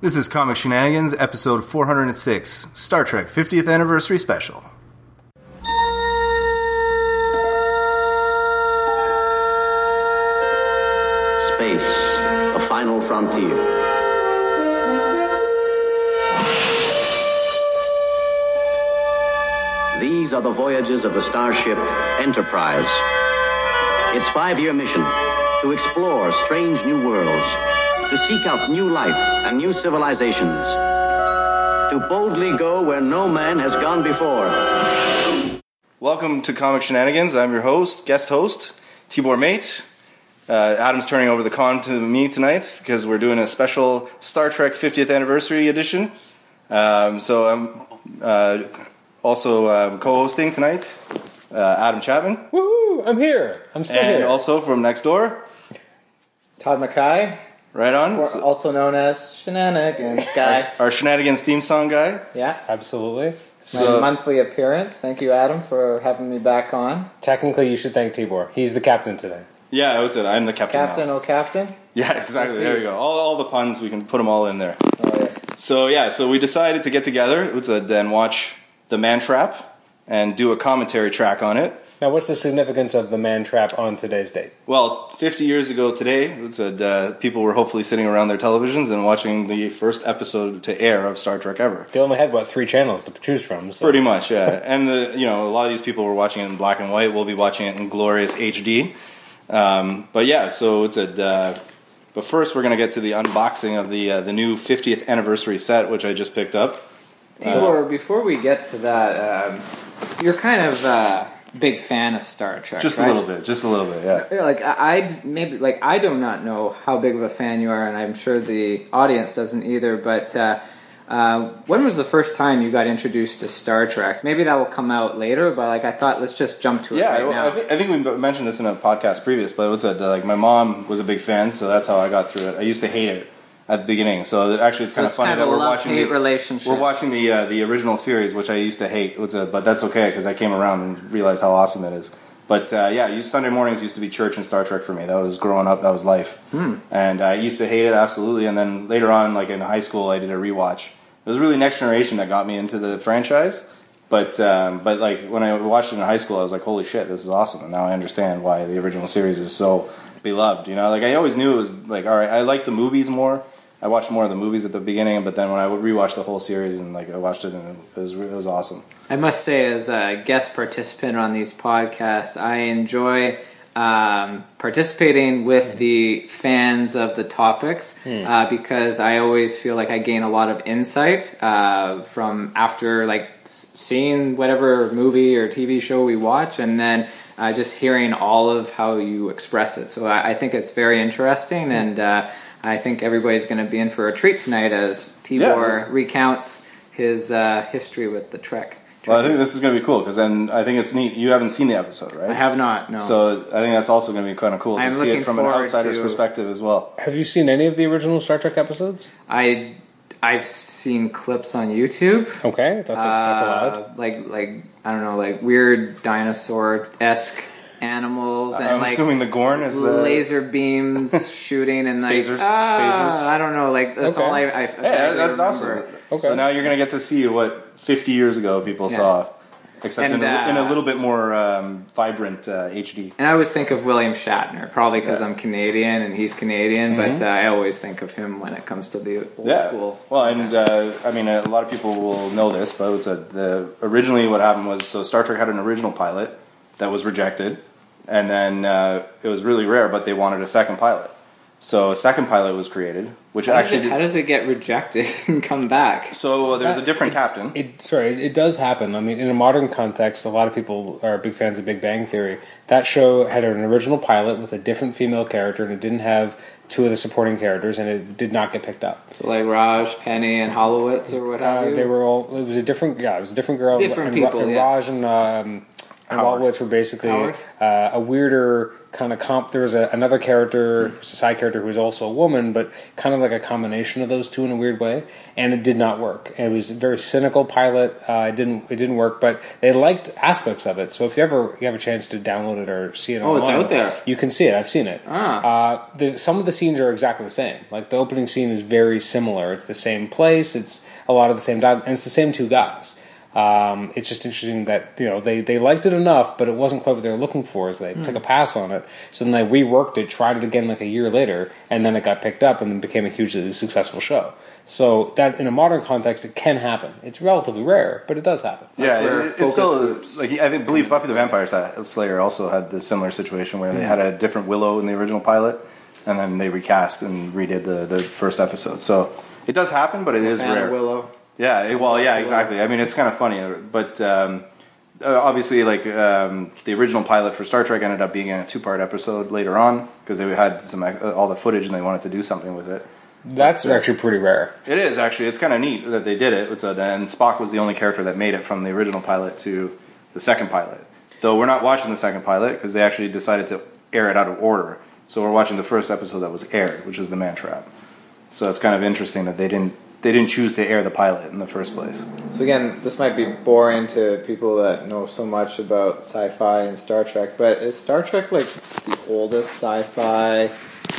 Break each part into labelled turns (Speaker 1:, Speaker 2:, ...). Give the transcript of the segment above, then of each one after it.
Speaker 1: This is Comic Shenanigans, episode 406, Star Trek 50th Anniversary Special.
Speaker 2: Space, the final frontier. These are the voyages of the starship Enterprise. Its five year mission to explore strange new worlds, to seek out new life and new civilizations, to boldly go where no man has gone before.
Speaker 1: Welcome to Comic Shenanigans. I'm your host, guest host, Tibor Mate. Uh, Adam's turning over the con to me tonight because we're doing a special Star Trek 50th Anniversary edition. Um, so I'm uh, also um, co-hosting tonight, uh, Adam Chapman,
Speaker 3: Woohoo! I'm here. I'm still
Speaker 1: and
Speaker 3: here.
Speaker 1: also from next door.
Speaker 4: Todd McKay,
Speaker 1: Right on,
Speaker 4: or
Speaker 1: So-
Speaker 4: also known as Shenanigans Guy.
Speaker 1: our Shenanigans theme song guy.
Speaker 4: yeah,
Speaker 3: Absolutely.
Speaker 4: my
Speaker 1: So-
Speaker 4: monthly appearance. Thank you, Adam, for having me back on.
Speaker 3: Technically, you should thank Tibor. He's the captain today.
Speaker 1: Yeah, that's it. I'm the captain. now.
Speaker 4: Captain, oh Captain.
Speaker 1: Yeah, exactly. There we go. All, all the puns we can put them all in there.
Speaker 4: Oh yes.
Speaker 1: So yeah, so we decided to get together it was a, then watch The Man Trap and do a commentary track on it.
Speaker 3: Now, what's the significance of the man trap on today's date?
Speaker 1: Well, 50 years ago today, it said uh, people were hopefully sitting around their televisions and watching the first episode to air of Star Trek ever.
Speaker 3: They only had, what, three channels to choose from. So.
Speaker 1: Pretty much, yeah. and the, you know, a lot of these people were watching it in black and white. We'll be watching it in glorious HD. Um, but yeah, so it's a. Uh, but first, we're gonna get to the unboxing of the uh, the new 50th anniversary set, which I just picked up.
Speaker 4: Tibor, before we get to that, um, you're kind of a big fan of Star Trek,
Speaker 1: Just
Speaker 4: right?
Speaker 1: a little bit, just a little bit, yeah.
Speaker 4: Yeah, Like I I'd- maybe like I do not know how big of a fan you are, and I'm sure the audience doesn't either. But uh, uh, when was the first time you got introduced to Star Trek? Maybe that will come out later, but like I thought, let's just jump to it
Speaker 1: Yeah,
Speaker 4: right
Speaker 1: well,
Speaker 4: now.
Speaker 1: I, think, I think we mentioned this in a podcast previous, but it's that uh, like my mom was a big fan, so that's how I got through it. I used to hate it at the beginning, so that- actually it's kind of
Speaker 4: It's
Speaker 1: funny
Speaker 4: kind
Speaker 1: that
Speaker 4: of a
Speaker 1: we're watching
Speaker 4: love-hate
Speaker 1: the,
Speaker 4: relationship.
Speaker 1: We're watching the uh, the original series, which I used to hate. It's a, but that's okay because I came around and realized how awesome it is. But uh, yeah, you, Sunday mornings used to be church and Star Trek for me. That was growing up. That was life, and I used to hate it absolutely. And then later on, like in high school, I did a rewatch. It was really Next Generation that got me into the franchise. But um, but like when I watched it in high school, I was like, "Holy shit, this is awesome!" And now I understand why the original series is so beloved. You know, like I always knew it was like, all right, I like the movies more. I watched more of the movies at the beginning, but then when I would rewatch the whole series and like I watched it, and it was it was awesome.
Speaker 4: I must say, as a guest participant on these podcasts, I enjoy um, participating with the fans of the topics
Speaker 1: Hmm.
Speaker 4: uh, because I always feel like I gain a lot of insight uh, from after like s- seeing whatever movie or TV show we watch, and then uh, just hearing all of how you express it. So I, I think it's very interesting,
Speaker 1: Hmm.
Speaker 4: and uh, I think everybody's going to be in for a treat tonight as Tibor recounts his uh, history with the Trek.
Speaker 1: Well, I think this is going to be cool because then I think it's neat. You haven't seen the episode, right?
Speaker 4: I have not. No.
Speaker 1: So I think that's also going to be kind of cool to
Speaker 4: I'm
Speaker 1: see it
Speaker 4: looking
Speaker 1: from an
Speaker 4: forward
Speaker 1: outsider's
Speaker 4: to-
Speaker 1: perspective as well.
Speaker 3: Have you seen any of the original Star Trek episodes?
Speaker 4: I I've seen clips on YouTube.
Speaker 3: Okay, that's, that's allowed.
Speaker 4: Uh, like like I don't know like weird dinosaur esque animals and
Speaker 1: I'm
Speaker 4: like
Speaker 1: assuming the Gorn is uh, the
Speaker 4: laser beams shooting and like
Speaker 1: Phasers?
Speaker 4: ah,
Speaker 1: Phasers?
Speaker 4: I don't know like that's
Speaker 3: Okay.
Speaker 4: all I, I
Speaker 1: Yeah,
Speaker 4: vaguely
Speaker 1: that's awesome.
Speaker 4: remember.
Speaker 1: So
Speaker 3: Okay.
Speaker 1: now you're going to get to see what 50 years ago people
Speaker 4: Yeah.
Speaker 1: saw, except
Speaker 4: And,
Speaker 1: in, a,
Speaker 4: uh,
Speaker 1: in a little bit more um, vibrant uh, HD.
Speaker 4: And I always think of William Shatner, probably because
Speaker 1: Yeah. Mm-hmm.
Speaker 4: I'm Canadian and he's Canadian, but uh, I always think of him when it comes to the old
Speaker 1: yeah.
Speaker 4: school.
Speaker 1: Well, and uh, I mean, a lot of people will know this, but it's a, the originally what happened was so Star Trek had an original pilot that was rejected, and then uh, it was really rare, but they wanted a second pilot. So a second pilot was created, which
Speaker 4: How does,
Speaker 1: actually
Speaker 4: it, how does it get rejected and come back?
Speaker 1: so uh, there's a different captain.
Speaker 3: It, sorry, it, it does happen. I mean, in a modern context, a lot of people are big fans of Big Bang Theory. That show had an original pilot with a different female character, and it didn't have two of the supporting characters, and it did not get picked up.
Speaker 4: So like Raj, Penny, and Hollowitz or what have
Speaker 3: Uh,
Speaker 4: you?
Speaker 3: they were all. It was a different. Yeah, it was a different girl.
Speaker 4: Different
Speaker 3: and, Ra-
Speaker 4: people,
Speaker 3: and
Speaker 4: yeah.
Speaker 3: Raj and um, and Wallwitz were basically
Speaker 4: Howard?
Speaker 3: uh, a weirder kind of comp. There was a, another character,
Speaker 4: Hmm.
Speaker 3: a side character who was also a woman, but kind of like a combination of those two in a weird way. And it did not work. And it was a very cynical pilot. Uh, it didn't it didn't work, but they liked aspects of it. So if you ever you have a chance to download it or see it,
Speaker 4: Oh, it's
Speaker 3: online,
Speaker 4: out there.
Speaker 3: You can see it. I've seen it.
Speaker 4: Ah.
Speaker 3: Uh, the, some of the scenes are exactly the same. Like the opening scene is very similar. It's the same place. It's a lot of the same dog, and it's the same two guys. Um, it's just interesting that you know they, they liked it enough, but it wasn't quite what they were looking for. So they
Speaker 4: Hmm.
Speaker 3: took a pass on it. So then they reworked it, tried it again like a year later, and then it got picked up and then became a hugely successful show. So that in a modern context, it can happen. It's relatively rare, but it does happen.
Speaker 1: yeah,
Speaker 4: where
Speaker 1: it- it,
Speaker 4: focus
Speaker 1: it's still
Speaker 4: groups-
Speaker 1: like I think believe Buffy the Vampire Sa- Slayer also had this similar situation where they had a different Willow in the original pilot, and then they recast and redid the the first episode. So it does happen, but it is
Speaker 4: Fan
Speaker 1: rare.
Speaker 4: of Willow.
Speaker 1: Yeah, it- well, yeah, exactly. I mean, it's kind of funny, but um, uh, obviously, like um, the original pilot for Star Trek ended up being a two-part episode later on because they had some uh, all the footage and they wanted to do something with it.
Speaker 3: That's actually pretty rare.
Speaker 1: It is actually. It's kind of neat that they did it. It's a, and Spock was the only character that made it from the original pilot to the second pilot. Though we're not watching the second pilot because they actually decided to air it out of order. So we're watching the first episode that was aired, which was the Man Trap. So it's kind of interesting that they didn't they didn't choose to air the pilot in the first place.
Speaker 4: So again, this might be boring to people that know so much about sci-fi and Star Trek, but is Star Trek like the oldest sci-fi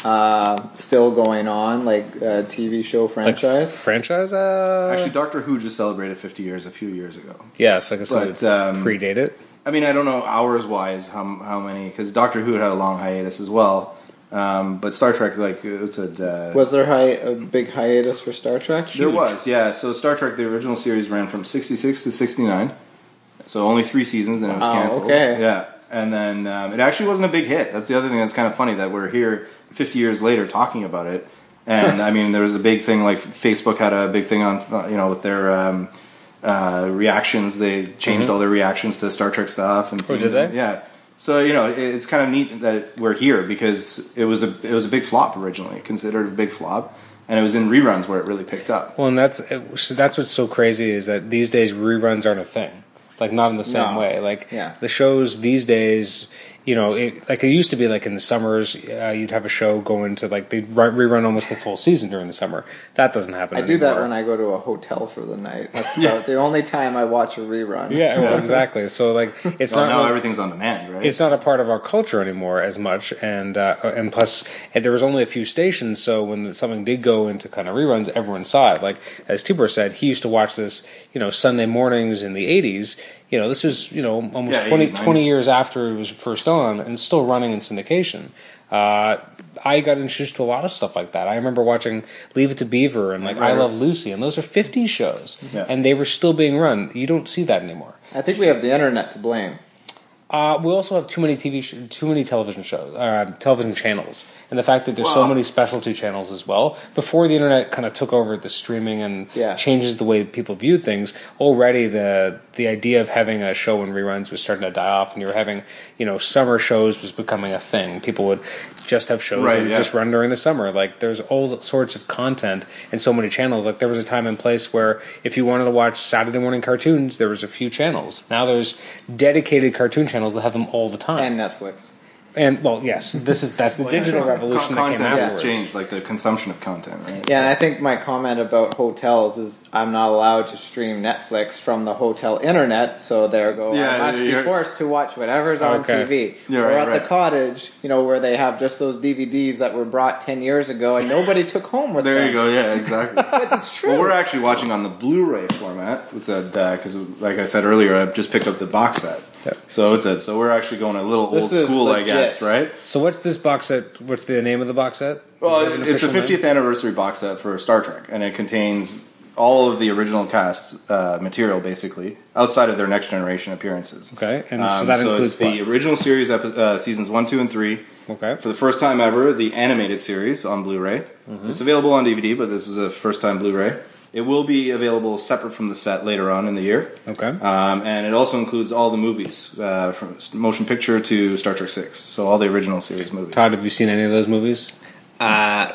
Speaker 4: uh, still going on, like uh, TV show franchise?
Speaker 3: franchise? Uh,
Speaker 1: Actually, Doctor Who just celebrated 50 years a few years ago.
Speaker 3: yeah, so I guess
Speaker 1: But,
Speaker 3: it
Speaker 1: um,
Speaker 3: predate it.
Speaker 1: I mean, I don't know hours wise how how many because Doctor Who had a long hiatus as well. Um, but Star Trek, like it said, uh,
Speaker 4: Was there hi- a big hiatus for Star Trek?
Speaker 1: there was yeah. So Star Trek, the original series, ran from 66 to 69. So only three seasons, then it was
Speaker 3: Oh,
Speaker 4: Wow,
Speaker 1: canceled.
Speaker 4: okay.
Speaker 1: Yeah, and then um, it actually wasn't a big hit. That's the other thing that's kind of funny that we're here 50 years later talking about it. And I mean, there was a big thing like Facebook had a big thing on uh, you know with their um, uh, reactions. They changed all their reactions to Star Trek stuff. And
Speaker 3: Mm-hmm. Oh, did they?
Speaker 1: Yeah. So you know, it, it's kind of neat that we're here because it was a it was a big flop originally, considered a big flop, and it was in reruns where it really picked up.
Speaker 3: Well, and that's it- so that's what's so crazy is that these days reruns aren't a thing. Like not in the same
Speaker 4: No.
Speaker 3: way. Like
Speaker 4: Yeah.
Speaker 3: the shows these days, you know, it, like it used to be like in the summers, uh, you'd have a show going to like they'd run, rerun almost the full season during the summer. That doesn't happen.
Speaker 4: I do that when I go to a hotel for the night. That's about the only time I watch a rerun.
Speaker 3: Yeah, well, exactly. So like it's
Speaker 1: Well,
Speaker 3: not
Speaker 1: now
Speaker 3: really-
Speaker 1: everything's on demand, right?
Speaker 3: it's not a part of our culture anymore as much, and uh, and plus and there was only a few stations, so when something did go into kind of reruns, everyone saw it. Like as Tibor said, he used to watch this, you know, Sunday mornings in the '80s. You know, this is you know almost
Speaker 1: Yeah,
Speaker 3: twenty
Speaker 1: 80s,
Speaker 3: twenty 20, 20
Speaker 1: 90s.
Speaker 3: years after it was first on, and it's still running in syndication. Uh, I got introduced to a lot of stuff like that. I remember watching Leave It to Beaver and like I
Speaker 1: Right.
Speaker 3: Love Lucy, and those are 50 shows,
Speaker 1: Yeah.
Speaker 3: and they were still being run. You don't see that anymore.
Speaker 4: I think we have the internet to blame.
Speaker 3: Uh, we also have too many TV, sh- too many television shows, uh, television channels, and the fact that there's so
Speaker 1: Well-
Speaker 3: many specialty channels as well. Before the internet kind of took over the streaming and
Speaker 4: Yeah.
Speaker 3: changes the way people view things, already the the idea of having a show and reruns was starting to die off, and you were having you know summer shows was becoming a thing. People would just have shows
Speaker 1: Right,
Speaker 3: and
Speaker 1: yeah.
Speaker 3: just run during the summer. Like there's all sorts of content and so many channels. Like there was a time and place where if you wanted to watch Saturday morning cartoons, there was a few channels. Now there's dedicated cartoon channels that have them all the time.
Speaker 4: And
Speaker 1: uh,
Speaker 4: Netflix.
Speaker 3: And, well, yes, this is that's the digital
Speaker 1: Con-
Speaker 3: revolution that came
Speaker 1: content
Speaker 3: afterwards.
Speaker 1: has changed, like the consumption of content, right?
Speaker 4: Yeah, and I think my comment about hotels is I'm not allowed to stream Netflix from the hotel internet, so there go.
Speaker 1: Yeah,
Speaker 4: I must be
Speaker 1: you're-
Speaker 4: forced to watch whatever's on
Speaker 3: Okay.
Speaker 4: TV.
Speaker 1: You're
Speaker 4: or
Speaker 1: right,
Speaker 4: at the
Speaker 1: right.
Speaker 4: cottage, you know, where they have just those DVDs that were brought ten years ago and nobody took home with
Speaker 1: There
Speaker 4: them.
Speaker 1: you go. Yeah, exactly.
Speaker 4: But it's true.
Speaker 1: well, we're actually watching on the Blu-ray format. It's a because, like I said earlier, I just picked up the box set. So it's a so we're actually going a little
Speaker 4: This
Speaker 1: old
Speaker 4: is
Speaker 1: school,
Speaker 4: legit.
Speaker 1: I guess, right?
Speaker 3: So what's this box set? What's the name of the box set? Is there
Speaker 1: Well,
Speaker 3: an
Speaker 1: it's the
Speaker 3: official name?
Speaker 1: 50th anniversary box set for Star Trek, and it contains all of the original cast uh, material, basically, outside of their next generation appearances.
Speaker 3: Okay, and so
Speaker 1: Um,
Speaker 3: that includes
Speaker 1: it's the
Speaker 3: what?
Speaker 1: original series epi- uh, seasons one, two, and three.
Speaker 3: Okay.
Speaker 1: For the first time ever, the animated series on Blu-ray. It's available on DVD, but this is a first-time Blu-ray. It will be available separate from the set later on in the year.
Speaker 3: Okay.
Speaker 1: Um, and it also includes all the movies, uh, from motion picture to Star Trek Six, so all the original series movies.
Speaker 3: Todd, have you seen any of those movies?
Speaker 4: Uh,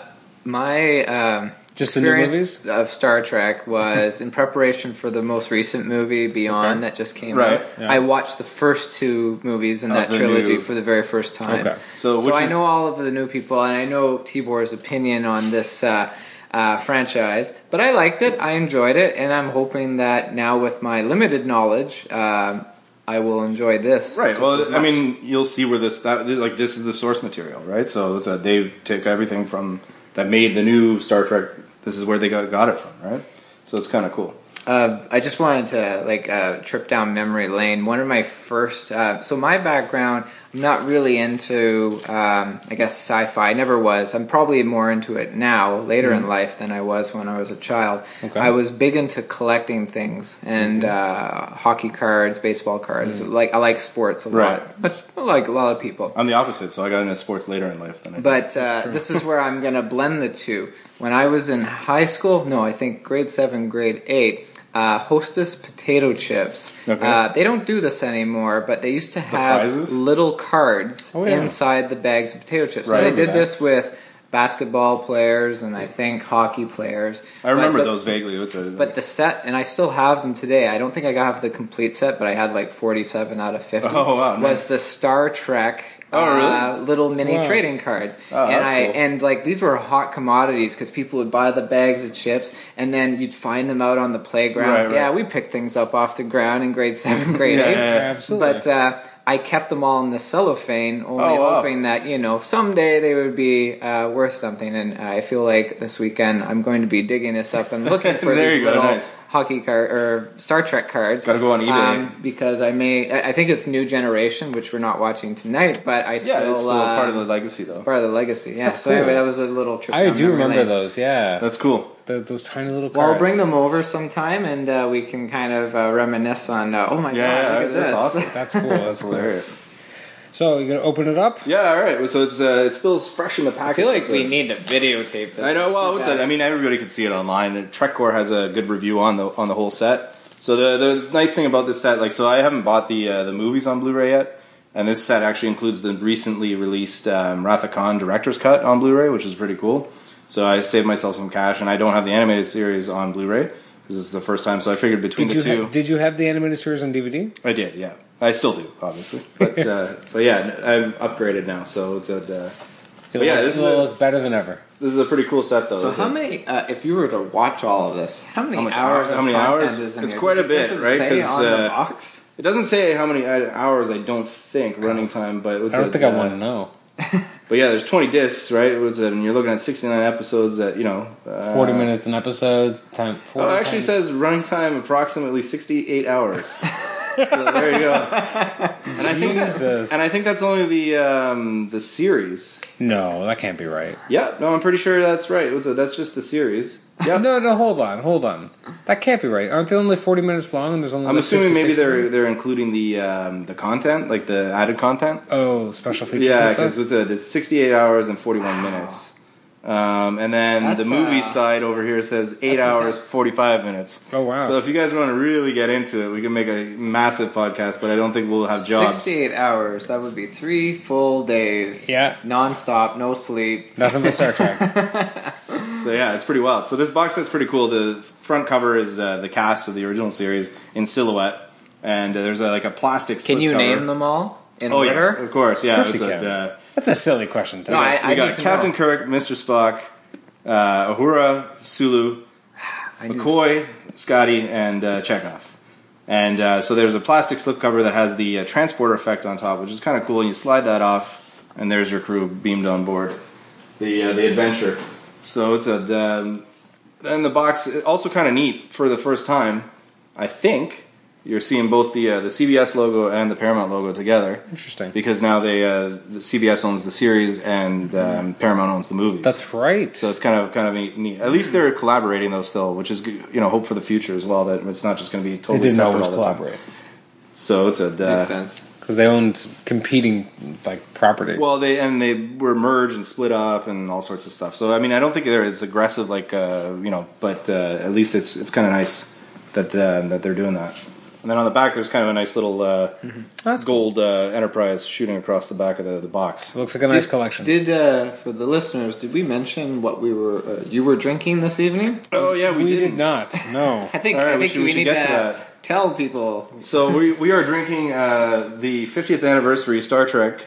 Speaker 4: my um,
Speaker 3: Just the new
Speaker 4: experience
Speaker 3: movies?
Speaker 4: of Star Trek was in preparation for the most recent movie Beyond that just came
Speaker 1: Right,
Speaker 4: out.
Speaker 3: yeah.
Speaker 4: I watched the first two movies in
Speaker 1: Of
Speaker 4: that
Speaker 1: the
Speaker 4: trilogy
Speaker 1: new-
Speaker 4: for the very first time.
Speaker 3: Okay.
Speaker 1: So which
Speaker 4: I
Speaker 1: is-
Speaker 4: know all of the new people, and I know Tibor's opinion on this. Uh, uh, franchise, but I liked it. I enjoyed it, and I'm hoping that now with my limited knowledge, um, I will enjoy this.
Speaker 1: Right.
Speaker 4: just as
Speaker 1: Well, I
Speaker 4: much.
Speaker 1: mean, you'll see where this that this- like this is the source material, right? So it's a, they took everything from that made the new Star Trek. This is where they got got it from, right? So it's kind of cool.
Speaker 4: Uh, I just wanted to like uh, trip down memory lane. One of my first, uh, so my background, I'm not really into, um, I guess, sci-fi. I never was. I'm probably more into it now, later in life, than I was when I was a child.
Speaker 3: Okay.
Speaker 4: I was big into collecting things and uh, hockey cards, baseball cards. Like I like sports a
Speaker 1: Right.
Speaker 4: lot, much like a lot of people.
Speaker 1: I'm the opposite, so I got into sports later in life than I.
Speaker 4: But uh, this is where I'm going to blend the two. When I was in high school, no, I think grade seven, grade eight, uh, Hostess potato chips.
Speaker 1: Okay.
Speaker 4: Uh, they don't do this anymore, but they used to have
Speaker 1: prizes?
Speaker 4: little cards
Speaker 3: Oh, yeah.
Speaker 4: inside the bags of potato chips.
Speaker 1: Right.
Speaker 4: So they did
Speaker 3: Remember that.
Speaker 4: this with basketball players and I think hockey players.
Speaker 1: I remember
Speaker 4: But-
Speaker 1: those vaguely. It's a,
Speaker 4: But the set, and I still have them today. I don't think I have the complete set, but I had like forty-seven out of fifty.
Speaker 1: Oh, wow, nice.
Speaker 4: Was the Star Trek?
Speaker 1: Oh, really?
Speaker 4: Uh, little mini
Speaker 3: Wow.
Speaker 4: trading cards,
Speaker 1: Oh,
Speaker 4: and
Speaker 1: that's
Speaker 4: I
Speaker 1: cool.
Speaker 4: and like these were hot commodities because people would buy the bags of chips, and then you'd find them out on the playground.
Speaker 1: Right, right.
Speaker 4: Yeah, we picked things up off the ground in grade seven, grade
Speaker 1: Yeah,
Speaker 4: eight.
Speaker 1: yeah, yeah.
Speaker 3: Absolutely.
Speaker 4: But uh, I kept them all in the cellophane, only
Speaker 1: Oh, wow.
Speaker 4: hoping that you know someday they would be uh, worth something. And I feel like this weekend I'm going to be digging this up and looking for
Speaker 1: There
Speaker 4: these
Speaker 1: you go,
Speaker 4: little
Speaker 1: nice.
Speaker 4: hockey card or Star Trek cards. Um,
Speaker 1: Gotta go on eBay.
Speaker 4: because I may. I I think it's New Generation, which we're not watching tonight, but I still,
Speaker 1: yeah, it's still
Speaker 4: uh,
Speaker 1: part of the legacy, though.
Speaker 4: part of the legacy. Yeah.
Speaker 3: That's
Speaker 4: so anyway,
Speaker 3: cool.
Speaker 4: that was a little trip.
Speaker 3: I
Speaker 4: down
Speaker 3: do
Speaker 4: memory
Speaker 3: remember
Speaker 4: lane.
Speaker 3: those, yeah.
Speaker 1: That's cool.
Speaker 3: Th- those tiny little cards.
Speaker 4: Well, I'll bring them over sometime, and uh, we can kind of uh, reminisce on. Uh, oh my
Speaker 1: Yeah,
Speaker 4: god, look at
Speaker 1: that's
Speaker 4: this!
Speaker 1: awesome.
Speaker 3: That's cool. That's
Speaker 1: That's
Speaker 3: cool.
Speaker 1: hilarious.
Speaker 3: So you gonna open it up?
Speaker 1: Yeah. All right. So it's uh, it's still fresh in the packet.
Speaker 4: I feel like
Speaker 1: So
Speaker 4: we
Speaker 1: it's-
Speaker 4: need to videotape this.
Speaker 1: I know. Well, what's
Speaker 4: Yeah.
Speaker 1: that? I mean, everybody can see it online. And Trekcore has a good review on the on the whole set. So the the nice thing about this set, like, so I haven't bought the uh, the movies on Blu-ray yet, and this set actually includes the recently released um, Rathacon director's cut on Blu-ray, which is pretty cool. So I saved myself some cash, and I don't have the animated series on Blu-ray. This is the first time, so I figured between
Speaker 3: Did you
Speaker 1: the two,
Speaker 3: ha- did you have the animated series on DVD?
Speaker 1: I did. Yeah, I still do, obviously, but uh, but yeah, I'm upgraded now, so it's a. Uh,
Speaker 3: It'll
Speaker 1: yeah,
Speaker 3: look-
Speaker 1: this is
Speaker 3: it'll
Speaker 1: a-
Speaker 3: look better than ever.
Speaker 1: this is a pretty cool set, though.
Speaker 4: So
Speaker 1: It's
Speaker 4: how
Speaker 1: a-
Speaker 4: many? Uh, if you were to watch all of this, how many
Speaker 1: How much
Speaker 4: hours?
Speaker 1: hours-
Speaker 4: of
Speaker 1: how many
Speaker 4: content
Speaker 1: hours?
Speaker 4: Is in
Speaker 1: It's
Speaker 4: here?
Speaker 1: quite a bit,
Speaker 4: Does it
Speaker 1: right?
Speaker 4: Say
Speaker 1: 'Cause,
Speaker 4: on the
Speaker 1: uh,
Speaker 4: box.
Speaker 1: It doesn't say how many i- hours. I don't think running time, but it was
Speaker 3: I don't
Speaker 1: a-
Speaker 3: think I
Speaker 1: uh,
Speaker 3: want to know.
Speaker 1: But yeah, there's 20 discs, right? It was, and you're looking at 69 episodes. That you know, uh,
Speaker 3: Forty minutes an episode. Time. 40
Speaker 1: Oh, it actually
Speaker 3: times.
Speaker 1: says running time approximately 68 hours. so there you go. And I think
Speaker 3: Jesus.
Speaker 1: that, and I think that's only the um, the series.
Speaker 3: no. That can't be right.
Speaker 1: Yeah, no, I'm pretty sure that's right. It was a, that's just the series. Yeah,
Speaker 3: No, no. Hold on. Hold on. That can't be right. Aren't they only forty minutes long? And there's only.
Speaker 1: I'm
Speaker 3: like
Speaker 1: assuming maybe
Speaker 3: 66
Speaker 1: they're they're including the um, the content, like the added content.
Speaker 3: Oh, special features.
Speaker 1: Yeah,
Speaker 3: and stuff?
Speaker 1: because it's, a- it's 68 hours and 41 minutes. Um, and then the
Speaker 4: That's,
Speaker 1: movie
Speaker 4: uh,
Speaker 1: side over here says 8
Speaker 4: that's
Speaker 1: hours,
Speaker 4: intense.
Speaker 1: 45 minutes.
Speaker 3: Oh, wow.
Speaker 1: So if you guys want to really get into it, we can make a massive podcast, but I don't think we'll have jobs.
Speaker 4: Sixty-eight hours. That would be three full days.
Speaker 3: Yeah.
Speaker 4: Non-stop, no sleep.
Speaker 3: Nothing but Star Trek.
Speaker 1: So yeah, it's pretty wild. So this box set's pretty cool. The front cover is uh, the cast of the original series in silhouette. And uh, there's a, like a plastic
Speaker 4: Can
Speaker 1: slip
Speaker 4: you
Speaker 1: cover.
Speaker 4: name them all in
Speaker 1: Oh, yeah,
Speaker 4: order?
Speaker 1: of course. Yeah,
Speaker 3: Of course
Speaker 1: it's
Speaker 3: you
Speaker 1: a-
Speaker 3: can.
Speaker 1: uh,
Speaker 3: That's a silly question. Too.
Speaker 4: No, I-
Speaker 1: we got
Speaker 4: need to
Speaker 1: Captain
Speaker 4: know.
Speaker 1: Kirk, Mr. Spock, uh, Uhura, Sulu,
Speaker 4: I knew-
Speaker 1: McCoy, Scotty, and uh, Chekhov. And uh, so there's a plastic slipcover that has the uh, transporter effect on top, which is kind of cool. And you slide that off, and there's your crew beamed on board the uh, the adventure. So it's a the, and the box is also kind of neat for the first time. I think you're seeing both the uh, the CBS logo and the Paramount logo together.
Speaker 3: Interesting.
Speaker 1: because now they uh, the CBS owns the series and um, Paramount owns the movies.
Speaker 3: That's right.
Speaker 1: So it's kind of kind of neat. At least they're collaborating though, still, which is good- you know hope for the future as well that it's not just going to be
Speaker 3: they
Speaker 1: totally
Speaker 3: didn't
Speaker 1: separate
Speaker 3: always
Speaker 1: all the time.
Speaker 3: collaborate
Speaker 1: So it's a
Speaker 4: Makes
Speaker 1: uh,
Speaker 4: sense.
Speaker 3: because they owned competing like property.
Speaker 1: well they and they were merged and split up and all sorts of stuff. So I mean I don't think they're as aggressive like uh, you know, but uh, at least it's it's kind of nice that uh, that they're doing that. And then on the back, there's kind of a nice little uh,
Speaker 3: Mm-hmm.
Speaker 1: gold uh, Enterprise shooting across the back of the, the box.
Speaker 3: It looks like a nice collection.
Speaker 4: Did uh, for the listeners? Did we mention what we were uh, you were drinking this evening?
Speaker 1: Oh yeah,
Speaker 3: we did not. No.
Speaker 4: I think
Speaker 1: All right,
Speaker 4: I
Speaker 1: we
Speaker 4: think
Speaker 1: should-
Speaker 4: we,
Speaker 1: we should
Speaker 4: need
Speaker 1: get
Speaker 4: to,
Speaker 1: to that.
Speaker 4: tell people.
Speaker 1: So we, we are drinking uh, the 50th anniversary Star Trek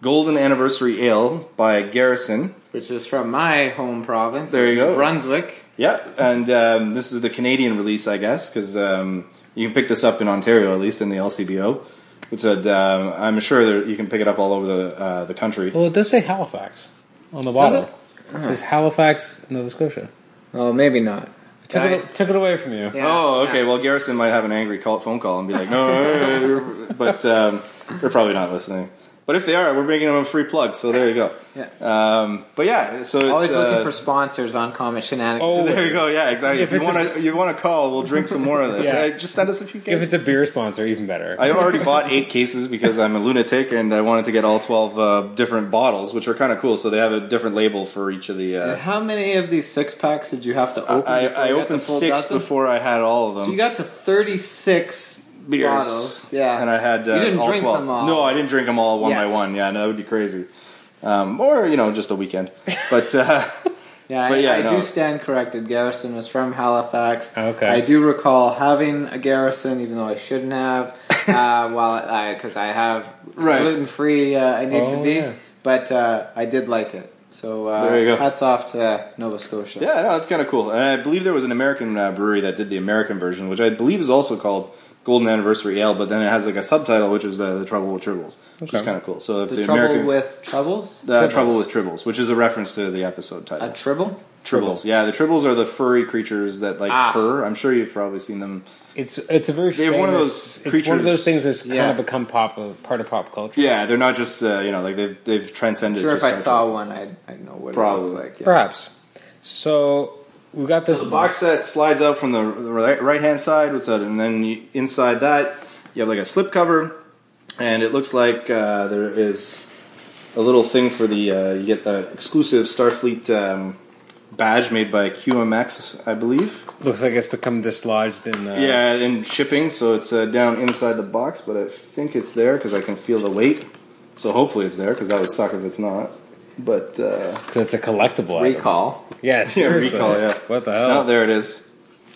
Speaker 1: Golden Anniversary Ale by Garrison.
Speaker 4: Which is from my home province.
Speaker 1: There you go.
Speaker 4: Brunswick.
Speaker 1: Yeah, and um, this is the Canadian release, I guess, because um, you can pick this up in Ontario, at least in the LCBO. It's a, um, I'm sure that you can pick it up all over the uh, the country.
Speaker 4: Oh,
Speaker 3: Well, it does say Halifax on the bottle.
Speaker 4: it?
Speaker 3: It? says Halifax, Nova Scotia.
Speaker 4: Well, maybe not.
Speaker 3: Took
Speaker 4: Guys.
Speaker 3: it, took it away from you.
Speaker 4: Yeah.
Speaker 1: Oh, okay.
Speaker 4: yeah.
Speaker 1: Well, Garrison might have an angry call, phone call and be like, "No," but um, they're probably not listening. But if they are, we're making them a free plug, so there you go.
Speaker 4: Yeah.
Speaker 1: Um, but yeah, so it's
Speaker 4: Always
Speaker 1: uh,
Speaker 4: looking for sponsors on Comic Shenanigans.
Speaker 3: Oh.
Speaker 1: There you go. Yeah, exactly. If
Speaker 3: If
Speaker 1: you
Speaker 3: it's
Speaker 1: want to, you want to call. We'll drink some more of this.
Speaker 3: Yeah.
Speaker 1: Uh, just send us a few
Speaker 3: If
Speaker 1: cases.
Speaker 3: it's a beer sponsor, even better.
Speaker 1: I already bought eight cases because I'm a lunatic and I wanted to get all twelve uh, different bottles, which are kind of cool. So they have a different label for each of the.
Speaker 4: And
Speaker 1: Uh,
Speaker 4: How many of these six packs did you have to open?
Speaker 1: I,
Speaker 4: before
Speaker 1: I
Speaker 4: you got
Speaker 1: opened
Speaker 4: the full
Speaker 1: six
Speaker 4: dozen?
Speaker 1: before I had all of them.
Speaker 4: So you got to thirty-six
Speaker 1: beers.
Speaker 4: bottles. Yeah,
Speaker 1: and I had uh,
Speaker 4: you didn't
Speaker 1: all
Speaker 4: drink
Speaker 1: twelve.
Speaker 4: them all.
Speaker 1: No, I didn't drink them all one by
Speaker 4: Yes.
Speaker 1: one. Yeah, no, that would be crazy. Um, or you know, just a weekend. But uh,
Speaker 4: Yeah,
Speaker 1: But
Speaker 4: I,
Speaker 1: yeah,
Speaker 4: I
Speaker 1: no.
Speaker 4: do stand corrected. Garrison was from Halifax.
Speaker 3: Okay.
Speaker 4: I do recall having a Garrison, even though I shouldn't have, uh, while because I, have
Speaker 1: Right.
Speaker 4: gluten free. Uh, I need to
Speaker 3: Oh,
Speaker 4: be,
Speaker 3: yeah.
Speaker 4: but uh, I did like it. So uh,
Speaker 1: There you go.
Speaker 4: hats off to Nova Scotia.
Speaker 1: yeah, no, that's kind of cool. And I believe there was an American uh, brewery that did the American version, which I believe is also called Golden Anniversary Ale. But then it has like a subtitle, which is uh, the Trouble with Tribbles, which is
Speaker 3: Okay.
Speaker 1: kind of cool. So if
Speaker 4: The,
Speaker 1: the,
Speaker 4: trouble
Speaker 1: American
Speaker 4: with troubles,
Speaker 1: the
Speaker 3: Tribbles.
Speaker 1: Trouble with Tribbles, which is a reference to the episode title.
Speaker 4: a tribble.
Speaker 1: tribbles, yeah, the Tribbles are the furry creatures that like
Speaker 4: Ah.
Speaker 1: purr. I'm sure you've probably seen them.
Speaker 3: It's it's a very
Speaker 1: They have
Speaker 3: famous,
Speaker 1: one of those
Speaker 3: It's one
Speaker 1: creatures-
Speaker 3: of those things that's
Speaker 4: Yeah.
Speaker 3: kind of become pop uh, part of pop culture.
Speaker 1: Yeah, they're not just uh, you know like they've they've transcended.
Speaker 4: Sure, if
Speaker 1: just
Speaker 4: I
Speaker 1: Star
Speaker 4: saw one, I'd, I'd know what
Speaker 1: Probably.
Speaker 4: it looks like. yeah.
Speaker 3: Perhaps. So we got this
Speaker 1: So the box set slides out from the right hand side. What's that? And then you, inside that, you have like a slip cover, and it looks like uh, there is a little thing for the. Uh, you get the exclusive Starfleet um, badge made by QMX, I believe.
Speaker 3: Looks like it's become dislodged in. Uh,
Speaker 1: Yeah, in shipping, so it's uh, down inside the box, but I think it's there because I can feel the weight. So hopefully it's there because that would suck if it's not. But uh,
Speaker 3: 'cause it's a collectible item.
Speaker 4: Recall.
Speaker 3: Yeah,
Speaker 1: yeah,
Speaker 3: seriously.
Speaker 1: recall. Yeah,
Speaker 3: What the
Speaker 1: No,
Speaker 3: hell?
Speaker 1: there it is.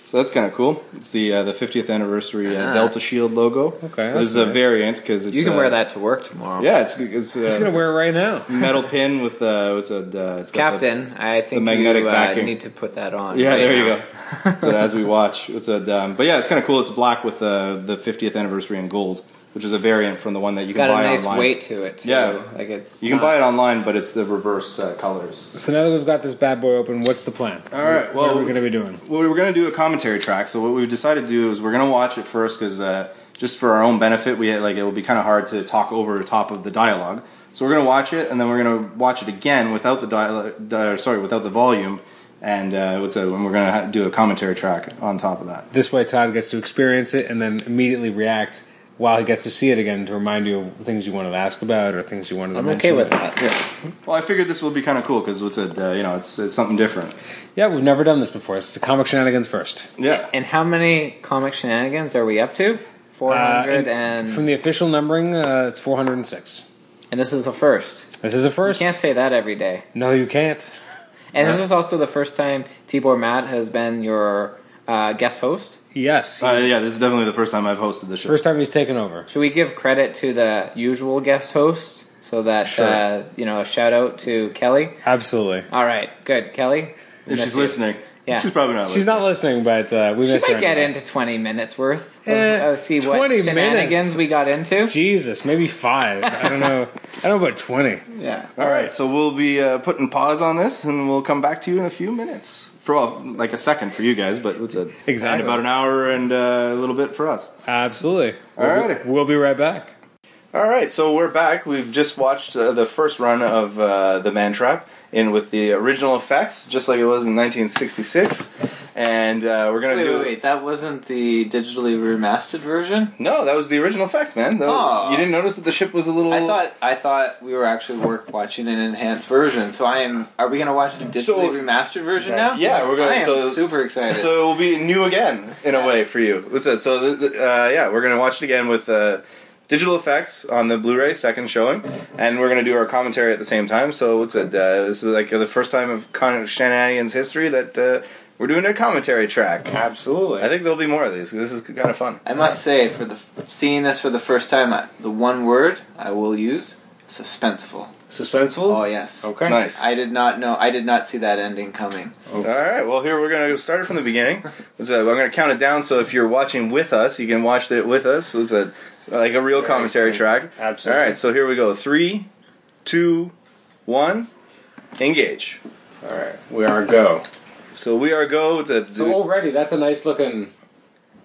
Speaker 1: So that's kind of cool. It's the uh, the 50th anniversary uh, Delta Shield logo. this
Speaker 3: Okay, that's
Speaker 1: is a
Speaker 3: nice.
Speaker 1: variant because it's
Speaker 4: Ah. You can
Speaker 1: uh,
Speaker 4: wear that to work tomorrow.
Speaker 1: Yeah, it's it's, uh,
Speaker 3: He's gonna wear it right now.
Speaker 1: metal pin with uh, what's a uh, it's got the-
Speaker 4: Captain, I think
Speaker 1: magnetic
Speaker 4: you uh,
Speaker 1: backing.
Speaker 4: need to put that on.
Speaker 1: yeah,
Speaker 4: right
Speaker 1: there you
Speaker 4: now.
Speaker 1: go. so as we watch, it's a um, but yeah, it's kind of cool. It's black with uh, the 50th anniversary in gold, which is a variant from the one that you can
Speaker 4: got a
Speaker 1: buy
Speaker 4: nice
Speaker 1: online.
Speaker 4: weight to it. Too.
Speaker 1: Yeah.
Speaker 4: like it's
Speaker 1: You can buy it online, but it's the reverse uh, colors.
Speaker 3: So now that we've got this bad boy open, what's the plan?
Speaker 1: All right. Well,
Speaker 3: what are we gonna be doing?
Speaker 1: Well, we were going to do a commentary track. So what we've decided to do is we're going to watch it first because uh, just for our own benefit, we like it would be kind of hard to talk over the top of the dialogue. So we're going to watch it, and then we're going to watch it again without the dialogue. Di- or sorry, without the volume, and uh, what's it, and we're going to ha- do a commentary track on top of that.
Speaker 3: This way, Todd gets to experience it and then immediately react while he gets to see it again to remind you of things you wanted to ask about or things you wanted to
Speaker 4: I'm
Speaker 3: mention.
Speaker 4: okay with that.
Speaker 1: Yeah. Well, I figured this will be kind of cool because what's it? Uh, you know, it's it's something different.
Speaker 3: Yeah, we've never done this before. It's the comic shenanigans first.
Speaker 1: Yeah.
Speaker 4: And how many comic shenanigans are we up to? Four
Speaker 3: Uh,
Speaker 4: hundred
Speaker 3: and
Speaker 4: and and,
Speaker 3: from the official numbering, uh, it's 406.
Speaker 4: this is the first.
Speaker 3: This is a
Speaker 4: You
Speaker 3: first.
Speaker 4: can't say that every day.
Speaker 3: no, you can't.
Speaker 4: And this is also the first time Tibor Matt has been your uh, guest host.
Speaker 3: Yes,
Speaker 1: Uh, yeah. This is definitely the first time I've hosted the show.
Speaker 3: first time he's taken over.
Speaker 4: Should we give credit to the usual guest host so that
Speaker 1: Sure.
Speaker 4: uh, you know a shout out to Kelly?
Speaker 3: Absolutely.
Speaker 4: All right, good, Kelly.
Speaker 1: if
Speaker 4: we miss
Speaker 1: she's
Speaker 4: you.
Speaker 1: listening,
Speaker 4: Yeah.
Speaker 1: she's probably not.
Speaker 3: She's not listening, but uh, we
Speaker 4: She
Speaker 3: missed
Speaker 4: might
Speaker 3: her.
Speaker 4: get into 20 minutes worth. Of,
Speaker 3: Eh,
Speaker 4: uh, see what
Speaker 3: 20
Speaker 4: shenanigans
Speaker 3: minutes.
Speaker 4: we got into.
Speaker 3: Jesus, maybe five. I don't know. I don't know about twenty.
Speaker 4: Yeah.
Speaker 1: All right, so we'll be uh, putting pause on this, and we'll come back to you in a few minutes. For well, like a second for you guys, but what's it?
Speaker 3: Exactly.
Speaker 1: And about an hour and uh, a little bit for us.
Speaker 3: Absolutely.
Speaker 1: Alrighty.
Speaker 3: We'll, we'll be right back.
Speaker 1: All right, so we're back. We've just watched uh, the first run of uh, the Man Trap. in with the original effects, just like it was in 1966. And uh, we're gonna
Speaker 4: Wait,
Speaker 1: do
Speaker 4: wait, wait. That wasn't the digitally remastered version.
Speaker 1: no, that was the original effects, man. That was-
Speaker 4: Aw.
Speaker 1: you didn't notice that the ship was a little.
Speaker 4: I thought I thought we were actually work watching an enhanced version. So I am. Are we gonna watch the digitally
Speaker 1: So-
Speaker 4: remastered version
Speaker 3: Right.
Speaker 4: now?
Speaker 1: Yeah, we're gonna-
Speaker 4: I am
Speaker 1: so-
Speaker 4: super excited.
Speaker 1: So it will be new again in a way for you. What's that? So the, the, uh, yeah, we're gonna watch it again with uh, digital effects on the Blu-ray second showing, and we're gonna do our commentary at the same time. So what's it? Uh, this is like the first time of Con- Shenanigan's history that uh, we're doing a commentary track.
Speaker 3: Absolutely.
Speaker 1: I think there'll be more of these. 'cause This is kind of fun.
Speaker 4: I must say, for the f- seeing this for the first time, I, the one word I will use suspenseful.
Speaker 3: Suspenseful?
Speaker 4: Oh yes.
Speaker 3: Okay.
Speaker 1: Nice.
Speaker 4: I did not know. I did not see that ending coming.
Speaker 1: All right. Well, here we're gonna start it from the beginning. What's that? I'm gonna count it down. So if you're watching with us, you can watch it with us. It's a like a real commentary track.
Speaker 3: Absolutely.
Speaker 1: All right. So here we go. Three, two, one, engage.
Speaker 3: All right. We are go.
Speaker 1: So we are go. It's a
Speaker 3: So already, that's a nice looking.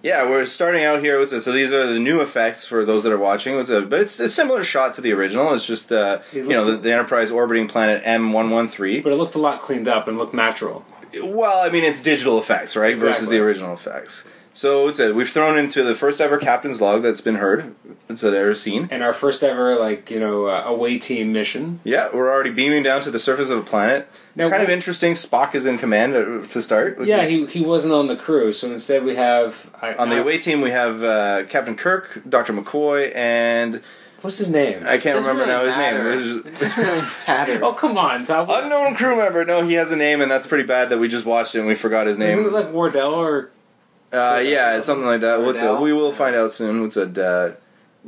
Speaker 1: yeah. We're starting out here. What's it? So these are the new effects for those that are watching. What's it? But it's a similar shot to the original. It's just uh, you know the,
Speaker 3: looks-
Speaker 1: the Enterprise orbiting planet M113.
Speaker 3: But it looked a lot cleaned up and looked natural.
Speaker 1: Well, I mean, it's digital effects, right? Versus
Speaker 3: Exactly.
Speaker 1: the original effects. So it's a, we've thrown into the first ever captain's log that's been heard, that's ever seen.
Speaker 3: And our first ever, like, you know, uh, away team mission.
Speaker 1: Yeah, we're already beaming down to the surface of a planet.
Speaker 3: Now,
Speaker 1: kind of
Speaker 3: what-
Speaker 1: interesting. Spock is in command uh, to start. Which
Speaker 3: Yeah,
Speaker 1: is,
Speaker 3: he, he wasn't on the crew, so instead we have. I,
Speaker 1: on the
Speaker 3: I-
Speaker 1: away team we have uh, Captain Kirk, Doctor McCoy, and
Speaker 3: What's his name?
Speaker 1: I can't
Speaker 4: Doesn't
Speaker 1: remember now
Speaker 4: really
Speaker 1: his
Speaker 4: matter.
Speaker 1: name. It was-
Speaker 4: It doesn't really matter.
Speaker 3: oh, come on, Tom.
Speaker 1: unknown crew member. No, he has a name, and that's pretty bad that we just watched it and we forgot his
Speaker 3: Isn't
Speaker 1: name.
Speaker 3: it like Wardell or.
Speaker 1: Uh, yeah, something like that. What's it?
Speaker 4: Cornell?
Speaker 1: We will find out soon. What's it? Uh,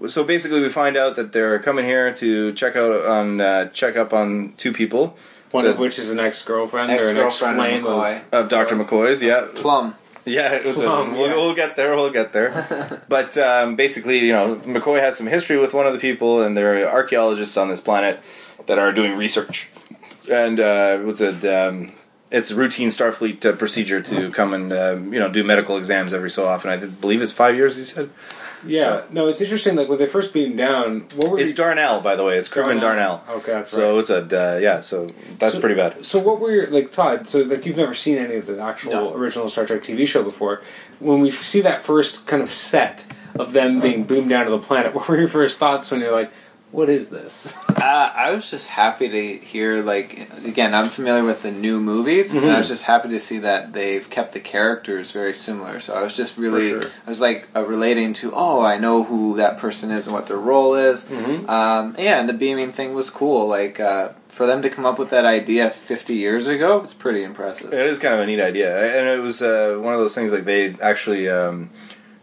Speaker 1: so basically, we find out that they're coming here to check out on uh, check up on two people
Speaker 3: One
Speaker 1: So-
Speaker 3: of which is an ex girlfriend or an ex
Speaker 4: Ex-girlfriend
Speaker 3: flame.
Speaker 4: of
Speaker 3: of-
Speaker 4: McCoy.
Speaker 1: of Doctor McCoy's. Yeah,
Speaker 4: Plum.
Speaker 1: yeah. What's it?
Speaker 3: Plum,
Speaker 1: We'll,
Speaker 3: yes.
Speaker 1: we'll get there. We'll get there. but um, basically, you know, McCoy has some history with one of the people, and they're archaeologists on this planet that are doing research. And uh, what's it? Um, it's routine Starfleet uh, procedure to come and um, you know do medical exams every so often. I believe it's five years. He said.
Speaker 3: Yeah, no, it's interesting. Like when they first beamed down, what were
Speaker 1: It's
Speaker 3: you-
Speaker 1: Darnell, by the way. It's Crewman
Speaker 3: Darnell.
Speaker 1: Darnell.
Speaker 3: Okay, that's
Speaker 1: so it's a uh, yeah. So that's
Speaker 3: So-
Speaker 1: pretty bad.
Speaker 3: So what were your like Todd? So like you've never seen any of the actual
Speaker 4: No.
Speaker 3: original Star Trek TV show before. When we see that first kind of set of them being boomed down to the planet, what were your first thoughts when you're like, "What is this?"
Speaker 4: Uh, I was just happy to hear, like, again, I'm familiar with the new movies, and I was just happy to see that they've kept the characters very similar. So I was just really,
Speaker 3: For sure.
Speaker 4: I was like uh, relating to, oh, I know who that person is and what their role is. Um, yeah, and the beaming thing was cool. Like, uh, for them to come up with that idea 50 years ago, it's pretty impressive.
Speaker 1: It is kind of a neat idea, and it was uh, one of those things like they actually um,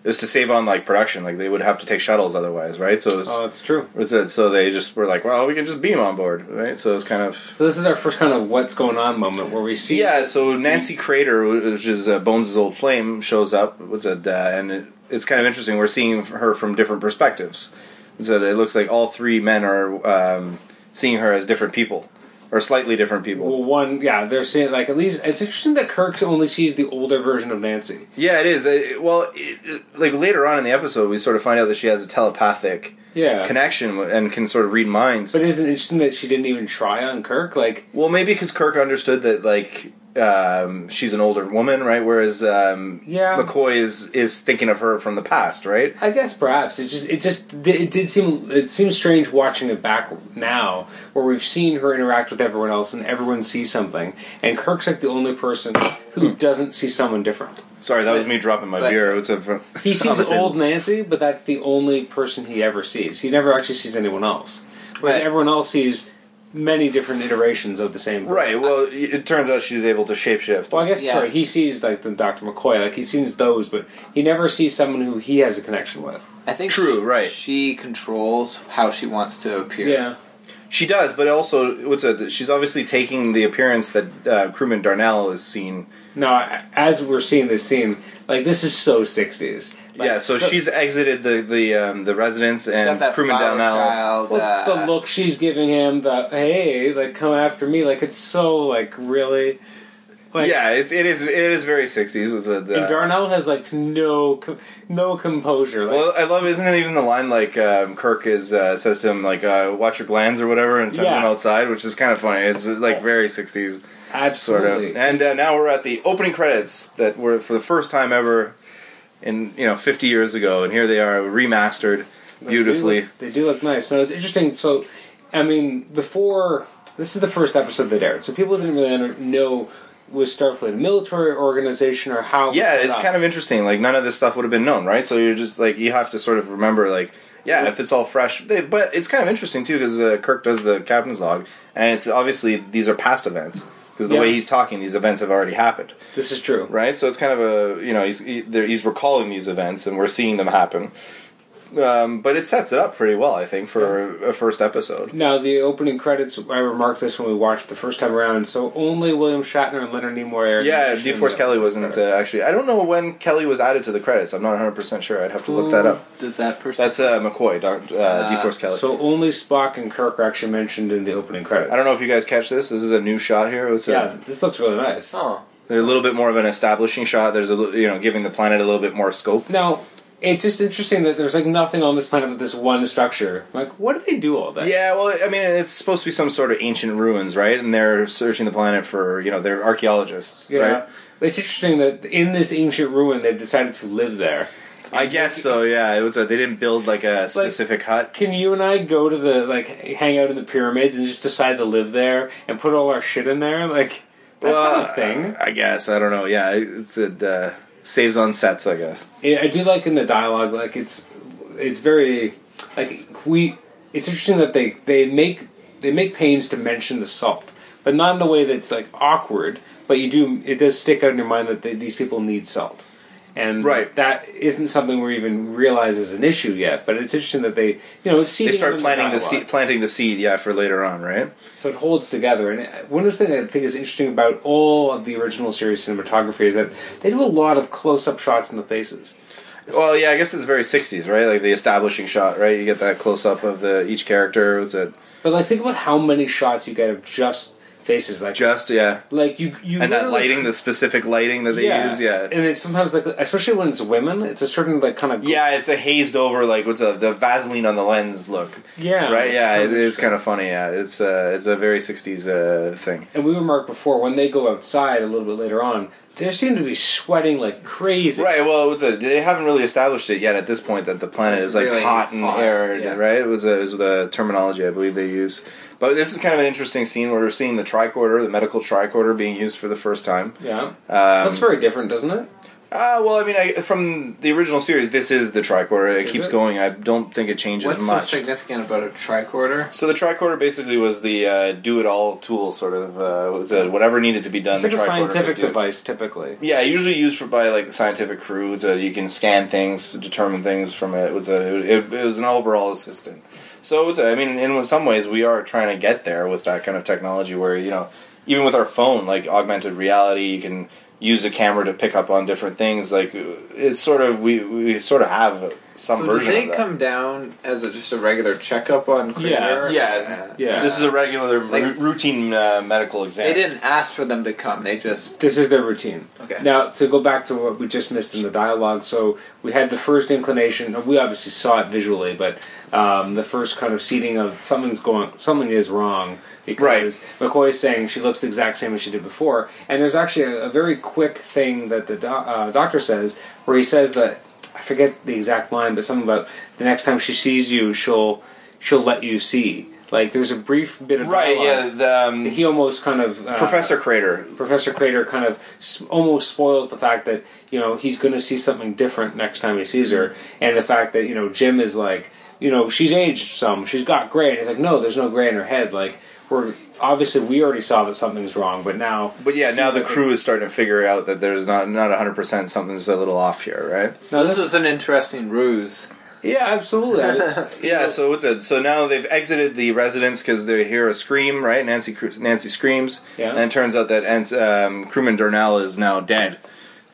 Speaker 1: it was to save on like production. Like they would have to take shuttles otherwise, right? So it's
Speaker 3: oh, it's true.
Speaker 1: what's it? So they just were like, well, we can just beam on board, right? So it's kind of
Speaker 3: So this is our first kind of what's going on moment where we see.
Speaker 1: yeah. So Nancy Crater, which is uh, Bones' old flame, shows up. What's it? Uh, and it, it's kind of interesting. We're seeing her from different perspectives. So it looks like all three men are um, seeing her as different people, or slightly different people.
Speaker 3: Well, one, yeah, they're saying like at least it's interesting that Kirk only sees the older version of Nancy.
Speaker 1: Yeah, it is. It- it- well, it, it- like later on in the episode, we sort of find out that she has a telepathic
Speaker 3: Yeah,
Speaker 1: connection and can sort of read minds.
Speaker 3: but isn't it interesting that she didn't even try on Kirk? Like,
Speaker 1: well, maybe because Kirk understood that like um, she's an older woman, right? Whereas um,
Speaker 3: Yeah.
Speaker 1: McCoy is is thinking of her from the past, right?
Speaker 3: I guess perhaps it just it just di- it did seem it seems strange watching it back now, where we've seen her interact with everyone else and everyone sees something, and Kirk's like the only person who doesn't see someone different.
Speaker 1: Sorry, that was
Speaker 4: But-
Speaker 1: me dropping my
Speaker 4: but-
Speaker 1: beer. It's a,
Speaker 3: He sees
Speaker 1: on the table.
Speaker 3: old Nancy, but that's the only person he ever sees. He never actually sees anyone else, whereas
Speaker 4: Right.
Speaker 3: everyone else sees many different iterations of the same. person.
Speaker 1: Right. Well, it turns out she's able to shapeshift.
Speaker 3: Well, I guess
Speaker 4: Yeah.
Speaker 3: sorry. He sees like the Doctor McCoy, like he sees those, but he never sees someone who he has a connection with.
Speaker 4: I think
Speaker 1: True, right.
Speaker 4: she controls how she wants to appear.
Speaker 3: Yeah.
Speaker 1: She does, but also, what's it? She's obviously taking the appearance that uh, crewman Darnell is seen.
Speaker 3: No, I- as we're seeing this scene, like this is so sixties. Like,
Speaker 1: yeah, so
Speaker 3: the-
Speaker 1: she's exited the the um, the residence
Speaker 4: She's got
Speaker 1: and
Speaker 4: that
Speaker 1: crewman
Speaker 4: flower
Speaker 1: Darnell.
Speaker 4: child.
Speaker 3: well,
Speaker 4: uh,
Speaker 3: the look she's giving him, the hey, like come after me, like it's so like really. Like,
Speaker 1: yeah, uh, it's it is it is very sixties. Was a
Speaker 3: And Darnell has like no co- no composure. Like,
Speaker 1: Well, I love. Isn't it even the line like um, Kirk is uh, says to him like uh, "watch your glands" or whatever, and sends
Speaker 3: Yeah.
Speaker 1: him outside, which is kind of funny. It's like very sixties sort
Speaker 3: absolutely.
Speaker 1: of. And uh, now we're at the opening credits that were for the first time ever in you know fifty years ago, and here they are remastered beautifully.
Speaker 3: They do, look, they do look nice. So it's interesting. So, I mean, before this is the first episode that aired, so people didn't really under- know was Starfleet a military organization or how. it was
Speaker 1: Yeah,
Speaker 3: set
Speaker 1: it's
Speaker 3: up.
Speaker 1: kind of interesting. Like none of this stuff would have been known, right? So you're just like you have to sort of remember, like yeah, if it's all fresh. They, but it's kind of interesting too because uh, Kirk does the captain's log, and it's obviously these are past events because the
Speaker 3: Yeah.
Speaker 1: way he's talking, these events have already happened,
Speaker 3: This is true.
Speaker 1: right? So it's kind of a you know he's he, they're- he's recalling these events and we're seeing them happen. Um, but it sets it up pretty well, I think, for a first episode.
Speaker 3: Now the opening credits. I remarked this when we watched the first time around. So only William Shatner and Leonard Nimoy. Aired
Speaker 1: Yeah,
Speaker 3: in the
Speaker 1: DeForest Kelly wasn't uh,
Speaker 3: credits.
Speaker 1: actually. I don't know when Kelly was added to the credits. I'm not 100 percent sure. I'd have to look that up.
Speaker 4: Does that person?
Speaker 1: That's uh, McCoy, Doc- uh, DeForest Kelly.
Speaker 3: Ah, So only Spock and Kirk are actually mentioned in the opening credits.
Speaker 1: I don't know if you guys catch this. This is a new shot here. It's uh, a,
Speaker 3: yeah, this looks really nice.
Speaker 4: oh.
Speaker 1: they're a little bit more of an establishing shot. There's a li- you know giving the planet a little bit more scope.
Speaker 3: Now it's just interesting that there's like nothing on this planet but this one structure. Like, what do they do all that?
Speaker 1: Yeah, well, I mean, it's supposed to be some sort of ancient ruins, right? And they're searching the planet for you know they're archaeologists,
Speaker 3: Yeah.
Speaker 1: right?
Speaker 3: It's interesting that in this ancient ruin they decided to live there.
Speaker 1: I guess so. Yeah, it was. A, they didn't build like a specific hut.
Speaker 3: Can you and I go to the like hang out in the pyramids and just decide to live there and put all our shit in there? Like that's
Speaker 1: Well,
Speaker 3: not a thing.
Speaker 1: I guess I don't know. Yeah, it's it uh, saves on sets, I guess.
Speaker 3: I I do like in the dialogue, like it's it's very like we. It's interesting that they they make they make pains to mention the salt, but not in a way that's like awkward. But you do it does stick out in your mind that they, these people need salt, and
Speaker 1: Right.
Speaker 3: that isn't something we even realize is an issue yet. But it's interesting that they you know
Speaker 1: They start planting the seed, planting the seed, yeah, for later on, right?
Speaker 3: so it holds together. And uh, one of the things I think is interesting about all of the original series cinematography is that they do a lot of close up shots in the faces.
Speaker 1: Well, yeah, I guess it's very '60s, right? Like the establishing shot, right? You get that close up of the each character. Was it
Speaker 3: But like, think about how many shots you get of just faces, like
Speaker 1: just yeah?
Speaker 3: like you you
Speaker 1: And that
Speaker 3: literally-
Speaker 1: lighting, the specific lighting that they use, yeah,
Speaker 3: And it's sometimes like, especially when it's women, it's a certain like kind of
Speaker 1: yeah. It's a hazed over, like what's a, the Vaseline on the lens look,
Speaker 3: yeah
Speaker 1: right? Yeah, it
Speaker 3: kinda
Speaker 1: is
Speaker 3: interesting.
Speaker 1: kind of funny. Yeah, it's a it's a very '60s uh, thing.
Speaker 3: And we remarked before when they go outside a little bit later on, they seem to be sweating like crazy.
Speaker 1: Right. Well, it was a, they haven't really established it yet at this point that the planet
Speaker 4: It's
Speaker 1: is like
Speaker 4: really
Speaker 1: hot and
Speaker 4: hot,
Speaker 1: arid.
Speaker 4: yeah.
Speaker 1: Right. It was, a, it was the terminology I believe they use. But this is kind of an interesting scene where we're seeing the tricorder, the medical tricorder, being used for the first time.
Speaker 3: Yeah,
Speaker 1: Um,
Speaker 3: looks very different, doesn't it?
Speaker 1: Uh, well, I mean, I, from the original series, this is the tricorder. It
Speaker 3: Is
Speaker 1: keeps
Speaker 3: it?
Speaker 1: going. I don't think it changes
Speaker 4: What's
Speaker 1: much.
Speaker 4: so significant about a tricorder?
Speaker 1: so the tricorder basically was the uh, do-it-all tool, sort of. Uh, was it whatever needed to be done.
Speaker 3: It's like
Speaker 1: the
Speaker 3: a
Speaker 1: tricorder
Speaker 3: scientific
Speaker 1: would do.
Speaker 3: device, typically.
Speaker 1: Yeah, usually used for by like the scientific crew. So you can scan things, determine things from it. It was a, it, it was an overall assistant. So it's a, I mean, in some ways, we are trying to get there with that kind of technology, where you know, even with our phone, like augmented reality, you can use a camera to pick up on different things. Like it's sort of we we sort of have some
Speaker 4: So do
Speaker 1: version.
Speaker 4: they
Speaker 1: of that.
Speaker 4: come down as a, just a regular checkup on Kramer?
Speaker 1: Yeah.
Speaker 4: Uh,
Speaker 3: Yeah.
Speaker 1: This is a regular
Speaker 4: Like-
Speaker 1: ru- routine uh, medical exam.
Speaker 4: They didn't ask for them to come. They just
Speaker 3: This is their routine.
Speaker 4: Okay.
Speaker 3: Now to go back to what we just missed in the dialogue, so we had the first inclination. We obviously saw it visually, but um, the first kind of seeding of something's going, something is wrong because McCoy's saying she looks the exact same as she did before, and there's actually a, a very quick thing that the do- uh, doctor says where he says that I forget the exact line, but something about the next time she sees you, she'll she'll let you see. Like there's a brief bit of
Speaker 1: Right. Yeah.
Speaker 3: dialogue.
Speaker 1: The, um,
Speaker 3: He almost kind of uh,
Speaker 1: Professor Crater.
Speaker 3: Professor Crater kind of s- almost spoils the fact that you know he's going to see something different next time he sees her, and the fact that you know Jim is like, you know, she's aged some, she's got gray, and he's like, no, there's no gray in her head. Like we're obviously we already saw that something's wrong, but now,
Speaker 1: But yeah, now the
Speaker 3: Super-
Speaker 1: crew is starting to figure out that there's not not 100% something's a little off here, right?
Speaker 3: now
Speaker 4: this is an interesting ruse.
Speaker 3: yeah, absolutely. I-
Speaker 1: Yeah, so what's it? So now they've exited the residence cuz they hear a scream, right? Nancy cr- Nancy screams.
Speaker 3: Yeah.
Speaker 1: And it turns out that Ans- um, crewman Darnell is now dead.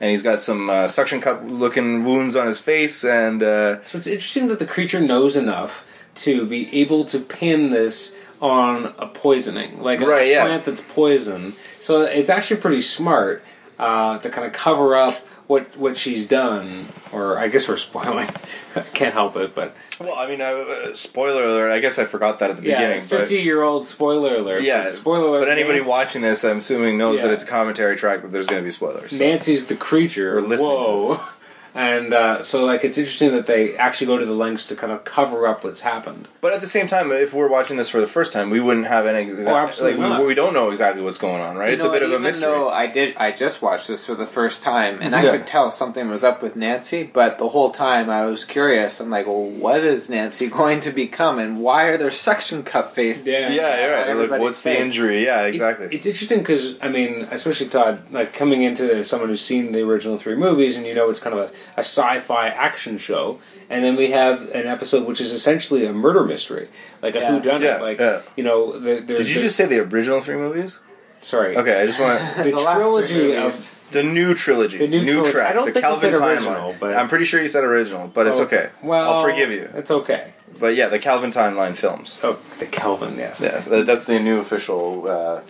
Speaker 1: And he's got some uh, suction cup looking wounds on his face and uh,
Speaker 3: so it's interesting that the creature knows enough to be able to pin this on a poisoning, like a
Speaker 1: Right, yeah.
Speaker 3: plant that's poisoned. So it's actually pretty smart uh, to kind of cover up what what she's done. Or I guess we're spoiling. Can't help it, but
Speaker 1: Well, I mean, I, uh, spoiler alert. I guess I forgot that at the
Speaker 3: yeah,
Speaker 1: beginning. But,
Speaker 3: fifty year old spoiler alert.
Speaker 1: yeah,
Speaker 3: spoiler alert.
Speaker 1: But anybody
Speaker 3: Nancy,
Speaker 1: watching this, I'm assuming, knows
Speaker 3: Yeah.
Speaker 1: that it's a commentary track. That there's going to be spoilers. so-
Speaker 3: Nancy's the creature.
Speaker 1: We're listening to
Speaker 3: Whoa.
Speaker 1: this.
Speaker 3: And uh, so, like, it's interesting that they actually go to the lengths to kind of cover up what's happened.
Speaker 1: But at the same time, if we're watching this for the first time, we wouldn't have any. Exact,
Speaker 3: Oh, absolutely
Speaker 1: like, we-
Speaker 3: not.
Speaker 1: We, don't know exactly what's going on, right?
Speaker 4: You
Speaker 1: it's
Speaker 4: know
Speaker 1: a bit
Speaker 4: what,
Speaker 1: of a
Speaker 4: even
Speaker 1: mystery.
Speaker 4: Though I did, I just watched this for the first time, and I
Speaker 1: Yeah.
Speaker 4: could tell something was up with Nancy. But the whole time, I was curious. I'm like, well, what is Nancy going to become, and why are there suction cup faces?
Speaker 1: yeah, you're right.
Speaker 4: On
Speaker 1: Like,
Speaker 4: everybody's
Speaker 1: what's the
Speaker 4: face.
Speaker 1: injury? Yeah,
Speaker 3: It's-
Speaker 1: exactly.
Speaker 3: It's, interesting because I mean, especially Todd, like coming into this, someone who's seen the original three movies, and you know it's kind of a, a sci-fi action show, and then we have an episode which is essentially a murder mystery, like a
Speaker 4: Yeah.
Speaker 3: who whodunit,
Speaker 1: Yeah,
Speaker 3: like
Speaker 1: yeah.
Speaker 3: you know, the, there's
Speaker 1: Did you
Speaker 3: the-
Speaker 1: just say the original three movies?
Speaker 3: sorry,
Speaker 1: Okay, I just want
Speaker 3: the,
Speaker 4: The last
Speaker 3: trilogy
Speaker 4: three
Speaker 3: of
Speaker 4: movies.
Speaker 1: the new trilogy,
Speaker 3: The new trilogy.
Speaker 1: track,
Speaker 3: I don't
Speaker 1: the
Speaker 3: think you
Speaker 1: Calvin
Speaker 3: said
Speaker 1: timeline.
Speaker 3: original, but-
Speaker 1: I'm pretty sure you said original, but it's
Speaker 3: oh,
Speaker 1: okay.
Speaker 3: Well,
Speaker 1: I'll forgive you.
Speaker 3: It's okay.
Speaker 1: But yeah, the Calvin timeline films.
Speaker 3: Oh, the Kelvin, yes.
Speaker 1: Yeah, so that's the new official uh,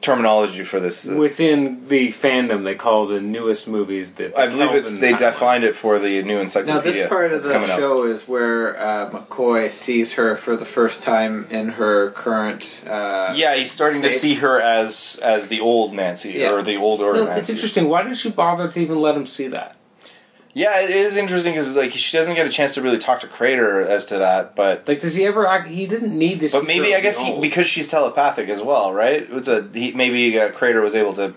Speaker 1: terminology for this. uh,
Speaker 3: Within the fandom, they call the newest movies the. the
Speaker 1: I believe it's
Speaker 3: Kelvin
Speaker 1: they
Speaker 3: timeline.
Speaker 1: defined it for the new
Speaker 4: Now,
Speaker 1: encyclopedia.
Speaker 4: this part of
Speaker 1: that's
Speaker 4: the
Speaker 1: coming up.
Speaker 4: show is where uh, McCoy sees her for the first time in her current. Uh,
Speaker 1: Yeah, he's starting to
Speaker 4: State.
Speaker 1: see her as as the old Nancy
Speaker 4: Yeah.
Speaker 1: or the older
Speaker 3: No, it's
Speaker 1: Nancy.
Speaker 3: interesting. Why did she bother to even let him see that?
Speaker 1: Yeah, it is interesting because like she doesn't get a chance to really talk to Crater as to that, but
Speaker 3: Like, does he ever? Act, he didn't need to. see
Speaker 1: but maybe
Speaker 3: her
Speaker 1: I guess he,
Speaker 3: old.
Speaker 1: because she's telepathic as well, right? It's a he, maybe uh, Crater was able to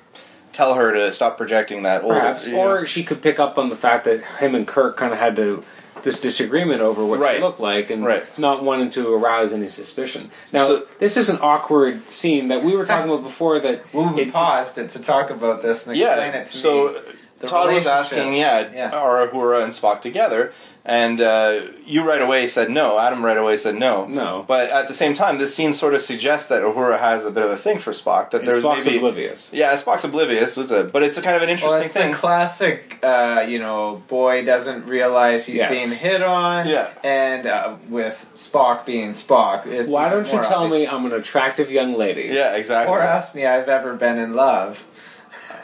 Speaker 1: tell her to stop projecting that old.
Speaker 3: perhaps,
Speaker 1: you know.
Speaker 3: or she could pick up on the fact that him and Kirk kind of had to this disagreement over what
Speaker 1: Right.
Speaker 3: she looked like, and
Speaker 1: Right.
Speaker 3: not wanting to arouse any suspicion. Now,
Speaker 1: So-
Speaker 3: this is an awkward scene that we were talking about before. That
Speaker 4: we
Speaker 3: it-
Speaker 4: paused it to talk about this and explain
Speaker 1: yeah.
Speaker 4: it to me.
Speaker 1: So uh,
Speaker 4: The
Speaker 1: Todd was
Speaker 4: relationship.
Speaker 1: asking, yeah,
Speaker 4: Yeah.
Speaker 1: are Ahura and Spock together? And uh, you right away said no. Adam right away said no.
Speaker 3: No.
Speaker 1: But at the same time, this scene sort of suggests that Uhura has a bit of a thing for Spock. That
Speaker 3: and
Speaker 1: there's
Speaker 3: Spock's
Speaker 1: maybe
Speaker 3: oblivious.
Speaker 1: Yeah, Spock's oblivious. It's a, but it's a kind of an
Speaker 4: Well,
Speaker 1: interesting
Speaker 4: it's the
Speaker 1: thing.
Speaker 4: classic, uh, you know, boy doesn't realize he's
Speaker 3: Yes.
Speaker 4: being hit on.
Speaker 1: Yeah.
Speaker 4: And uh, with Spock being Spock, it's
Speaker 3: Why don't you
Speaker 4: more
Speaker 3: tell me um,
Speaker 4: obvious.
Speaker 3: I'm an attractive young lady?
Speaker 1: yeah, exactly.
Speaker 4: or ask me I've ever been in love?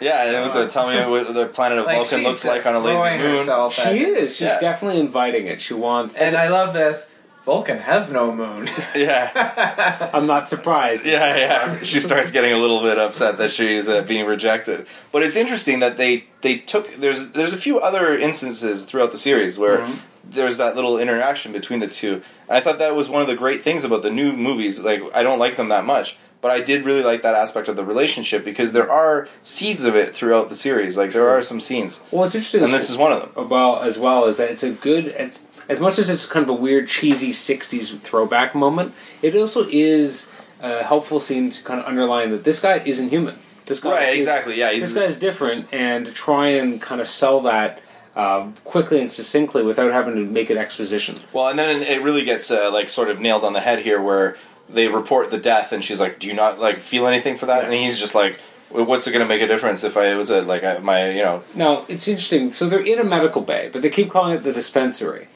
Speaker 1: Yeah, and it was a tell me what the planet of
Speaker 4: Like
Speaker 1: Vulcan
Speaker 4: she's
Speaker 1: looks like
Speaker 4: just
Speaker 1: on a lazy
Speaker 4: throwing
Speaker 1: moon.
Speaker 4: herself at
Speaker 3: She
Speaker 4: it.
Speaker 3: is. She's
Speaker 1: Yeah.
Speaker 3: definitely inviting it. She wants.
Speaker 4: And I love this. Vulcan has no moon.
Speaker 1: Yeah,
Speaker 3: I'm not surprised.
Speaker 1: yeah, yeah. She starts getting a little bit upset that she's uh, being rejected. But it's interesting that they they took there's there's a few other instances throughout the series where there's that little interaction between the two. I thought that was one of the great things about the new movies. Like I don't like them that much. But I did really like that aspect of the relationship because there are seeds of it throughout the series. Like there are some scenes,
Speaker 3: Well, it's interesting.
Speaker 1: and this is one of them.
Speaker 3: about as well is that it's a good it's, as much as it's kind of a weird cheesy 60s throwback moment it also is a helpful scene to kind of underline that this guy isn't human this guy
Speaker 1: Right,
Speaker 3: is-
Speaker 1: exactly. Yeah, he's-
Speaker 3: this guy's different and to try and kind of sell that um, quickly and succinctly without having to make it exposition
Speaker 1: Well, and then it really gets uh, like sort of nailed on the head here, where they report the death, and she's like, "Do you not like feel anything for that?" And he's just like, "Well, "What's it going to make a difference if I was a, like I, my you know
Speaker 3: now it's interesting so they're in a medical bay but they keep calling it the dispensary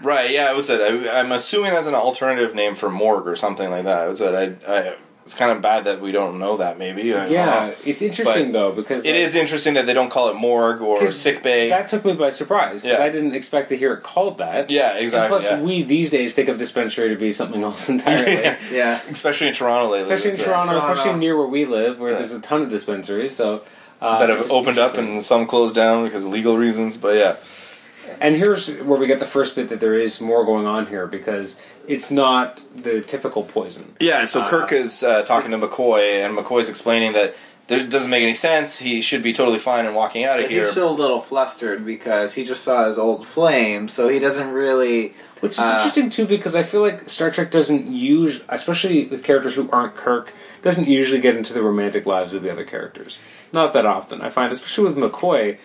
Speaker 1: right? Yeah, what's it? I, I'm assuming that's an alternative name for morgue or something like that. What's it? I, I, it's kind of bad that we don't know that. Maybe I don't
Speaker 3: yeah
Speaker 1: know.
Speaker 3: it's interesting
Speaker 1: Uh-huh. But
Speaker 3: though because
Speaker 1: It is interesting that they don't call it morgue or
Speaker 3: 'Cause
Speaker 1: sick bay.
Speaker 3: that took me by surprise because
Speaker 1: Yeah.
Speaker 3: i didn't expect to hear it called that
Speaker 1: yeah, exactly.
Speaker 3: And plus,
Speaker 1: yeah.
Speaker 3: we these days think of dispensary to be something else entirely.
Speaker 4: yeah.
Speaker 1: especially in Toronto lately,
Speaker 3: Especially in
Speaker 1: it's, uh,
Speaker 3: Toronto,
Speaker 4: Toronto.
Speaker 3: especially near where we live, where there's a ton of dispensaries. So uh,
Speaker 1: that
Speaker 3: it's
Speaker 1: have
Speaker 3: just
Speaker 1: opened up
Speaker 3: interesting.
Speaker 1: and some closed down because of legal reasons. But yeah.
Speaker 3: and here's where we get the first bit that there is more going on here because it's not the typical poison.
Speaker 1: Yeah, so Kirk is uh, talking to McCoy, and McCoy's explaining that there doesn't make any sense. He should be totally fine and walking out of
Speaker 4: But
Speaker 1: here.
Speaker 4: he's still a little flustered because he just saw his old flame, so he doesn't really.
Speaker 3: Which is
Speaker 4: Uh,
Speaker 3: interesting too, because I feel like Star Trek doesn't use, especially with characters who aren't Kirk, doesn't usually get into the romantic lives of the other characters. Not that often. I find, especially with McCoy,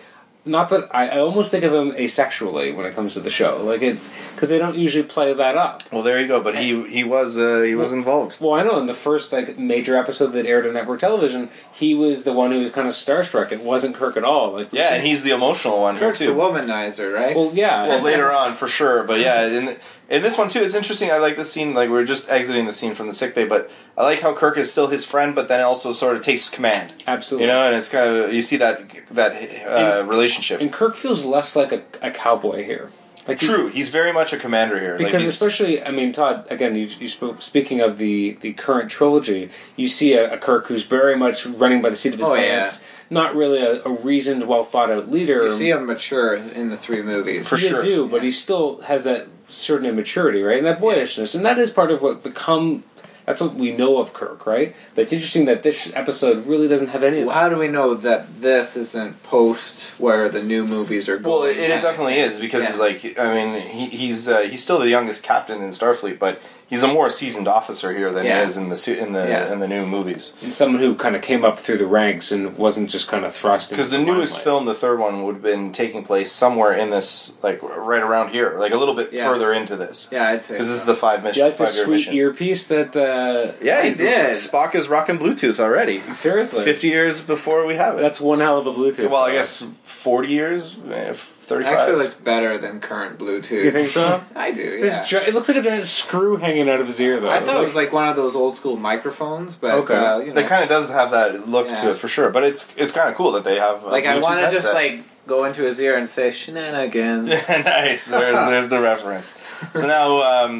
Speaker 3: not that I, I almost think of him asexually when it comes to the show, like it because they don't usually play that up.
Speaker 1: Well, there you go. But he he was uh, he was involved.
Speaker 3: Well, I know in the first like major episode that aired on network television, he was the one who was kind of starstruck. It wasn't Kirk at all. Like,
Speaker 1: Yeah, and he's the emotional one here
Speaker 4: Kirk's a
Speaker 1: too.
Speaker 4: womanizer, right?
Speaker 3: well, yeah,
Speaker 1: well later on for sure but yeah in, in this one too it's interesting i like the scene like we are just exiting the scene from the sick bay but i like how kirk is still his friend but then also sort of takes command
Speaker 3: absolutely.
Speaker 1: you know and it's kind of you see that that uh, relationship
Speaker 3: and Kirk feels less like a, a cowboy here. Like he-
Speaker 1: true he's very much a commander here
Speaker 3: because
Speaker 1: like he's-
Speaker 3: especially i mean todd again you, you spoke speaking of the the current trilogy you see a, a kirk who's very much running by the seat of his
Speaker 4: Oh, yeah.
Speaker 3: pants not really a, a reasoned well thought out leader
Speaker 4: you see him mature in the three movies.
Speaker 1: For
Speaker 3: You
Speaker 1: sure.
Speaker 3: do but he still has that certain immaturity right and that boyishness and that is part of what become that's what we know of kirk right but it's interesting that this episode really doesn't have any of that
Speaker 4: How do we know that this isn't post where the new movies are going?
Speaker 1: well it, it definitely is because
Speaker 4: Yeah.
Speaker 1: like i mean he, he's uh, he's still the youngest captain in starfleet but he's a more seasoned officer here than
Speaker 4: Yeah.
Speaker 1: he is in the su- in the
Speaker 4: Yeah.
Speaker 1: in the new movies
Speaker 3: and someone who kind of came up through the ranks and wasn't just kind of thrust into
Speaker 1: because the newest
Speaker 3: limelight.
Speaker 1: film, the third one, would have been taking place somewhere in this, like right around here, like a little bit
Speaker 4: Yeah.
Speaker 1: further into this.
Speaker 4: Yeah, I'd say.
Speaker 1: because this
Speaker 4: so.
Speaker 1: is the five
Speaker 3: do you
Speaker 1: mission,
Speaker 3: like the
Speaker 1: five year
Speaker 3: sweet
Speaker 1: mission.
Speaker 3: earpiece that uh
Speaker 1: Yeah,
Speaker 4: I did.
Speaker 1: Spock is rocking Bluetooth already.
Speaker 3: seriously
Speaker 1: Fifty years before we have it.
Speaker 3: That's one hell of a Bluetooth.
Speaker 1: well, I guess forty years, eh,
Speaker 4: It
Speaker 1: thirty-five.
Speaker 4: actually looks better than current Bluetooth.
Speaker 3: You think so?
Speaker 4: I do. Yeah.
Speaker 3: This gi- it looks like a giant screw hanging out of his ear, though.
Speaker 4: I thought it was like one of those old school microphones, but
Speaker 3: Okay.
Speaker 4: uh, you know,
Speaker 1: That kind of does have that look
Speaker 4: Yeah.
Speaker 1: to it for sure, but it's it's kind of cool that they have a
Speaker 4: like I
Speaker 1: Bluetooth
Speaker 4: want to just
Speaker 1: headset.
Speaker 4: like go into his ear and say shenanigans.
Speaker 1: nice. There's there's the reference. So now um,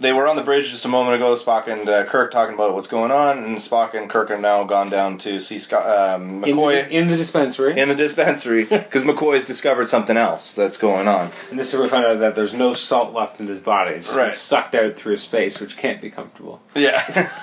Speaker 1: they were on the bridge just a moment ago. Spock and uh, Kirk talking about what's going on, and Spock and Kirk are now gone down to see Scott, um,
Speaker 3: in
Speaker 1: McCoy
Speaker 3: the, in the dispensary.
Speaker 1: in the dispensary because McCoy's discovered something else that's going on.
Speaker 3: and this is where we found out that there's no salt left in his body. It's just been
Speaker 1: Right.
Speaker 3: sucked out through his face, which can't be comfortable.
Speaker 1: Yeah.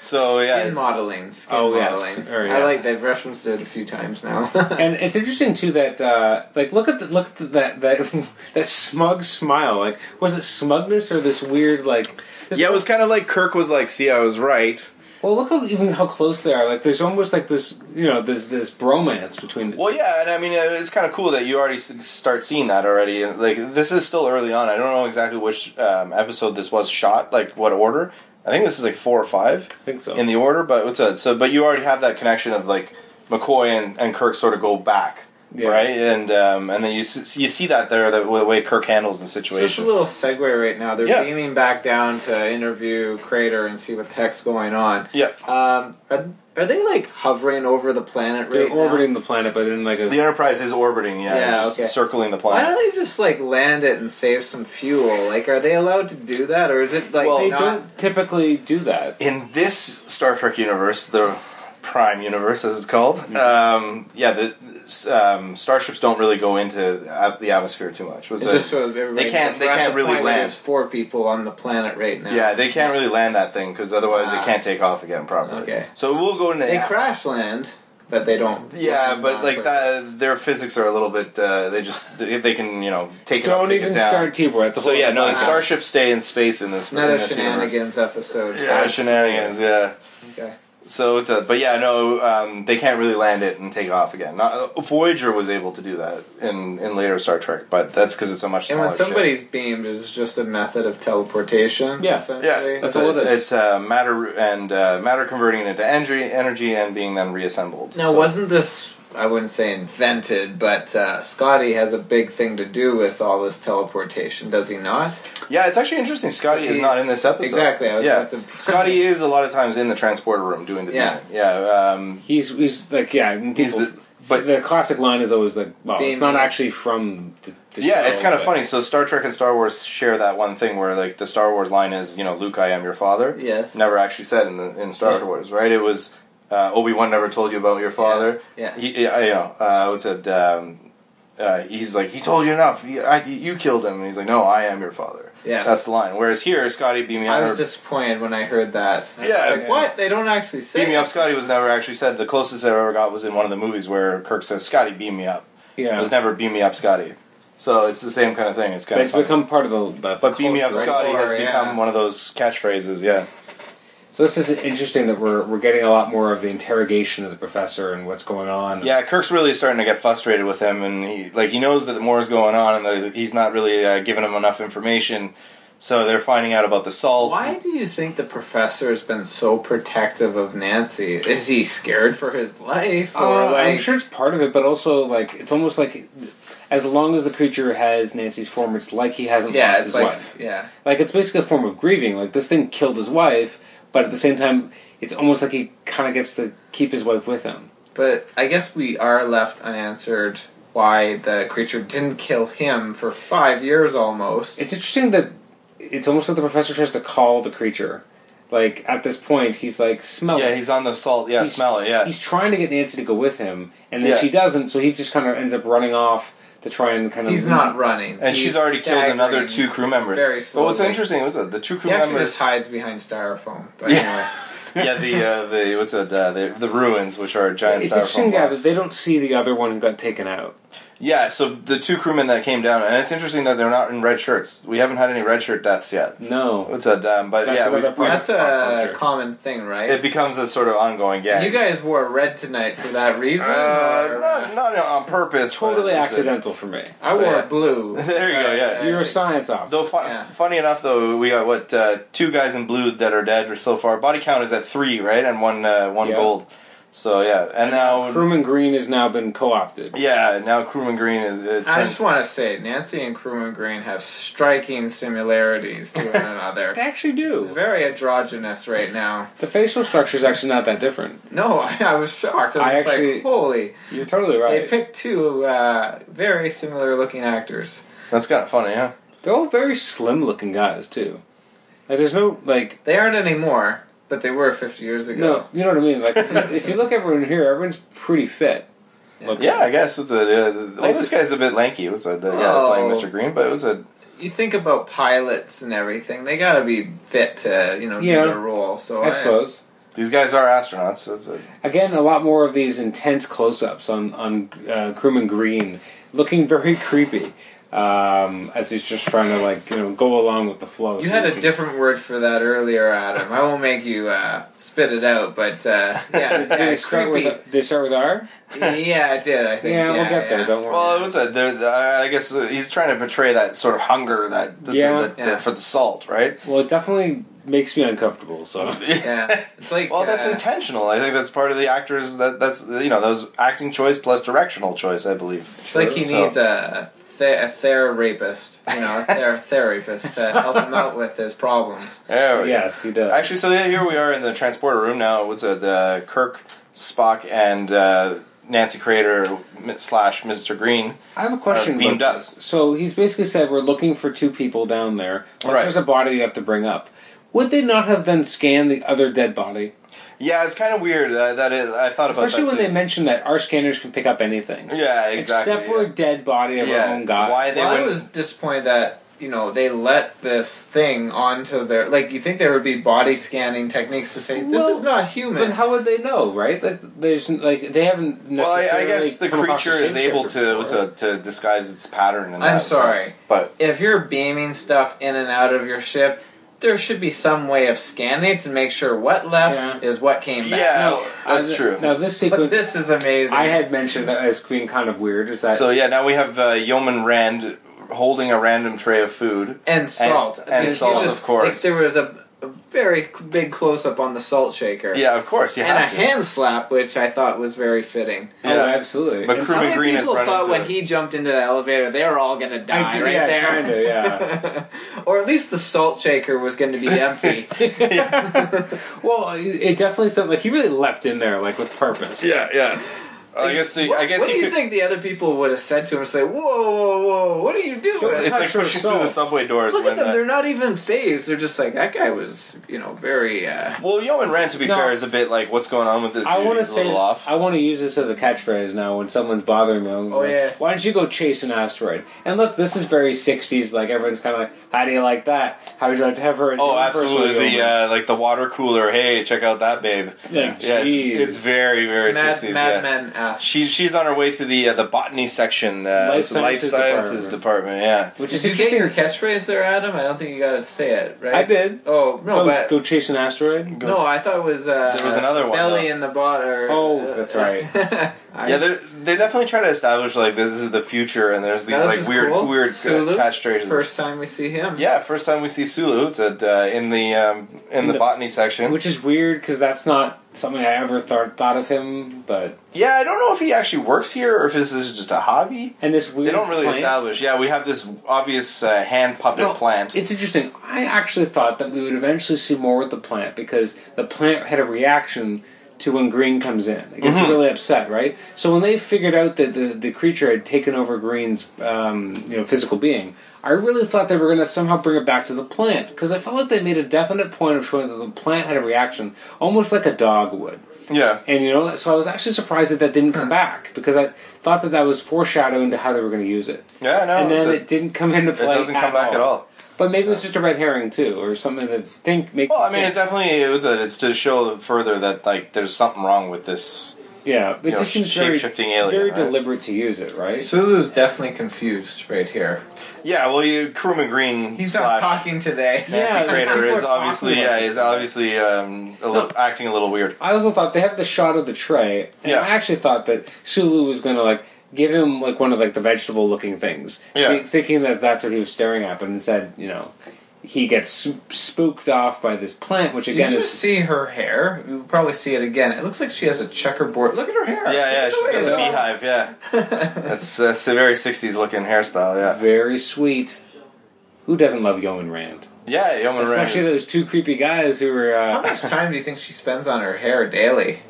Speaker 1: so
Speaker 4: Skin
Speaker 1: Oh, yeah,
Speaker 4: modeling, skin
Speaker 3: Oh, yes.
Speaker 4: modeling.
Speaker 3: Or
Speaker 4: I like
Speaker 3: yes.
Speaker 4: they've referenced it a few times now.
Speaker 3: and it's interesting too that uh, like look at the, look at the, that that that smug smile. Like was it smugness or this weird like? this-
Speaker 1: yeah. It was kind of like Kirk was like, "See, I was right."
Speaker 3: Well, look how even how close they are. Like there's almost like this you know this this bromance between the.
Speaker 1: Well, yeah, and I mean uh, it's kind of cool that you already s- start seeing that already. And, Like this is still early on. I don't know exactly which um, episode this was shot, like what order. I think this is like four or five
Speaker 3: I think so.
Speaker 1: in the order, but what's that? So, but you already have that connection of like McCoy and, and Kirk sort of go back,
Speaker 3: Yeah.
Speaker 1: right? And um, and then you s- you see that there that the way Kirk handles the
Speaker 4: So Just a
Speaker 1: situation.
Speaker 4: little segue right now. They're
Speaker 1: Yeah.
Speaker 4: beaming back down to interview Crater and see what the heck's going on.
Speaker 1: Yeah,
Speaker 4: Um, are, are they like hovering over the planet
Speaker 3: They're
Speaker 4: right
Speaker 3: orbiting
Speaker 4: now?
Speaker 3: the planet, but in like a
Speaker 1: the Enterprise is orbiting, yeah,
Speaker 4: Yeah,
Speaker 1: just
Speaker 4: okay.
Speaker 1: circling the
Speaker 4: Why
Speaker 1: planet.
Speaker 4: don't they just like land it and save some fuel? Like, are they allowed to do that, or is it like
Speaker 1: Well,
Speaker 3: they
Speaker 4: not-
Speaker 3: don't typically do that.
Speaker 1: in this Star Trek universe, the Prime universe, as it's called,
Speaker 4: Mm-hmm.
Speaker 1: um, yeah, the um, starships don't really go into at- the atmosphere too much. Was
Speaker 4: It's
Speaker 1: it-
Speaker 4: just sort of everybody.
Speaker 1: they can't.
Speaker 4: just-
Speaker 1: They
Speaker 4: we're at
Speaker 1: can't
Speaker 4: the
Speaker 1: really
Speaker 4: point where
Speaker 1: land.
Speaker 4: There's four people on the planet right now.
Speaker 1: Yeah, they can't really land that thing because otherwise
Speaker 4: Ah.
Speaker 1: it can't take off again properly.
Speaker 4: Okay.
Speaker 1: So we'll go into
Speaker 4: they crash land, but they don't.
Speaker 1: Yeah,
Speaker 4: land
Speaker 1: but
Speaker 4: on
Speaker 1: like
Speaker 4: purpose.
Speaker 1: that, their physics are a little bit. Uh, they just they, they can you know take it up,
Speaker 3: Don't
Speaker 1: take
Speaker 3: even
Speaker 1: it down.
Speaker 3: start T-Boy.
Speaker 1: so yeah, no, the
Speaker 4: Wow.
Speaker 1: starships stay in space in this.
Speaker 4: Another
Speaker 1: in this universe.
Speaker 4: shenanigans episode.
Speaker 1: Yeah, shenanigans. Yeah.
Speaker 4: Okay.
Speaker 1: So it's a, but yeah, no, um, they can't really land it and take off again. Not, uh, Voyager was able to do that in, in later Star Trek, but that's because it's a much
Speaker 3: Oh,
Speaker 4: And
Speaker 1: smaller
Speaker 4: when somebody's beamed, is just a method of teleportation.
Speaker 3: Yeah.
Speaker 1: ship. Yeah,
Speaker 4: essentially.
Speaker 1: it's-
Speaker 3: That's all it
Speaker 1: it's,
Speaker 3: is.
Speaker 1: it's, uh, matter and uh, matter converting it into energy, energy and being then reassembled.
Speaker 4: Now,
Speaker 1: So-
Speaker 4: wasn't this? I wouldn't say invented, but uh, Scotty has a big thing to do with all this teleportation, does he not?
Speaker 1: yeah, it's actually interesting. Scotty is
Speaker 4: He's-
Speaker 1: not in this episode.
Speaker 4: exactly, I was
Speaker 1: yeah,
Speaker 4: about to-
Speaker 1: Scotty is a lot of times in the transporter room doing the
Speaker 4: Yeah.
Speaker 1: beaming. yeah. Um,
Speaker 3: He's he's like yeah. I mean,
Speaker 1: He's
Speaker 3: people,
Speaker 1: the- but-
Speaker 3: the classic line is always like, well,
Speaker 4: Being
Speaker 3: it's not
Speaker 4: the-
Speaker 3: actually from. The, the
Speaker 1: Yeah,
Speaker 3: show,
Speaker 1: it's kind of
Speaker 3: but-
Speaker 1: funny. So Star Trek and Star Wars share that one thing where like the Star Wars line is, you know, Luke, I am your father.
Speaker 4: Yes.
Speaker 1: Never actually said in the, in Star
Speaker 4: Yeah.
Speaker 1: Wars, right? It was uh, Obi Wan never told you about your father.
Speaker 4: Yeah.
Speaker 1: He, yeah, you know, uh, what's it? Um, uh, he's like, he told you enough. He, I, you killed him. And he's like, no, I am your father.
Speaker 4: Yes.
Speaker 1: That's the line. Whereas here, Scotty beaming
Speaker 4: I
Speaker 1: up.
Speaker 4: was disappointed when I heard that. I was
Speaker 1: Yeah.
Speaker 4: like, what? They don't actually say.
Speaker 1: Beam me
Speaker 4: it.
Speaker 1: up, Scotty was never actually said. The closest I ever got was in one of the movies where Kirk says, "Scotty, beam me up."
Speaker 3: Yeah,
Speaker 1: It was never "beam me up, Scotty." So it's the same kind of thing. It's kind
Speaker 3: but
Speaker 1: of
Speaker 3: it's
Speaker 1: funny.
Speaker 3: become part of the. the
Speaker 1: But beam me up,
Speaker 3: culture, right?
Speaker 1: Scotty
Speaker 4: Or,
Speaker 1: has
Speaker 4: yeah.
Speaker 1: become one of those catchphrases. Yeah,
Speaker 3: So this is interesting that we're we're getting a lot more of the interrogation of the professor and what's going on.
Speaker 1: Yeah, Kirk's really starting to get frustrated with him, and he like he knows that more is going on, and that he's not really uh, giving him enough information. So they're finding out about the salt.
Speaker 4: Why do you think the professor's been so protective of Nancy? Is he scared for his life, or
Speaker 3: Uh,
Speaker 4: like
Speaker 3: I'm sure it's part of it, but also like it's almost like as long as the creature has Nancy's form, it's like he hasn't
Speaker 4: yeah,
Speaker 3: lost
Speaker 4: it's
Speaker 3: his
Speaker 4: like
Speaker 3: wife.
Speaker 4: yeah,
Speaker 3: Like it's basically a form of grieving. Like this thing killed his wife, but at the same time, it's almost like he kind of gets to keep his wife with him.
Speaker 4: but I guess we are left unanswered why the creature didn't kill him for five years almost.
Speaker 3: It's interesting that it's almost like the professor tries to call the creature. Like at this point, he's like, "Smell
Speaker 1: Yeah,
Speaker 3: it."
Speaker 1: he's on the salt. Yeah,
Speaker 3: He's-
Speaker 1: smell it. Yeah,
Speaker 3: He's trying to get Nancy to go with him, and then
Speaker 1: Yeah.
Speaker 3: she doesn't. So he just kind of ends up running off to try and kind of.
Speaker 4: he's not running,
Speaker 1: and
Speaker 4: He's
Speaker 1: she's already killed another two
Speaker 4: staggering.
Speaker 1: crew members.
Speaker 4: very
Speaker 1: But what's
Speaker 4: slowly.
Speaker 1: interesting was that the two crew
Speaker 4: He actually
Speaker 1: members
Speaker 4: just hides behind styrofoam. But
Speaker 1: Yeah.
Speaker 4: anyway,
Speaker 1: yeah, the uh, the what's it uh, the, the ruins, which are giant
Speaker 3: It's interesting,
Speaker 1: styrofoam
Speaker 3: yeah,
Speaker 1: blocks.
Speaker 3: that they don't see the other one who got taken out.
Speaker 1: Yeah, so the two crewmen that came down, and it's interesting that they're not in red shirts. We haven't had any red shirt deaths yet.
Speaker 3: No,
Speaker 1: What's that? Um, but
Speaker 3: That's
Speaker 1: yeah,
Speaker 3: another
Speaker 1: we-
Speaker 3: part.
Speaker 4: that's
Speaker 3: Pop
Speaker 4: a
Speaker 3: culture.
Speaker 4: common thing, right?
Speaker 1: it becomes a sort of ongoing gag.
Speaker 4: you guys wore red tonight for that reason.
Speaker 1: uh,
Speaker 4: or-
Speaker 1: not, not on purpose. but
Speaker 3: totally
Speaker 1: it's a-
Speaker 3: accidental for me.
Speaker 4: I wore
Speaker 1: Yeah.
Speaker 4: blue.
Speaker 1: There you go, yeah.
Speaker 4: Right,
Speaker 3: You're a
Speaker 4: right.
Speaker 3: science officer.
Speaker 1: Though fu-
Speaker 4: Yeah.
Speaker 1: funny enough, though, we got what uh, two guys in blue that are dead so far. Body count is at three, right, and one uh, one
Speaker 3: Yeah.
Speaker 1: gold. So yeah, and now
Speaker 3: Crewman Green has now been co-opted.
Speaker 1: yeah, now crewman green is. Uh,
Speaker 4: I
Speaker 1: turned-
Speaker 4: just want to say, Nancy and Crewman Green have striking similarities to one another.
Speaker 3: They actually
Speaker 4: It's
Speaker 3: do.
Speaker 4: very androgynous right now.
Speaker 3: The facial structure is actually not that different.
Speaker 4: No, I, I was shocked. I was
Speaker 3: I
Speaker 4: just
Speaker 3: actually-
Speaker 4: like, holy.
Speaker 3: You're totally
Speaker 4: They
Speaker 3: right.
Speaker 4: picked two uh, very similar looking actors.
Speaker 1: that's kind of funny, huh?
Speaker 3: They're all very slim-looking guys too. Like, there's no like
Speaker 4: They aren't anymore, but they were 50 years
Speaker 3: no,
Speaker 4: ago.
Speaker 3: you know what I mean. Like if you look everyone here, everyone's pretty fit. looking.
Speaker 1: Yeah, I guess it's a. Uh, the- well,
Speaker 3: Like
Speaker 1: this
Speaker 3: the-
Speaker 1: guy's a bit lanky. It was a the guy playing
Speaker 4: Oh.
Speaker 1: Mr. Green, but it was a.
Speaker 4: You think about pilots and everything, they gotta be fit to, you know,
Speaker 3: Yeah.
Speaker 4: do their role. So
Speaker 3: I suppose.
Speaker 1: These guys are astronauts. So it's a,
Speaker 3: Again, a lot more of these intense close-ups on on uh, Crewman Green, looking very creepy um, as he's just trying to like you know go along with the flow.
Speaker 4: You
Speaker 3: So
Speaker 4: had
Speaker 3: he
Speaker 4: a
Speaker 3: can-
Speaker 4: different word for that earlier, Adam. I won't make you uh, spit it out, but uh, yeah,
Speaker 3: Did
Speaker 4: yeah
Speaker 3: they start with
Speaker 4: creepy.
Speaker 3: did they start with R?
Speaker 4: yeah, I did. I
Speaker 3: Yeah,
Speaker 4: think.
Speaker 3: we'll get there.
Speaker 4: yeah.
Speaker 3: Don't worry.
Speaker 1: well, it was a. they're- the- I guess uh, he's trying to portray that sort of hunger that that's
Speaker 3: Yeah.
Speaker 1: that, that-
Speaker 4: Yeah.
Speaker 1: for the salt, right?
Speaker 3: Well, it definitely makes me uncomfortable. So
Speaker 4: Yeah, it's like.
Speaker 1: Well, that's
Speaker 4: uh,
Speaker 1: intentional. I think that's part of the actors. That that's you know that was acting choice plus directional choice. I believe.
Speaker 4: It's like he
Speaker 1: So-
Speaker 4: needs a th- a therapist, you know, a ther- therapist to help him out with his problems.
Speaker 1: There we go.
Speaker 3: Oh, yes, he does.
Speaker 1: Actually, so yeah, here we are in the transporter room now. What's it? Uh, Kirk, Spock, and uh, Nancy Crater slash Mr. Green.
Speaker 3: I have a question.
Speaker 1: Uh, beamed
Speaker 3: about
Speaker 1: up.
Speaker 3: this. So he's basically said we're looking for two people down there. Once
Speaker 1: Right.
Speaker 3: there's a body, you have to bring up. Would they not have then scanned the other dead body?
Speaker 1: Yeah, it's kind of weird. Uh, that is, I thought about
Speaker 3: Especially
Speaker 1: that
Speaker 3: when
Speaker 1: too.
Speaker 3: they mention that our scanners can pick up anything.
Speaker 1: Yeah, exactly.
Speaker 3: Except for
Speaker 1: yeah.
Speaker 3: a dead body of our own guy.
Speaker 1: Why they
Speaker 4: Well, I
Speaker 1: wouldn't-
Speaker 4: was disappointed that you know they let this thing onto their like. You think there would be body scanning techniques to say this
Speaker 3: Well,
Speaker 4: is not human?
Speaker 3: But how would they know, right? Like, there's like they haven't.
Speaker 1: Well,
Speaker 3: Necessarily
Speaker 1: I, I guess the
Speaker 3: come across
Speaker 1: creature is
Speaker 3: shapeshifter
Speaker 1: able to what's
Speaker 3: before.
Speaker 1: it, to disguise its pattern. In
Speaker 4: I'm
Speaker 1: that
Speaker 4: sorry.
Speaker 1: sense. but
Speaker 4: if you're beaming stuff in and out of your ship, there should be some way of scanning it to make sure what left
Speaker 3: Yeah.
Speaker 4: is what came back.
Speaker 1: Yeah.
Speaker 3: Now,
Speaker 1: That's
Speaker 3: uh,
Speaker 1: true.
Speaker 3: Now this
Speaker 4: But
Speaker 3: sequence,
Speaker 4: this is amazing.
Speaker 3: I had mentioned that as being kind of weird. Is that
Speaker 1: so yeah, now we have uh, Yeoman Rand holding a random tray of food.
Speaker 4: and salt
Speaker 1: and
Speaker 4: I mean, you
Speaker 1: salt,
Speaker 4: just-
Speaker 1: of course.
Speaker 4: Like, there was a, a very big close up on the salt shaker.
Speaker 1: Yeah, of course you
Speaker 4: And a
Speaker 1: have to.
Speaker 4: hand slap, which I thought was very fitting.
Speaker 3: Oh,
Speaker 1: yeah.
Speaker 3: absolutely.
Speaker 1: But
Speaker 3: And
Speaker 1: Crewman
Speaker 4: How many
Speaker 1: Green has
Speaker 4: people
Speaker 1: run
Speaker 4: thought
Speaker 1: into
Speaker 4: when
Speaker 1: it.
Speaker 4: he jumped into the elevator they were all gonna die
Speaker 3: I do-
Speaker 4: right
Speaker 3: yeah,
Speaker 4: there?
Speaker 3: Kinda, yeah.
Speaker 4: Or at least the salt shaker was going to be empty.
Speaker 3: Well, it- it definitely sounded like he really leapt in there, like with purpose.
Speaker 1: yeah, yeah. I guess the, I guess
Speaker 4: what
Speaker 1: he
Speaker 4: do you
Speaker 1: could.
Speaker 4: think the other people would have said to him? Say, whoa, whoa, whoa! What are you doing?
Speaker 1: It's, it's like
Speaker 3: Touch or
Speaker 1: pushing through the
Speaker 3: salt.
Speaker 1: subway doors.
Speaker 4: Look
Speaker 1: when
Speaker 4: at them;
Speaker 1: that-
Speaker 4: they're not even phased. They're just like that guy was, you know, very. Uh,
Speaker 1: well, Yeoman Rand, to be
Speaker 3: No.
Speaker 1: fair, is a bit like what's going on with this.
Speaker 3: I
Speaker 1: want to
Speaker 3: say
Speaker 1: off.
Speaker 3: I want to use this as a catchphrase now when someone's bothering me. I'm
Speaker 4: Oh,
Speaker 3: like,
Speaker 4: yes.
Speaker 3: Why don't you go chase an asteroid? And look, this is very '60s. Like everyone's kind of like, how do you like that? How would you like to have her? as your
Speaker 1: Oh,
Speaker 3: own personal
Speaker 1: absolutely. The
Speaker 3: human?"
Speaker 1: uh, like the water cooler. Hey, check out that babe.
Speaker 3: Like,
Speaker 1: yeah,
Speaker 3: jeez.
Speaker 1: it's, it's very very
Speaker 4: Mad,
Speaker 1: sixties.
Speaker 4: Mad
Speaker 1: Yeah.
Speaker 4: Men uh,
Speaker 3: half.
Speaker 1: She's she's on her way to the uh, the botany section, uh,
Speaker 3: Life
Speaker 1: life,
Speaker 3: sciences
Speaker 1: sciences department. Yeah,
Speaker 4: Which
Speaker 3: Did
Speaker 4: is
Speaker 3: you
Speaker 4: you get
Speaker 3: get-
Speaker 4: your catchphrase there, Adam? I don't think you got to say it, right?
Speaker 3: I did.
Speaker 4: Oh no,
Speaker 3: go,
Speaker 4: but
Speaker 3: go chase an asteroid. Go-
Speaker 4: no, I thought it was uh,
Speaker 1: There was another one,
Speaker 4: belly
Speaker 1: though.
Speaker 4: in the uh, bottom.
Speaker 3: Oh, that's right.
Speaker 4: I,
Speaker 1: yeah. They're, they definitely try to establish like this is the future, and there's these
Speaker 4: Now, this
Speaker 1: like
Speaker 4: is
Speaker 1: weird
Speaker 4: cool.
Speaker 1: weird
Speaker 4: Sulu,
Speaker 1: uh, castrations.
Speaker 4: First time we see him.
Speaker 1: Yeah, first time we see Sulu, it's at, uh, in the um, in, the,
Speaker 3: the-
Speaker 1: botany section.
Speaker 3: Which is weird because that's not something I ever thought thought of him. But
Speaker 1: yeah, I don't know if he actually works here or if this is just a hobby.
Speaker 3: and this weird
Speaker 1: They don't really
Speaker 3: plant-
Speaker 1: establish. Yeah, we have this obvious uh, hand puppet
Speaker 3: No,
Speaker 1: plant.
Speaker 3: It's interesting. I actually thought that we would eventually see more with the plant because the plant had a reaction to when Green comes in. It
Speaker 1: Mm-hmm.
Speaker 3: gets really upset, right? So when they figured out that the, the creature had taken over Green's um, you know physical being, I really thought they were going to somehow bring it back to the plant because I felt like they made a definite point of showing that the plant had a reaction, almost like a dog would.
Speaker 1: yeah,
Speaker 3: And you know, so I was actually surprised that that didn't
Speaker 1: Hmm.
Speaker 3: come back because I thought that that was foreshadowing to how they were going to use it.
Speaker 1: yeah, no,
Speaker 3: and
Speaker 1: it's
Speaker 3: then
Speaker 1: a-
Speaker 3: it didn't come into
Speaker 1: Oh, it
Speaker 3: play.
Speaker 1: doesn't come back at all.
Speaker 3: But maybe it's just a red herring too, or something that think make.
Speaker 1: Well, I mean,
Speaker 3: yeah,
Speaker 1: it definitely it's, a, it's to show further that like there's something wrong with this.
Speaker 3: yeah, it
Speaker 1: know,
Speaker 3: just seems very
Speaker 1: shape-shifting alien,
Speaker 3: very
Speaker 1: right?
Speaker 3: deliberate to use it, right?
Speaker 4: Sulu's definitely confused right here.
Speaker 1: Yeah, well, you Crewman Green
Speaker 4: He's
Speaker 1: slash
Speaker 4: not talking today.
Speaker 3: Yeah,
Speaker 1: Nancy Crater
Speaker 3: people are
Speaker 1: is
Speaker 3: talking
Speaker 1: obviously
Speaker 3: about
Speaker 1: yeah
Speaker 3: this.
Speaker 1: is obviously um, a little, acting a little weird.
Speaker 3: I also thought they have the shot of the tray, and
Speaker 1: Yeah.
Speaker 3: I actually thought that Sulu was going to like give him like one of like the vegetable looking things,
Speaker 1: Yeah.
Speaker 3: thi- thinking that that's what he was staring at, but instead, you know, he gets sp- spooked off by this plant, which
Speaker 4: Did you
Speaker 3: again
Speaker 4: just
Speaker 3: is
Speaker 4: see her hair? You'll probably see it again. It looks like she has a checkerboard. Look at her hair.
Speaker 1: Yeah, yeah,
Speaker 4: Look at
Speaker 1: she's
Speaker 4: way
Speaker 1: got the
Speaker 4: it's all-
Speaker 1: beehive. Yeah, that's uh, it's a very '60s looking hairstyle. Yeah,
Speaker 3: very sweet. Who doesn't love Yeoman Rand?
Speaker 1: yeah, Yeoman Rand.
Speaker 3: Especially
Speaker 1: is-
Speaker 3: those two creepy guys who were.
Speaker 4: How
Speaker 3: Uh,
Speaker 4: much time do you think she spends on her hair daily?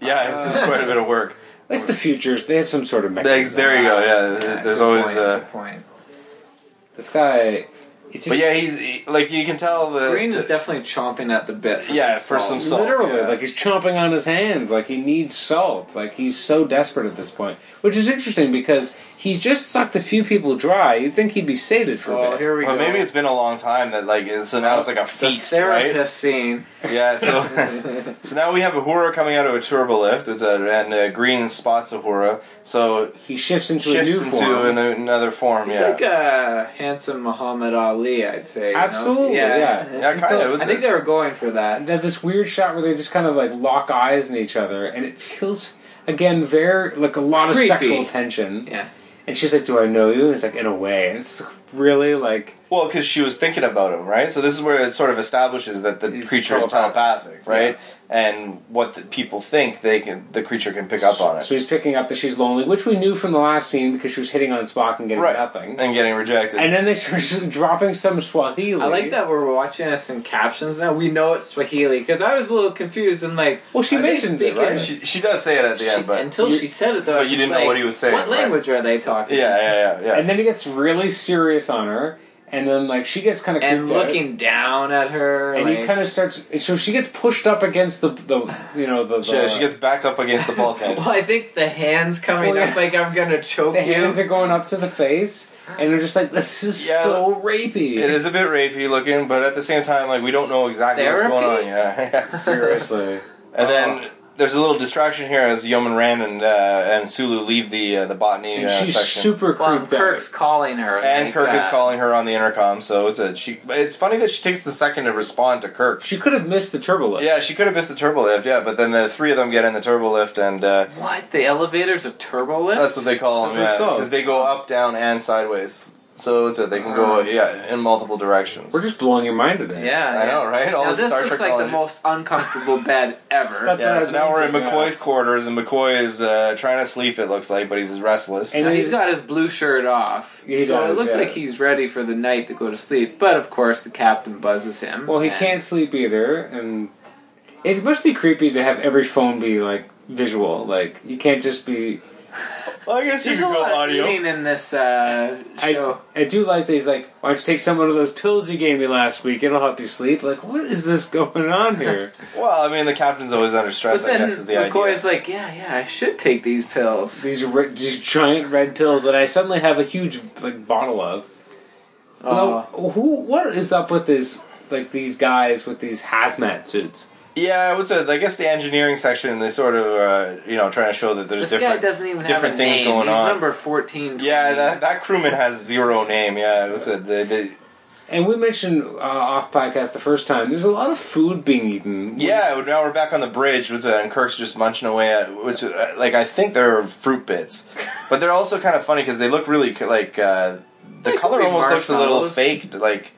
Speaker 1: Yeah, it's, it's quite a bit of work.
Speaker 3: it's the futures. They have some sort of
Speaker 1: Thanks,
Speaker 3: mechanism.
Speaker 1: there you go. Yeah, there's
Speaker 4: good
Speaker 1: always.
Speaker 4: point,
Speaker 1: Uh,
Speaker 4: good point.
Speaker 3: This guy. It's just,
Speaker 1: but yeah, he's he, like you can tell the
Speaker 4: Green is definitely chomping at the bit. For
Speaker 1: Yeah,
Speaker 4: some
Speaker 1: for
Speaker 4: salt.
Speaker 1: some salt,
Speaker 3: literally
Speaker 1: yeah.
Speaker 3: like he's chomping on his hands. Like he needs salt. Like he's so desperate at this point, which is interesting because he's just sucked a few people dry. You'd think he'd be sated for a
Speaker 4: Oh,
Speaker 3: bit.
Speaker 4: here we
Speaker 1: Well,
Speaker 4: go.
Speaker 1: maybe it's been a long time that like so now it's like a
Speaker 4: the
Speaker 1: feast,
Speaker 4: therapist
Speaker 1: right?
Speaker 4: scene.
Speaker 1: Yeah, so so now we have Ahura coming out of a turbo lift, it's a, and uh, Green spots Ahura, so
Speaker 3: he shifts into
Speaker 1: shifts
Speaker 3: a new
Speaker 1: into
Speaker 3: form.
Speaker 1: an, another form.
Speaker 4: He's
Speaker 1: yeah,
Speaker 4: like a handsome Muhammad Ali, I'd say. you know?
Speaker 3: Absolutely, yeah.
Speaker 1: yeah, kind
Speaker 3: so-
Speaker 1: of.
Speaker 4: I
Speaker 1: It's
Speaker 4: think
Speaker 1: a-
Speaker 4: they were going for that.
Speaker 3: and they have this weird shot where they just kind of like lock eyes in each other, and it feels again very like a lot
Speaker 4: Creepy.
Speaker 3: of sexual tension.
Speaker 4: Yeah.
Speaker 3: And she's like, "Do I know you?" And it's like, "In a way." And it's really like
Speaker 1: well, because she was thinking about him, right? So this is where it sort of establishes that the
Speaker 3: It's
Speaker 1: creature is
Speaker 3: telepathic.
Speaker 1: telepathic, right? And what the people think, they can the creature can pick up on it,
Speaker 3: So he's picking up that she's lonely, which we knew from the last scene because she was hitting on Spock and getting
Speaker 1: right?
Speaker 3: nothing.
Speaker 1: And getting rejected.
Speaker 3: And then they started dropping some Swahili.
Speaker 4: I like that we're watching this in captions now. We know it's Swahili because I was a little confused and like.
Speaker 3: Well, she
Speaker 4: are they
Speaker 3: mentions it, right?
Speaker 4: speaking-
Speaker 1: she, she does say it at the
Speaker 4: She-
Speaker 1: end, but
Speaker 4: until
Speaker 3: you-
Speaker 4: she said it, though, I
Speaker 1: but
Speaker 4: was
Speaker 1: you
Speaker 4: just
Speaker 1: didn't know
Speaker 4: like,
Speaker 1: what he was saying,
Speaker 4: What
Speaker 1: right?
Speaker 4: language are they talking?
Speaker 1: yeah, yeah, yeah, yeah.
Speaker 3: And then he gets really serious on her, and then like she gets kind of
Speaker 4: and looking down at her.
Speaker 3: and
Speaker 4: like,
Speaker 3: he kind of starts. So she gets pushed up against the the you know the,
Speaker 1: she,
Speaker 3: the
Speaker 1: she gets backed up against the bulkhead.
Speaker 4: Well, I think the hands coming
Speaker 1: Oh,
Speaker 3: Well, yeah.
Speaker 4: up like I'm gonna choke
Speaker 3: the
Speaker 4: you.
Speaker 3: hands are going up to the face, and they're just like this is
Speaker 1: Yeah.
Speaker 3: so rapey.
Speaker 1: It is a bit rapey looking, but at the same time, like we don't know exactly what's
Speaker 4: Therapy?
Speaker 1: going on. Yeah.
Speaker 3: seriously.
Speaker 1: and then there's a little distraction here as Yeoman Rand and uh, and Sulu leave the uh, the botany
Speaker 3: And
Speaker 1: uh,
Speaker 3: she's
Speaker 1: section.
Speaker 3: super
Speaker 4: Well,
Speaker 3: creeped
Speaker 4: Kirk's
Speaker 3: out.
Speaker 4: calling her.
Speaker 1: and
Speaker 4: like,
Speaker 1: Kirk is
Speaker 4: uh,
Speaker 1: calling her on the intercom, so it's a she. but It's funny that she takes the second to respond to Kirk.
Speaker 3: She could have missed the turbo lift.
Speaker 1: Yeah, she could have missed the turbo lift, yeah, but then the three of them get in the turbo lift, and uh,
Speaker 4: What? The elevator's a turbo lift.
Speaker 1: that's what they call them,
Speaker 3: That's what
Speaker 1: yeah,
Speaker 3: it's called.
Speaker 1: because they go up, down, and sideways. So it's a they can go yeah in multiple directions.
Speaker 3: We're just blowing your mind today.
Speaker 4: yeah.
Speaker 1: I know, right? All
Speaker 4: now
Speaker 1: this
Speaker 4: this
Speaker 1: Star
Speaker 4: looks
Speaker 1: Trek
Speaker 4: like the
Speaker 1: knowledge.
Speaker 4: most uncomfortable bed ever.
Speaker 3: That's
Speaker 1: Yeah,
Speaker 3: what I
Speaker 1: so now we're in
Speaker 3: mentioned, yeah.
Speaker 1: McCoy's quarters, and McCoy is uh, trying to sleep. It looks like, but he's restless.
Speaker 3: And-
Speaker 4: Now, he's got his blue shirt off,
Speaker 3: He
Speaker 4: so
Speaker 3: does,
Speaker 4: it looks
Speaker 3: yeah.
Speaker 4: like he's ready for the night to go to sleep. But of course, the captain buzzes him.
Speaker 3: Well, he
Speaker 4: and-
Speaker 3: can't sleep either, and it must be creepy to have every phone be like visual. Like you can't just be.
Speaker 1: well, I guess you
Speaker 4: There's
Speaker 1: could
Speaker 4: a
Speaker 1: go
Speaker 4: lot of
Speaker 1: audio.
Speaker 4: eating in this uh,
Speaker 3: I,
Speaker 4: show.
Speaker 3: I do like that he's like, why don't you take some of those pills you gave me last week? It'll help you sleep. Like, what is this going on here?
Speaker 1: Well, I mean, the captain's always under
Speaker 4: but
Speaker 1: stress. I
Speaker 4: then
Speaker 1: guess is the
Speaker 4: McCoy's
Speaker 1: idea.
Speaker 4: like, yeah, yeah, I should take these pills.
Speaker 3: these re- these giant red pills that I suddenly have a huge like bottle of. Uh-huh.
Speaker 4: Oh.
Speaker 3: Well, who? What is up with this? Like these guys with these hazmat suits.
Speaker 1: Yeah, I would say. I guess the engineering section. They sort of, uh, you know, trying to show that there's
Speaker 5: This guy
Speaker 1: different
Speaker 5: doesn't even have
Speaker 1: different
Speaker 5: a
Speaker 1: things
Speaker 5: name.
Speaker 1: going
Speaker 5: He's
Speaker 1: on.
Speaker 5: number fourteen.
Speaker 1: yeah, that, that crewman has zero name. Yeah, what's it? They, they,
Speaker 3: And we mentioned uh, off podcast the first time. There's a lot of food being eaten.
Speaker 1: yeah. Now we're back on the bridge. What's it? And Kirk's just munching away at. What's it, like I think they're fruit bits, but they're also kind of funny because they look really c- like uh, the color
Speaker 5: be
Speaker 1: almost looks a little
Speaker 5: marshmallows.
Speaker 1: faked. Like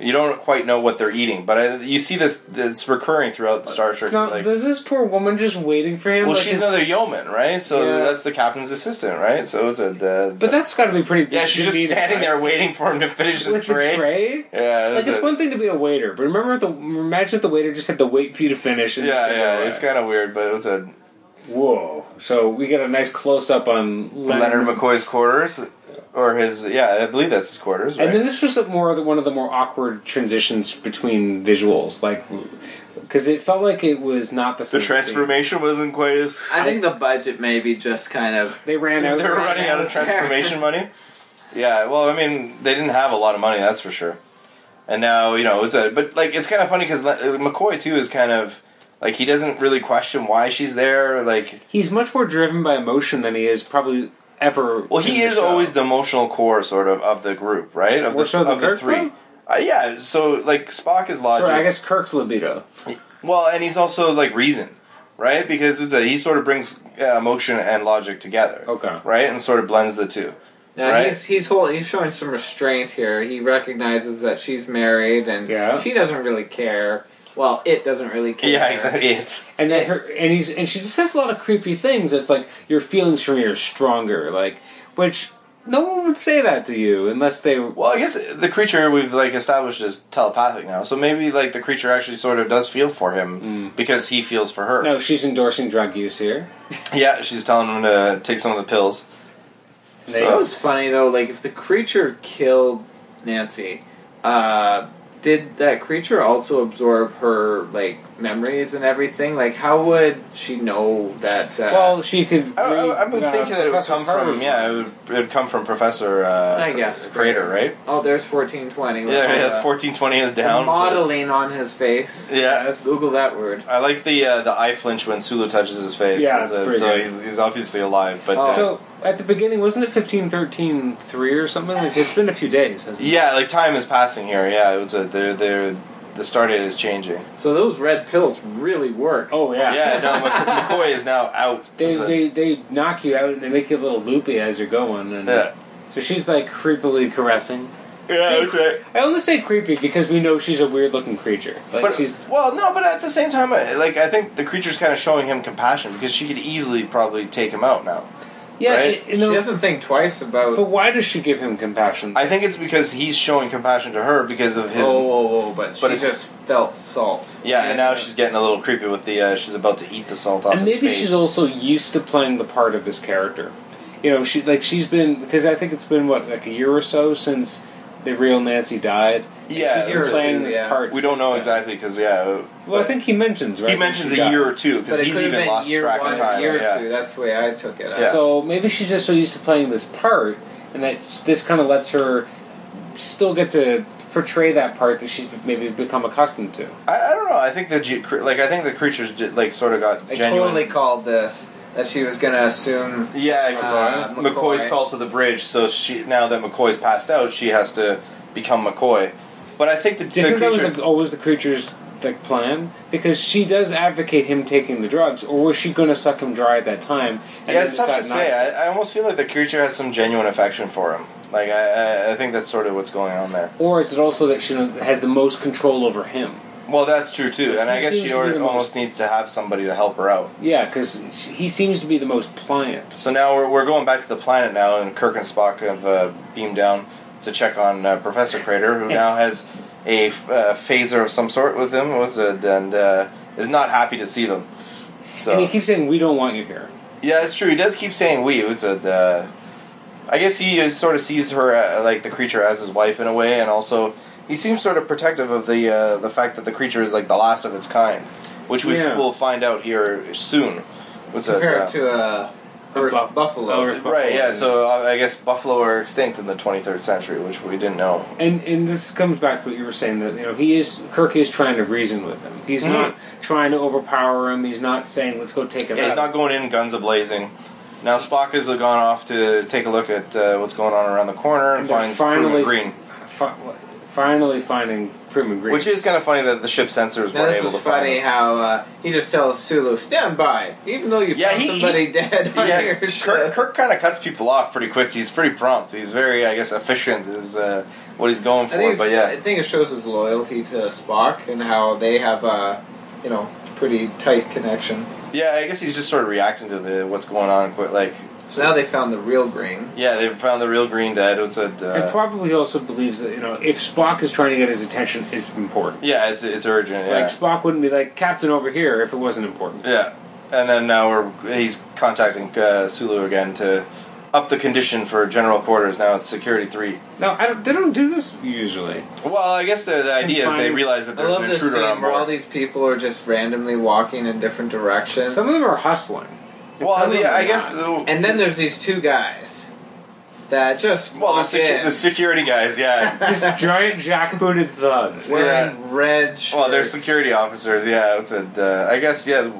Speaker 1: you don't quite know what they're eating, but I, you see this. It's recurring throughout the Star Trek.
Speaker 3: Now,
Speaker 1: like,
Speaker 3: there's this poor woman just waiting for him.
Speaker 1: well,
Speaker 3: like,
Speaker 1: she's another yeoman, right? So
Speaker 3: Yeah.
Speaker 1: that's the captain's assistant, right? So it's a. The,
Speaker 3: But that's got to be pretty.
Speaker 1: Yeah, she's just
Speaker 3: demeaning,
Speaker 1: standing
Speaker 3: right?
Speaker 1: there waiting for him to finish his
Speaker 3: with the
Speaker 1: tray.
Speaker 3: tray.
Speaker 1: Yeah,
Speaker 3: Like
Speaker 1: that's
Speaker 3: it's
Speaker 1: it.
Speaker 3: one thing to be a waiter, but remember if the imagine if the waiter just had to wait for you to finish. And
Speaker 1: Yeah, yeah, it's kind of weird, but it's a
Speaker 3: whoa. So we got a nice close up on
Speaker 1: Leonard McCoy's quarters, or his yeah, I believe that's his quarters. Right?
Speaker 3: And then this was the more the, one of the more awkward transitions between visuals, like because it felt like it was not the
Speaker 1: the
Speaker 3: same. scene.
Speaker 1: transformation wasn't quite as.
Speaker 5: I think the budget maybe just kind of
Speaker 3: They ran out.
Speaker 1: they were running out of transformation money. Yeah, well, I mean, they didn't have a lot of money, that's for sure. And now you know it's a, but like it's kind of funny because McCoy too is kind of like he doesn't really question why she's there. Like,
Speaker 3: He's much more driven by emotion than he is probably ever.
Speaker 1: well, he
Speaker 3: in the
Speaker 1: is
Speaker 3: show.
Speaker 1: always the emotional core sort of of the group, right? Of
Speaker 3: More
Speaker 1: the
Speaker 3: so than
Speaker 1: of the
Speaker 3: Kirk,
Speaker 1: three.
Speaker 3: though?
Speaker 1: Uh, yeah, so like Spock is logic.
Speaker 3: Or I guess Kirk's libido.
Speaker 1: Well, and he's also like reason, right? Because it's a, he sort of brings uh, emotion and logic together.
Speaker 3: Okay.
Speaker 1: Right, and sort of blends the two.
Speaker 4: Now
Speaker 1: Right.
Speaker 4: he's he's holding he's showing some restraint here. He recognizes that she's married and
Speaker 3: Yeah.
Speaker 4: she doesn't really care. Well, it doesn't really care.
Speaker 1: Yeah, exactly. It.
Speaker 3: and that her and he's and she just says a lot of creepy things. It's like your feelings for me are stronger, like which no one would say that to you unless they.
Speaker 1: Well, I guess the creature we've like established is telepathic now, so maybe like the creature actually sort of does feel for him because he feels for her.
Speaker 3: Mm. No, she's endorsing drug use here.
Speaker 1: Yeah, she's telling him to take some of the pills.
Speaker 3: They-
Speaker 1: So-
Speaker 4: That was funny though. Like if the creature killed Nancy, uh, did that creature also absorb her like memories and everything? Like how would she know that? Uh,
Speaker 3: Well, she could.
Speaker 1: I, I, I would
Speaker 3: read, uh,
Speaker 1: think that it would
Speaker 3: Professor
Speaker 1: come
Speaker 3: Carter's-
Speaker 1: from yeah, it would, it would come from Professor uh,
Speaker 4: I guess.
Speaker 1: Crater, right?
Speaker 4: oh, there's fourteen twenty. uh,
Speaker 1: Yeah, yeah, fourteen twenty is down.
Speaker 4: modeling on his face.
Speaker 1: Yeah,
Speaker 4: Google that word.
Speaker 1: I like the uh, the eye flinch when Sulu touches his face.
Speaker 3: Yeah, it's
Speaker 1: so,
Speaker 3: pretty
Speaker 1: so
Speaker 3: good.
Speaker 1: he's he's obviously alive, but
Speaker 4: Oh.
Speaker 1: uh,
Speaker 3: So at the beginning, wasn't it fifteen thirteen three or something? Like it's been a few days. Hasn't it?
Speaker 1: yeah, like time is passing here. Yeah, it was a they're they're the start date is changing.
Speaker 4: So those red pills really work.
Speaker 3: Oh yeah.
Speaker 1: Yeah, no, Mc- McCoy is now out.
Speaker 3: They,
Speaker 1: So-
Speaker 3: they they knock you out and they make you a little loopy as you're going and
Speaker 1: yeah,
Speaker 3: so she's like creepily caressing.
Speaker 1: yeah, it's a,
Speaker 3: I only say creepy because we know she's a weird looking creature. Like
Speaker 1: but
Speaker 3: she's
Speaker 1: well, no, but at the same time, I- like I think the creature's kind of showing him compassion because she could easily probably take him out now.
Speaker 3: yeah.
Speaker 1: right?
Speaker 3: it- you know,
Speaker 4: she doesn't think twice about.
Speaker 3: But why does she give him compassion?
Speaker 1: I think it's because he's showing compassion to her because of his.
Speaker 4: oh, oh, oh, but she
Speaker 1: it's-
Speaker 4: just felt salt.
Speaker 1: Yeah, and now she's getting a little creepy with the. Uh, she's about to eat the salt off
Speaker 3: and
Speaker 1: his
Speaker 3: maybe
Speaker 1: face.
Speaker 3: she's also used to playing the part of this character. You know, she like she's been because I think it's been what like a year or so since the real Nancy died. and
Speaker 1: Yeah,
Speaker 3: she's
Speaker 4: year
Speaker 3: been
Speaker 4: or
Speaker 3: playing
Speaker 4: two,
Speaker 3: this
Speaker 4: yeah.
Speaker 3: part.
Speaker 1: we don't
Speaker 3: since
Speaker 1: know
Speaker 3: then.
Speaker 1: exactly because yeah. uh,
Speaker 3: Well, I think he mentions right.
Speaker 1: He mentions
Speaker 3: She
Speaker 1: a
Speaker 3: died.
Speaker 1: year or two
Speaker 4: But
Speaker 1: because
Speaker 4: it
Speaker 1: he's
Speaker 4: could have
Speaker 1: even
Speaker 4: been
Speaker 1: lost
Speaker 4: year
Speaker 1: track
Speaker 4: one,
Speaker 1: of time.
Speaker 4: Year
Speaker 1: yeah.
Speaker 4: two. That's the way I took it.
Speaker 1: Yeah.
Speaker 3: So maybe she's just so used to playing this part, and that this kind of lets her still get to portray that part that she's maybe become accustomed to.
Speaker 1: I, I don't know. I think the ge- cre- like I think the creatures ge- like sort of got
Speaker 4: I
Speaker 1: genuine.
Speaker 4: totally called this that she was gonna assume.
Speaker 1: yeah, because
Speaker 4: Uh,
Speaker 1: McCoy's
Speaker 4: McCoy.
Speaker 1: called to the bridge, so she now that McCoy's passed out, she has to become McCoy. But I think the,
Speaker 3: Do you
Speaker 1: the
Speaker 3: think that
Speaker 1: creature.
Speaker 3: was the, always the creature's like plan? Because she does advocate him taking the drugs, or was she going to suck him dry at that time? and
Speaker 1: yeah,
Speaker 3: then
Speaker 1: it's tough to
Speaker 3: decide not
Speaker 1: say. I, I almost feel like the creature has some genuine affection for him. Like I, I, I think that's sort of what's going on there.
Speaker 3: Or is it also that she knows, has the most control over him?
Speaker 1: Well, that's true too, and I
Speaker 3: He
Speaker 1: guess
Speaker 3: seems
Speaker 1: she
Speaker 3: to be
Speaker 1: alre-
Speaker 3: the most-
Speaker 1: almost needs to have somebody to help her out.
Speaker 3: Yeah, because he seems to be the most pliant.
Speaker 1: So now we're, we're going back to the planet now, and Kirk and Spock have uh, beamed down to check on uh, Professor Crater, who now has a uh, phaser of some sort with him, was it, and uh, is not happy to see them.
Speaker 3: And he
Speaker 1: So
Speaker 3: keeps saying, "We don't want you here."
Speaker 1: yeah, it's true. He does keep saying "we." It's a. Uh, I guess he is, sort of sees her uh, like the creature as his wife in a way, and also he seems sort of protective of the uh, the fact that the creature is like the last of its kind, which we
Speaker 3: Yeah.
Speaker 1: will find out here soon. What's it,
Speaker 4: Compared
Speaker 1: uh,
Speaker 4: to a
Speaker 6: Earth
Speaker 7: buff-
Speaker 6: Buffalo.
Speaker 7: Earth buffalo.
Speaker 1: Right, yeah, so uh, I guess buffalo are extinct in the 23rd century, which we didn't know.
Speaker 3: And and this comes back to what you were saying that you know he is Kirk is trying to reason with him. He's
Speaker 1: Hmm.
Speaker 3: not trying to overpower him. He's not saying let's go take him
Speaker 1: Yeah,
Speaker 3: out.
Speaker 1: he's not going in guns a blazing. Now Spock has gone off to take a look at uh, what's going on around the corner and,
Speaker 3: They're
Speaker 1: finds Prima Green,
Speaker 3: fi- finally finding Prima Green.
Speaker 1: which is kind of funny that the ship sensors
Speaker 4: Now
Speaker 1: weren't
Speaker 4: this
Speaker 1: able
Speaker 4: was
Speaker 1: to find.
Speaker 4: funny
Speaker 1: him.
Speaker 4: how uh, he just tells Sulu, "Stand by," even though you
Speaker 1: Yeah,
Speaker 4: found
Speaker 1: he-
Speaker 4: somebody
Speaker 1: he-
Speaker 4: dead on
Speaker 1: Yeah,
Speaker 4: your
Speaker 1: Kirk,
Speaker 4: ship.
Speaker 1: Kirk kind of cuts people off pretty quick. He's pretty prompt. He's very, I guess, efficient is uh, what he's going
Speaker 4: I
Speaker 1: for.
Speaker 4: think, it's-
Speaker 1: But
Speaker 4: I
Speaker 1: yeah,
Speaker 4: think it shows his loyalty to Spock and how they have a, you know, pretty tight connection.
Speaker 1: yeah, I guess he's just sort of reacting to the what's going on. Quite like,
Speaker 4: So now they found the real Green.
Speaker 1: yeah, they found the real Green dead. It's a
Speaker 3: and
Speaker 1: uh,
Speaker 3: probably also believes that you know if Spock is trying to get his attention, it's important.
Speaker 1: yeah, it's it's urgent. Yeah.
Speaker 3: Like Spock wouldn't be like Captain over here if it wasn't important.
Speaker 1: Yeah, and then now we're he's contacting uh, Sulu again to up the condition for general quarters. Now it's security three.
Speaker 3: No, I don't, they don't do this usually.
Speaker 1: Well, I guess the, the idea is they
Speaker 3: find-
Speaker 1: realize that
Speaker 4: I
Speaker 1: there's
Speaker 4: love
Speaker 1: an
Speaker 4: this
Speaker 1: intruder on
Speaker 4: scene where all
Speaker 1: board.
Speaker 4: these people are just randomly walking in different directions.
Speaker 3: Some of them are hustling. And some
Speaker 1: Well,
Speaker 3: of
Speaker 1: yeah,
Speaker 3: them
Speaker 1: I
Speaker 3: are
Speaker 1: guess.
Speaker 3: not.
Speaker 1: the-
Speaker 4: and then there's these two guys that just
Speaker 1: well, the,
Speaker 4: walk
Speaker 1: secu-
Speaker 4: in
Speaker 1: the security guys, yeah.
Speaker 3: these giant jackbooted thugs.
Speaker 4: wearing red shirts.
Speaker 1: well, they're security officers, yeah. It's a, uh, I guess, yeah.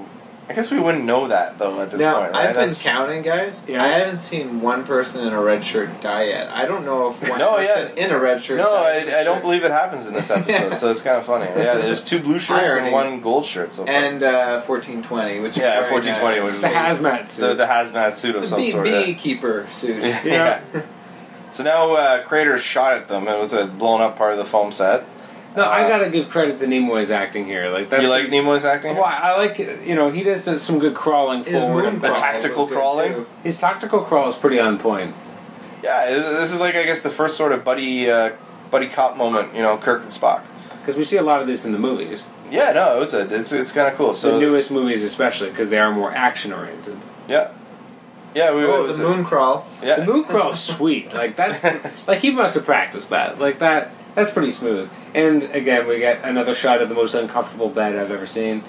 Speaker 1: I guess we wouldn't know that though at this
Speaker 4: Now,
Speaker 1: point, right?
Speaker 4: I've
Speaker 1: That's-
Speaker 4: been counting, guys.
Speaker 3: Yeah.
Speaker 4: I haven't seen one person in a red shirt die yet. I don't know if one
Speaker 1: No,
Speaker 4: person in a red shirt
Speaker 1: No,
Speaker 4: dies in a
Speaker 1: I, I don't
Speaker 4: shirt.
Speaker 1: believe it happens in this episode, so it's kind of funny. Yeah, there's two blue shirts
Speaker 4: Irony.
Speaker 1: and one gold shirt so far.
Speaker 4: And uh, 1420, which
Speaker 1: yeah,
Speaker 4: is wearing
Speaker 1: 1420
Speaker 4: a-
Speaker 1: was
Speaker 3: the hazmat
Speaker 1: the,
Speaker 3: suit.
Speaker 1: the hazmat suit of
Speaker 4: The
Speaker 1: some
Speaker 4: bee,
Speaker 1: sort. yeah.
Speaker 4: beekeeper suit.
Speaker 1: Yeah. so now uh, Crater shot at them. It was a blown up part of the foam set.
Speaker 3: no, I
Speaker 1: uh,
Speaker 3: gotta give credit to Nemo's acting here. Like that's
Speaker 1: you like Nemo's acting?
Speaker 3: Well, I like you know he does some good crawling
Speaker 4: His
Speaker 3: forward.
Speaker 4: moon
Speaker 3: and
Speaker 1: The
Speaker 4: crawl
Speaker 3: crawl.
Speaker 1: tactical
Speaker 4: was good,
Speaker 1: crawling?
Speaker 4: too.
Speaker 3: His tactical crawl is pretty on point.
Speaker 1: Yeah, th- this is like I guess the first sort of buddy uh, buddy cop moment. You know, Kirk and Spock.
Speaker 3: Because we see a lot of this in the movies,
Speaker 1: Yeah, no, it's a, it's it's kind of cool. So
Speaker 3: the newest movies especially, because they are more action oriented.
Speaker 1: yeah, yeah, we what
Speaker 4: Oh,
Speaker 1: was
Speaker 4: the
Speaker 1: it?
Speaker 4: moon crawl.
Speaker 1: Yeah,
Speaker 3: The moon crawl is sweet. Like that's like he must have practiced that. Like that that's pretty smooth. And again, we get another shot of the most uncomfortable bed I've ever seen.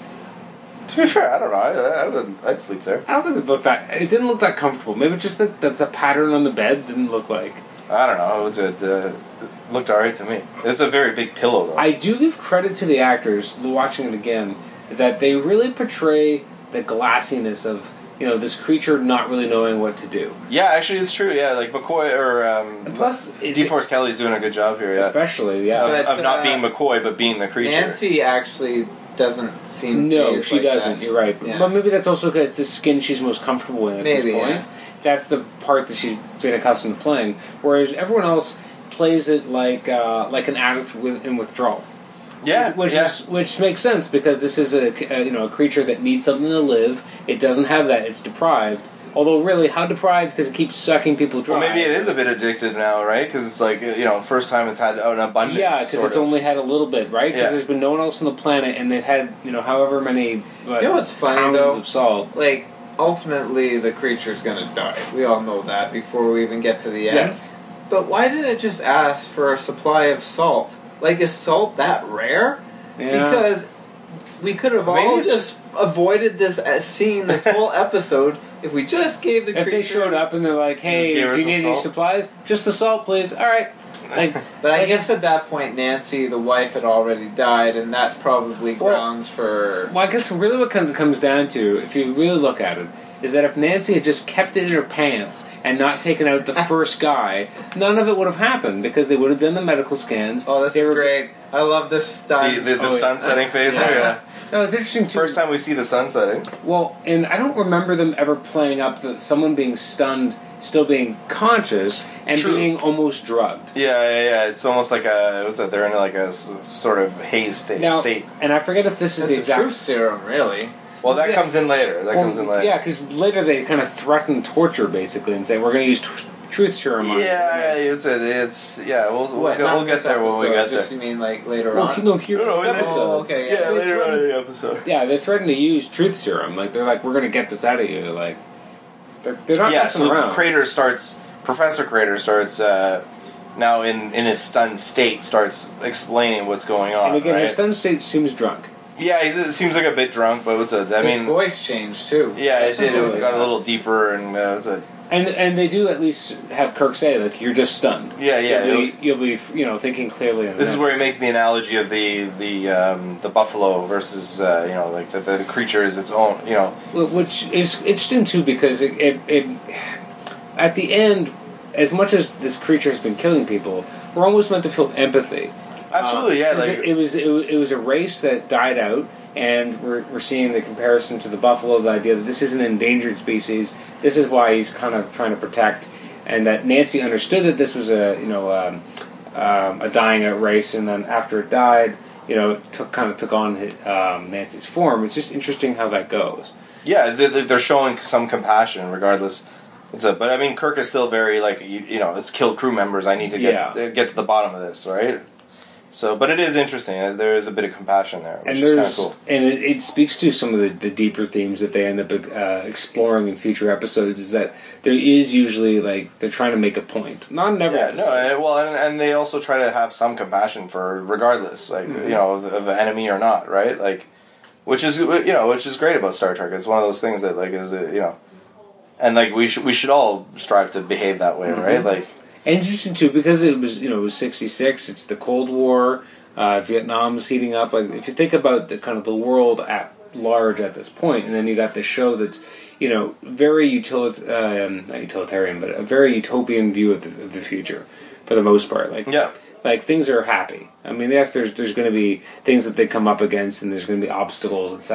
Speaker 1: to be fair, I don't know. I, I would I'd sleep there.
Speaker 3: I don't think it looked that. It didn't look that comfortable. Maybe just the, the the pattern on the bed didn't look like.
Speaker 1: I don't know. It was a uh, it looked alright to me. It's a very big pillow though.
Speaker 3: I do give credit to the actors watching it again that they really portray the glassiness of you know this creature not really knowing what to do.
Speaker 1: yeah, actually, it's true. Yeah, like McCoy or um,
Speaker 3: And plus, it-
Speaker 1: DeForest Kelly's doing a good job here. Yeah.
Speaker 3: especially yeah.
Speaker 1: of,
Speaker 4: But,
Speaker 1: of not
Speaker 4: uh,
Speaker 1: being McCoy, but being the creature.
Speaker 4: Nancy actually doesn't seem.
Speaker 3: No,
Speaker 4: phased
Speaker 3: she
Speaker 4: like
Speaker 3: doesn't.
Speaker 4: that.
Speaker 3: You're right.
Speaker 4: Yeah.
Speaker 3: But maybe that's also because it's the skin she's most comfortable in at
Speaker 4: Maybe,
Speaker 3: this point.
Speaker 4: yeah.
Speaker 3: That's the part that she's been accustomed to playing. Whereas everyone else plays it like uh, like an addict with, in withdrawal.
Speaker 1: yeah,
Speaker 3: which
Speaker 1: yeah.
Speaker 3: is which makes sense because this is a, a you know a creature that needs something to live. It doesn't have that. It's deprived. Although really, how deprived? Because it keeps sucking people dry.
Speaker 1: well, maybe it is a bit addicted now, right? Because it's like you know, first time it's had an abundance.
Speaker 3: Yeah, because
Speaker 1: sort
Speaker 3: it's
Speaker 1: of.
Speaker 3: only had a little bit, right? Because
Speaker 1: Yeah.
Speaker 3: there's been no one else on the planet, and they've had you know however many. Like,
Speaker 4: You know what's funny,
Speaker 3: pounds
Speaker 4: though?
Speaker 3: Of salt.
Speaker 4: Like, ultimately, the creature's gonna die. We all know that before we even get to the end.
Speaker 3: Yes.
Speaker 4: But why didn't it just ask for a supply of salt? Like, is salt that rare?
Speaker 3: Yeah.
Speaker 4: Because we could have
Speaker 1: Maybe
Speaker 4: all
Speaker 1: it's
Speaker 4: just, avoided this uh, scene, this whole episode, if we just gave the
Speaker 3: if
Speaker 4: creature.
Speaker 3: they showed up and they're like, "Hey,
Speaker 1: give
Speaker 3: do
Speaker 1: her
Speaker 3: you
Speaker 1: some
Speaker 3: need any
Speaker 1: salt."
Speaker 3: supplies? Just the salt, please." All right. Like,
Speaker 4: But I
Speaker 3: like,
Speaker 4: guess at that point, Nancy, the wife, had already died, and that's probably
Speaker 3: Well-
Speaker 4: grounds for.
Speaker 3: Well, I guess really what come- comes down to, if you really look at it, is that if Nancy had just kept it in her pants and not taken out the first guy, none of it would have happened because they would have done the medical scans.
Speaker 4: Oh, this
Speaker 3: they
Speaker 4: is
Speaker 3: were-
Speaker 4: great! I love this stunt.
Speaker 1: the, the, the
Speaker 3: Oh,
Speaker 1: sun setting phase. Yeah.
Speaker 3: No, it's interesting too.
Speaker 1: First time we see the sun setting.
Speaker 3: Well, and I don't remember them ever playing up the, someone being stunned, still being conscious, and
Speaker 1: True.
Speaker 3: being almost drugged.
Speaker 1: Yeah, yeah, yeah. It's almost like a what's that? They're in like a s- sort of haze state.
Speaker 3: Now,
Speaker 1: state.
Speaker 3: and I forget if this is
Speaker 4: That's
Speaker 3: the
Speaker 4: a
Speaker 3: exact
Speaker 4: truth serum, really.
Speaker 1: Well, that
Speaker 3: yeah.
Speaker 1: comes in later. That
Speaker 3: Well,
Speaker 1: comes in later.
Speaker 3: Yeah, because later they kind of threaten torture basically and say we're going to use tr- truth serum. on you."
Speaker 1: Yeah, it's a, it's yeah. We'll we'll,
Speaker 4: What,
Speaker 1: go-
Speaker 4: not
Speaker 1: we'll get
Speaker 4: this
Speaker 1: there when we
Speaker 4: episode,
Speaker 1: get
Speaker 4: Just
Speaker 1: there.
Speaker 4: you mean like later
Speaker 3: Well,
Speaker 4: on?
Speaker 3: no, here
Speaker 1: No, no,
Speaker 3: this
Speaker 1: in this-
Speaker 3: episode.
Speaker 4: Oh, okay,
Speaker 1: yeah,
Speaker 4: yeah.
Speaker 1: later on in the episode.
Speaker 3: Yeah, they threatened to use truth serum. Like they're like, we're gonna get this out of you. Like they're, they're not
Speaker 1: yeah,
Speaker 3: messing
Speaker 1: so
Speaker 3: around.
Speaker 1: Crater starts. Professor Crater starts uh, now in in his stunned state. Starts explaining what's going on.
Speaker 3: and again,
Speaker 1: right?
Speaker 3: her stunned state seems drunk.
Speaker 1: yeah, he's, it seems like a bit drunk, but it's a. I
Speaker 4: His
Speaker 1: mean,
Speaker 4: voice changed too.
Speaker 1: yeah, it did. It got a little deeper, and uh, it's a.
Speaker 3: And and they do at least have Kirk say like you're just stunned.
Speaker 1: Yeah, yeah.
Speaker 3: You'll
Speaker 1: it-
Speaker 3: be, you'll be you know thinking clearly. in a
Speaker 1: This is
Speaker 3: minute.
Speaker 1: where he makes the analogy of the the um, the buffalo versus uh, you know like the, the creature is its own you know
Speaker 3: Wh- which is interesting too because it, it, it at the end as much as this creature has been killing people we're almost meant to feel empathy
Speaker 1: absolutely yeah
Speaker 3: Because
Speaker 1: like
Speaker 3: Uh, it, it was it, wa- it was a race that died out and we're, we're seeing the comparison to the buffalo the idea that this is an endangered species this is why he's kind of trying to protect and that Nancy understood that this was a you know um, um, a dying out race and then after it died you know it took kind of took on um, Nancy's form it's just interesting how that goes
Speaker 1: yeah they- they- they're showing some compassion regardless it's a, but I mean Kirk is still very like you, you know it's killed crew members I need to get
Speaker 3: Yeah.
Speaker 1: get to the bottom of this right so but it is interesting uh, there is a bit of compassion there
Speaker 3: and
Speaker 1: which is kind of
Speaker 3: there's
Speaker 1: cool
Speaker 3: and it, it speaks to some of the, the deeper themes that they end up uh, exploring in future episodes is that there is usually like they're trying to make a point not never
Speaker 1: yeah no and, well and, and they also try to have some compassion for regardless like
Speaker 3: Mm-hmm.
Speaker 1: you know of, of an enemy or not right like which is you know which is great about Star Trek it's one of those things that like is uh, you know and like we should we should all strive to behave that way
Speaker 3: Mm-hmm.
Speaker 1: right like
Speaker 3: And interesting too because it was you know it was 66 it's the cold war uh, vietnam's heating up like if you think about the kind of the world at large at this point and then you got this show that's you know very utilit- um, not utilitarian but a very utopian view of the, of the future for the most part like
Speaker 1: Yeah.
Speaker 3: like things are happy i mean yes there's there's going to be things that they come up against and there's going to be obstacles etc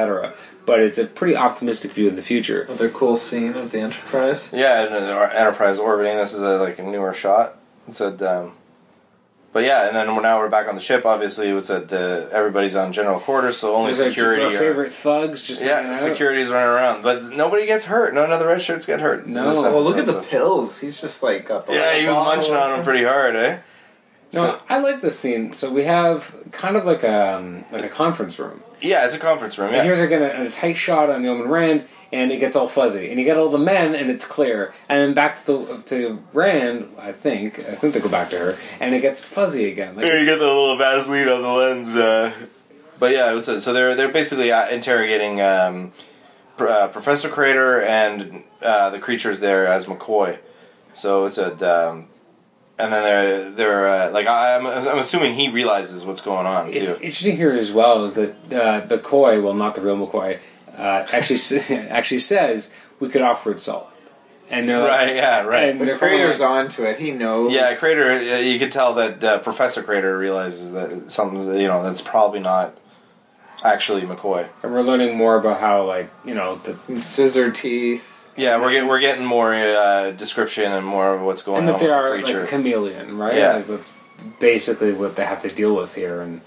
Speaker 3: but it's a pretty optimistic view of the future
Speaker 4: Another cool scene of the Enterprise.
Speaker 1: Yeah, and, uh, our Enterprise orbiting. This is a, like a newer shot. It said, um, but yeah, and then we're now we're back on the ship. Obviously, it said the everybody's on general quarters, so only
Speaker 3: There's our-
Speaker 1: security.
Speaker 3: our
Speaker 1: are-
Speaker 3: favorite thugs just hanging
Speaker 1: yeah,
Speaker 3: out.
Speaker 1: security's running around, but nobody gets hurt. None of the red shirts get hurt. in
Speaker 3: No. Oh,
Speaker 1: this
Speaker 4: Well, Oh, look at the
Speaker 1: episode,
Speaker 4: pills. He's just like got the.
Speaker 1: so- Yeah, he was munching on them pretty hard, eh?
Speaker 3: No,
Speaker 1: So-
Speaker 3: I like this scene. So we have kind of like a um, like a conference room.
Speaker 1: yeah, it's a conference room. Yeah,
Speaker 3: And here's again a, a tight shot on the Yeoman Rand, and it gets all fuzzy. And you get all the men, and it's clear. And then back to the to Rand, I think. I think they go back to her, and it gets fuzzy again. Like,
Speaker 1: Yeah, you get the little Vaseline on the lens. Uh. But yeah, it's a, so they're they're basically uh, interrogating um, pr- uh, Professor Crater and uh, the creatures there as McCoy. So it's a um, and then they're they're uh, like I- I'm I'm assuming he realizes what's going on
Speaker 3: it's
Speaker 1: too.
Speaker 3: interesting here as well is that uh, the McCoy, well, not the real McCoy, uh, actually s- actually says we could offer it salt, and they're like-
Speaker 1: Right? Yeah. Right.
Speaker 3: And
Speaker 4: The
Speaker 3: they're kinda
Speaker 4: creator's
Speaker 3: like-
Speaker 4: onto it. He knows.
Speaker 1: yeah, Crater. uh, You could tell that uh, Professor Crater realizes that something's you know that's probably not actually McCoy.
Speaker 3: and we're learning more about how like you know the
Speaker 4: And scissor teeth.
Speaker 1: Yeah, we're get, we're getting more uh, description and more of what's going
Speaker 3: and
Speaker 1: on with
Speaker 3: that they
Speaker 1: the
Speaker 3: are like
Speaker 1: creature.
Speaker 3: a chameleon, right?
Speaker 1: Yeah.
Speaker 3: Like that's basically what they have to deal with here, and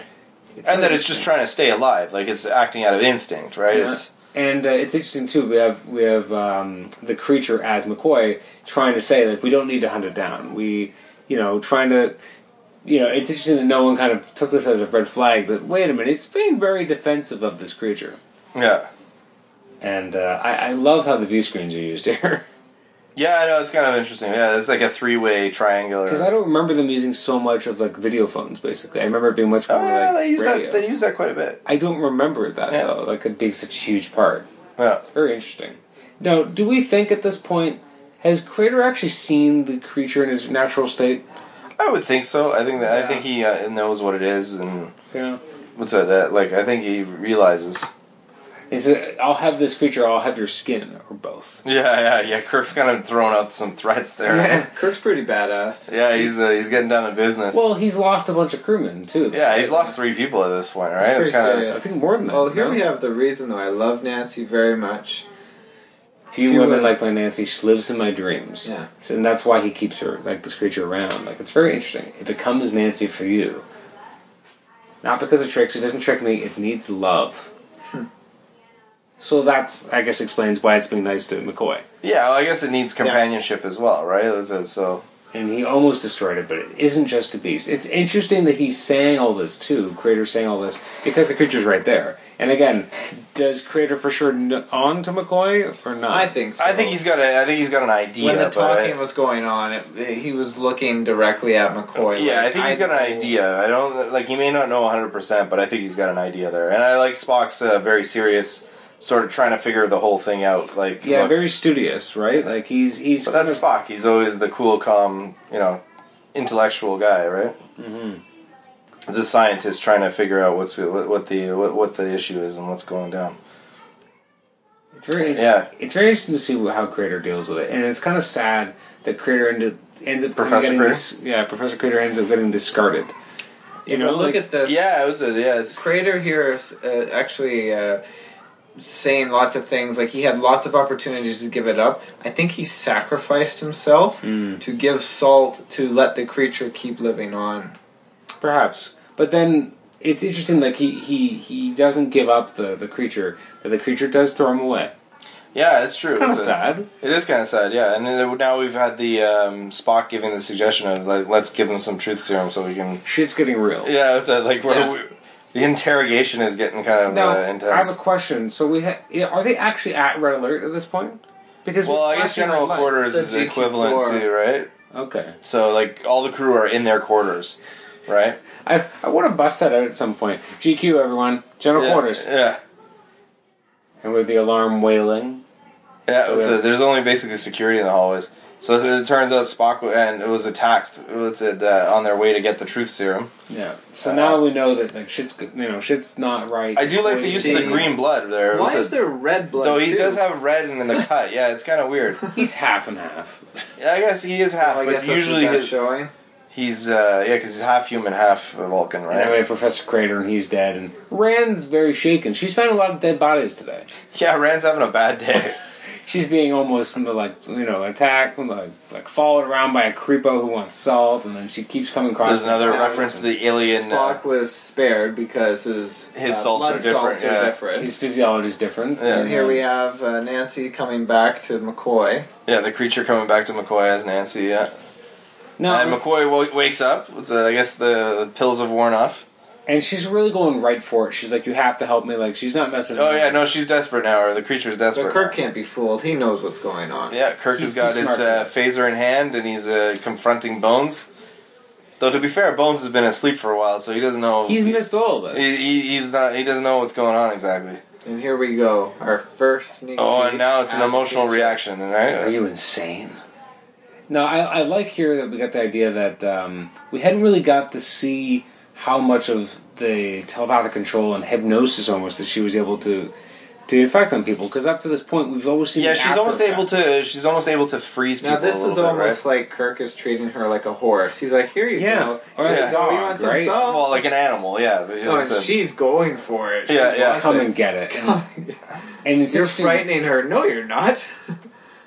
Speaker 3: it's
Speaker 1: and that it's just trying to stay alive like it's acting out of instinct right it's
Speaker 3: and uh, it's interesting too. We have we have um, the creature as McCoy trying to say like we don't need to hunt it down. We you know trying to. You know, it's interesting that no one kind of took this as a red flag. That wait a minute, it's being very defensive of this creature,
Speaker 1: yeah
Speaker 3: and uh, I, I love how the view screens are used here
Speaker 1: yeah i know it's kind of interesting yeah it's like a three-way triangular
Speaker 3: because I don't remember them using so much of like video phones. Basically, I remember it being much more
Speaker 1: oh yeah
Speaker 3: like
Speaker 1: they use
Speaker 3: radio.
Speaker 1: that they use that quite a bit
Speaker 3: I don't remember that
Speaker 1: Yeah.
Speaker 3: though. That could be such a huge part.
Speaker 1: yeah
Speaker 3: Very interesting. Now, do we think at this point has Crater actually seen the creature in his natural state?
Speaker 1: i would think so i think that i
Speaker 3: Yeah.
Speaker 1: think he uh, knows what it is and
Speaker 3: Yeah.
Speaker 1: what's that uh, like i think he realizes
Speaker 3: He said, "I'll have this creature. I'll have your skin, or both."
Speaker 1: yeah yeah yeah kirk's kind of throwing out some threats there yeah,
Speaker 4: Kirk's pretty badass.
Speaker 1: he's uh, he's getting down to business
Speaker 3: Well, he's lost a bunch of crewmen too.
Speaker 1: yeah he's lost three people at this point right
Speaker 4: It's pretty
Speaker 1: kinda-
Speaker 4: serious.
Speaker 3: I think more than that.
Speaker 4: Well, here
Speaker 3: no?
Speaker 4: we have the reason though. I love Nancy very much.
Speaker 3: Few,
Speaker 4: few
Speaker 3: women
Speaker 4: women.
Speaker 3: like my Nancy. She lives in my dreams.
Speaker 4: Yeah.
Speaker 3: So, and that's why he keeps her like this creature around. Like it's very interesting. It becomes Nancy for you. Not because it tricks. It doesn't trick me. It needs love. So that I guess explains why it's being nice to McCoy.
Speaker 1: yeah well, i guess it needs companionship as well right It was, uh, so
Speaker 3: and he almost destroyed it, but it isn't just a beast. It's interesting that he's saying all this too, Creator saying all this, because the creature's right there. And again, does creator for sure n- on to McCoy or not?
Speaker 4: I think so.
Speaker 1: I think he's got a. I think he's got an idea.
Speaker 4: When the
Speaker 1: but I-
Speaker 4: talking was going on, it, he was looking directly at McCoy.
Speaker 1: yeah, I
Speaker 4: like,
Speaker 1: think he's got an
Speaker 4: know-
Speaker 1: idea. I don't like he may not know 100, percent but I think he's got an idea there. And I like Spock's uh, very serious, sort of trying to figure the whole thing out. Like,
Speaker 3: yeah,
Speaker 1: look,
Speaker 3: very studious, right? Like he's he's.
Speaker 1: but that's Spock. He's always the cool, calm, you know, intellectual guy, right? Mm-hmm. The scientist trying to figure out what's what, what the what, what the issue is and what's going down.
Speaker 3: It's very,
Speaker 1: Yeah.
Speaker 3: it's very interesting to see how Creator deals with it, and it's kind of sad that Creator ended, ends up
Speaker 1: Professor
Speaker 3: getting
Speaker 1: Creator?
Speaker 3: dis- yeah, Professor Creator ends up getting discarded. You know,
Speaker 4: But look
Speaker 3: like-
Speaker 4: at this.
Speaker 1: Yeah, it was a yeah. It's
Speaker 4: Crater here is uh, actually uh, saying lots of things. Like he had lots of opportunities to give it up. I think he sacrificed himself
Speaker 1: Hmm.
Speaker 4: to give salt to let the creature keep living on.
Speaker 3: Perhaps, but then it's interesting. Like he he he doesn't give up the the creature, but the creature does throw him away.
Speaker 1: yeah, it's true.
Speaker 3: Kind of
Speaker 1: It's a-
Speaker 3: sad.
Speaker 1: It is kind of sad, yeah. And then now we've had the um, Spock giving the suggestion of like, let's give him some truth serum so we can.
Speaker 3: Shit's getting real.
Speaker 1: Yeah, it's uh, like we're,
Speaker 3: Yeah.
Speaker 1: we- the interrogation is getting kind of
Speaker 3: Now
Speaker 1: uh,
Speaker 3: I have a
Speaker 1: intense.
Speaker 3: question. So we ha- yeah, are they actually at red alert at this point? Because
Speaker 1: Well,
Speaker 3: we're
Speaker 1: I guess
Speaker 3: flashing
Speaker 1: general
Speaker 3: red lights.
Speaker 1: quarters
Speaker 4: The
Speaker 1: is the
Speaker 4: GQ4.
Speaker 1: equivalent to right.
Speaker 3: Okay,
Speaker 1: So like all the crew are in their quarters, right?
Speaker 3: I I want to bust that out at some point. GQ everyone, general
Speaker 1: Yeah,
Speaker 3: quarters,
Speaker 1: Yeah,
Speaker 3: and with the alarm wailing.
Speaker 1: yeah.
Speaker 3: So
Speaker 1: it's
Speaker 3: they're-
Speaker 1: a, there's only basically security in the hallways. So it turns out Spock w- and it was attacked. It's uh, on their way to get the truth serum.
Speaker 3: Yeah. So now we know that like shit's g- you know shit's not right.
Speaker 1: I do like the
Speaker 3: Employees-
Speaker 1: use of the
Speaker 4: see.
Speaker 1: green blood there.
Speaker 8: Why
Speaker 1: It's a-
Speaker 8: is there red blood?
Speaker 1: Though he
Speaker 8: too?
Speaker 1: does have red in the cut, yeah, it's kind of weird.
Speaker 3: He's half and half.
Speaker 1: Yeah, I guess he is half,
Speaker 4: Well, I guess
Speaker 1: but usually
Speaker 4: that's the best
Speaker 1: his,
Speaker 4: showing.
Speaker 1: he's uh, yeah, because he's half human, half Vulcan,
Speaker 3: And I
Speaker 1: right?
Speaker 3: mean, Professor Crater, and he's dead. And Rand's very shaken. She's found a lot of dead bodies today.
Speaker 1: Yeah, Rand's having a bad day.
Speaker 3: She's being almost from the like you know attack, like like followed around by a creepo who wants salt, and then she keeps coming across.
Speaker 1: There's another
Speaker 4: Yeah.
Speaker 1: reference to the alien. Uh,
Speaker 4: Spock was spared because his uh,
Speaker 1: His salts
Speaker 4: blood
Speaker 1: are different,
Speaker 4: salts
Speaker 1: yeah.
Speaker 4: are different.
Speaker 3: His physiology's different.
Speaker 1: Yeah.
Speaker 4: and here we have uh, Nancy coming back to McCoy.
Speaker 1: yeah, the creature coming back to McCoy as Nancy. Yeah,
Speaker 3: No,
Speaker 1: and McCoy w- wakes up. It's, uh, I guess the, the pills have worn off.
Speaker 3: and she's really going right for it. She's like, "You have to help me." Like she's not messing.
Speaker 1: Oh
Speaker 3: around.
Speaker 1: yeah, no, she's desperate now, or the creature's
Speaker 4: But
Speaker 1: desperate.
Speaker 4: Kirk can't be fooled. He knows what's going on.
Speaker 1: Yeah, Kirk has
Speaker 3: He's
Speaker 1: got
Speaker 3: too
Speaker 1: his uh,
Speaker 3: smart for
Speaker 1: phaser in hand, and he's uh, confronting Bones. Though to be fair, Bones has been asleep for a while, so he doesn't know.
Speaker 3: he's
Speaker 1: he-
Speaker 3: missed all of
Speaker 1: He,
Speaker 3: this.
Speaker 1: he, he's not. He doesn't know what's going on exactly.
Speaker 4: And here we go. Our first sneak.
Speaker 1: Oh, and
Speaker 4: peek
Speaker 1: now it's an
Speaker 4: at
Speaker 1: emotional
Speaker 4: the creature.
Speaker 1: reaction, uh,
Speaker 3: Are
Speaker 1: right?
Speaker 3: you insane? No, I, I like here that we got the idea that um, we hadn't really got to see how much of the telepathic control and hypnosis almost that she was able to to affect on people. Because up to this point, we've always seen
Speaker 1: Yeah,
Speaker 3: the
Speaker 1: she's
Speaker 3: after
Speaker 1: almost
Speaker 3: effect.
Speaker 1: able to. She's almost able to freeze people.
Speaker 4: Now this
Speaker 1: a little
Speaker 4: is
Speaker 1: bit,
Speaker 4: almost
Speaker 1: right?
Speaker 4: like Kirk is treating her like a horse. He's like, "Here you
Speaker 3: Yeah,
Speaker 4: go."
Speaker 3: or
Speaker 1: Yeah.
Speaker 3: the dog,
Speaker 4: we want some
Speaker 3: right?
Speaker 4: salt.
Speaker 1: well, like an animal. Yeah, but
Speaker 4: No,
Speaker 1: it's
Speaker 4: and
Speaker 1: a-
Speaker 4: she's going for it. She
Speaker 1: Yeah, yeah.
Speaker 4: wants
Speaker 3: Come
Speaker 4: it.
Speaker 3: and get it. And, and it's
Speaker 4: You're
Speaker 3: interesting-
Speaker 4: frightening her. No, you're not.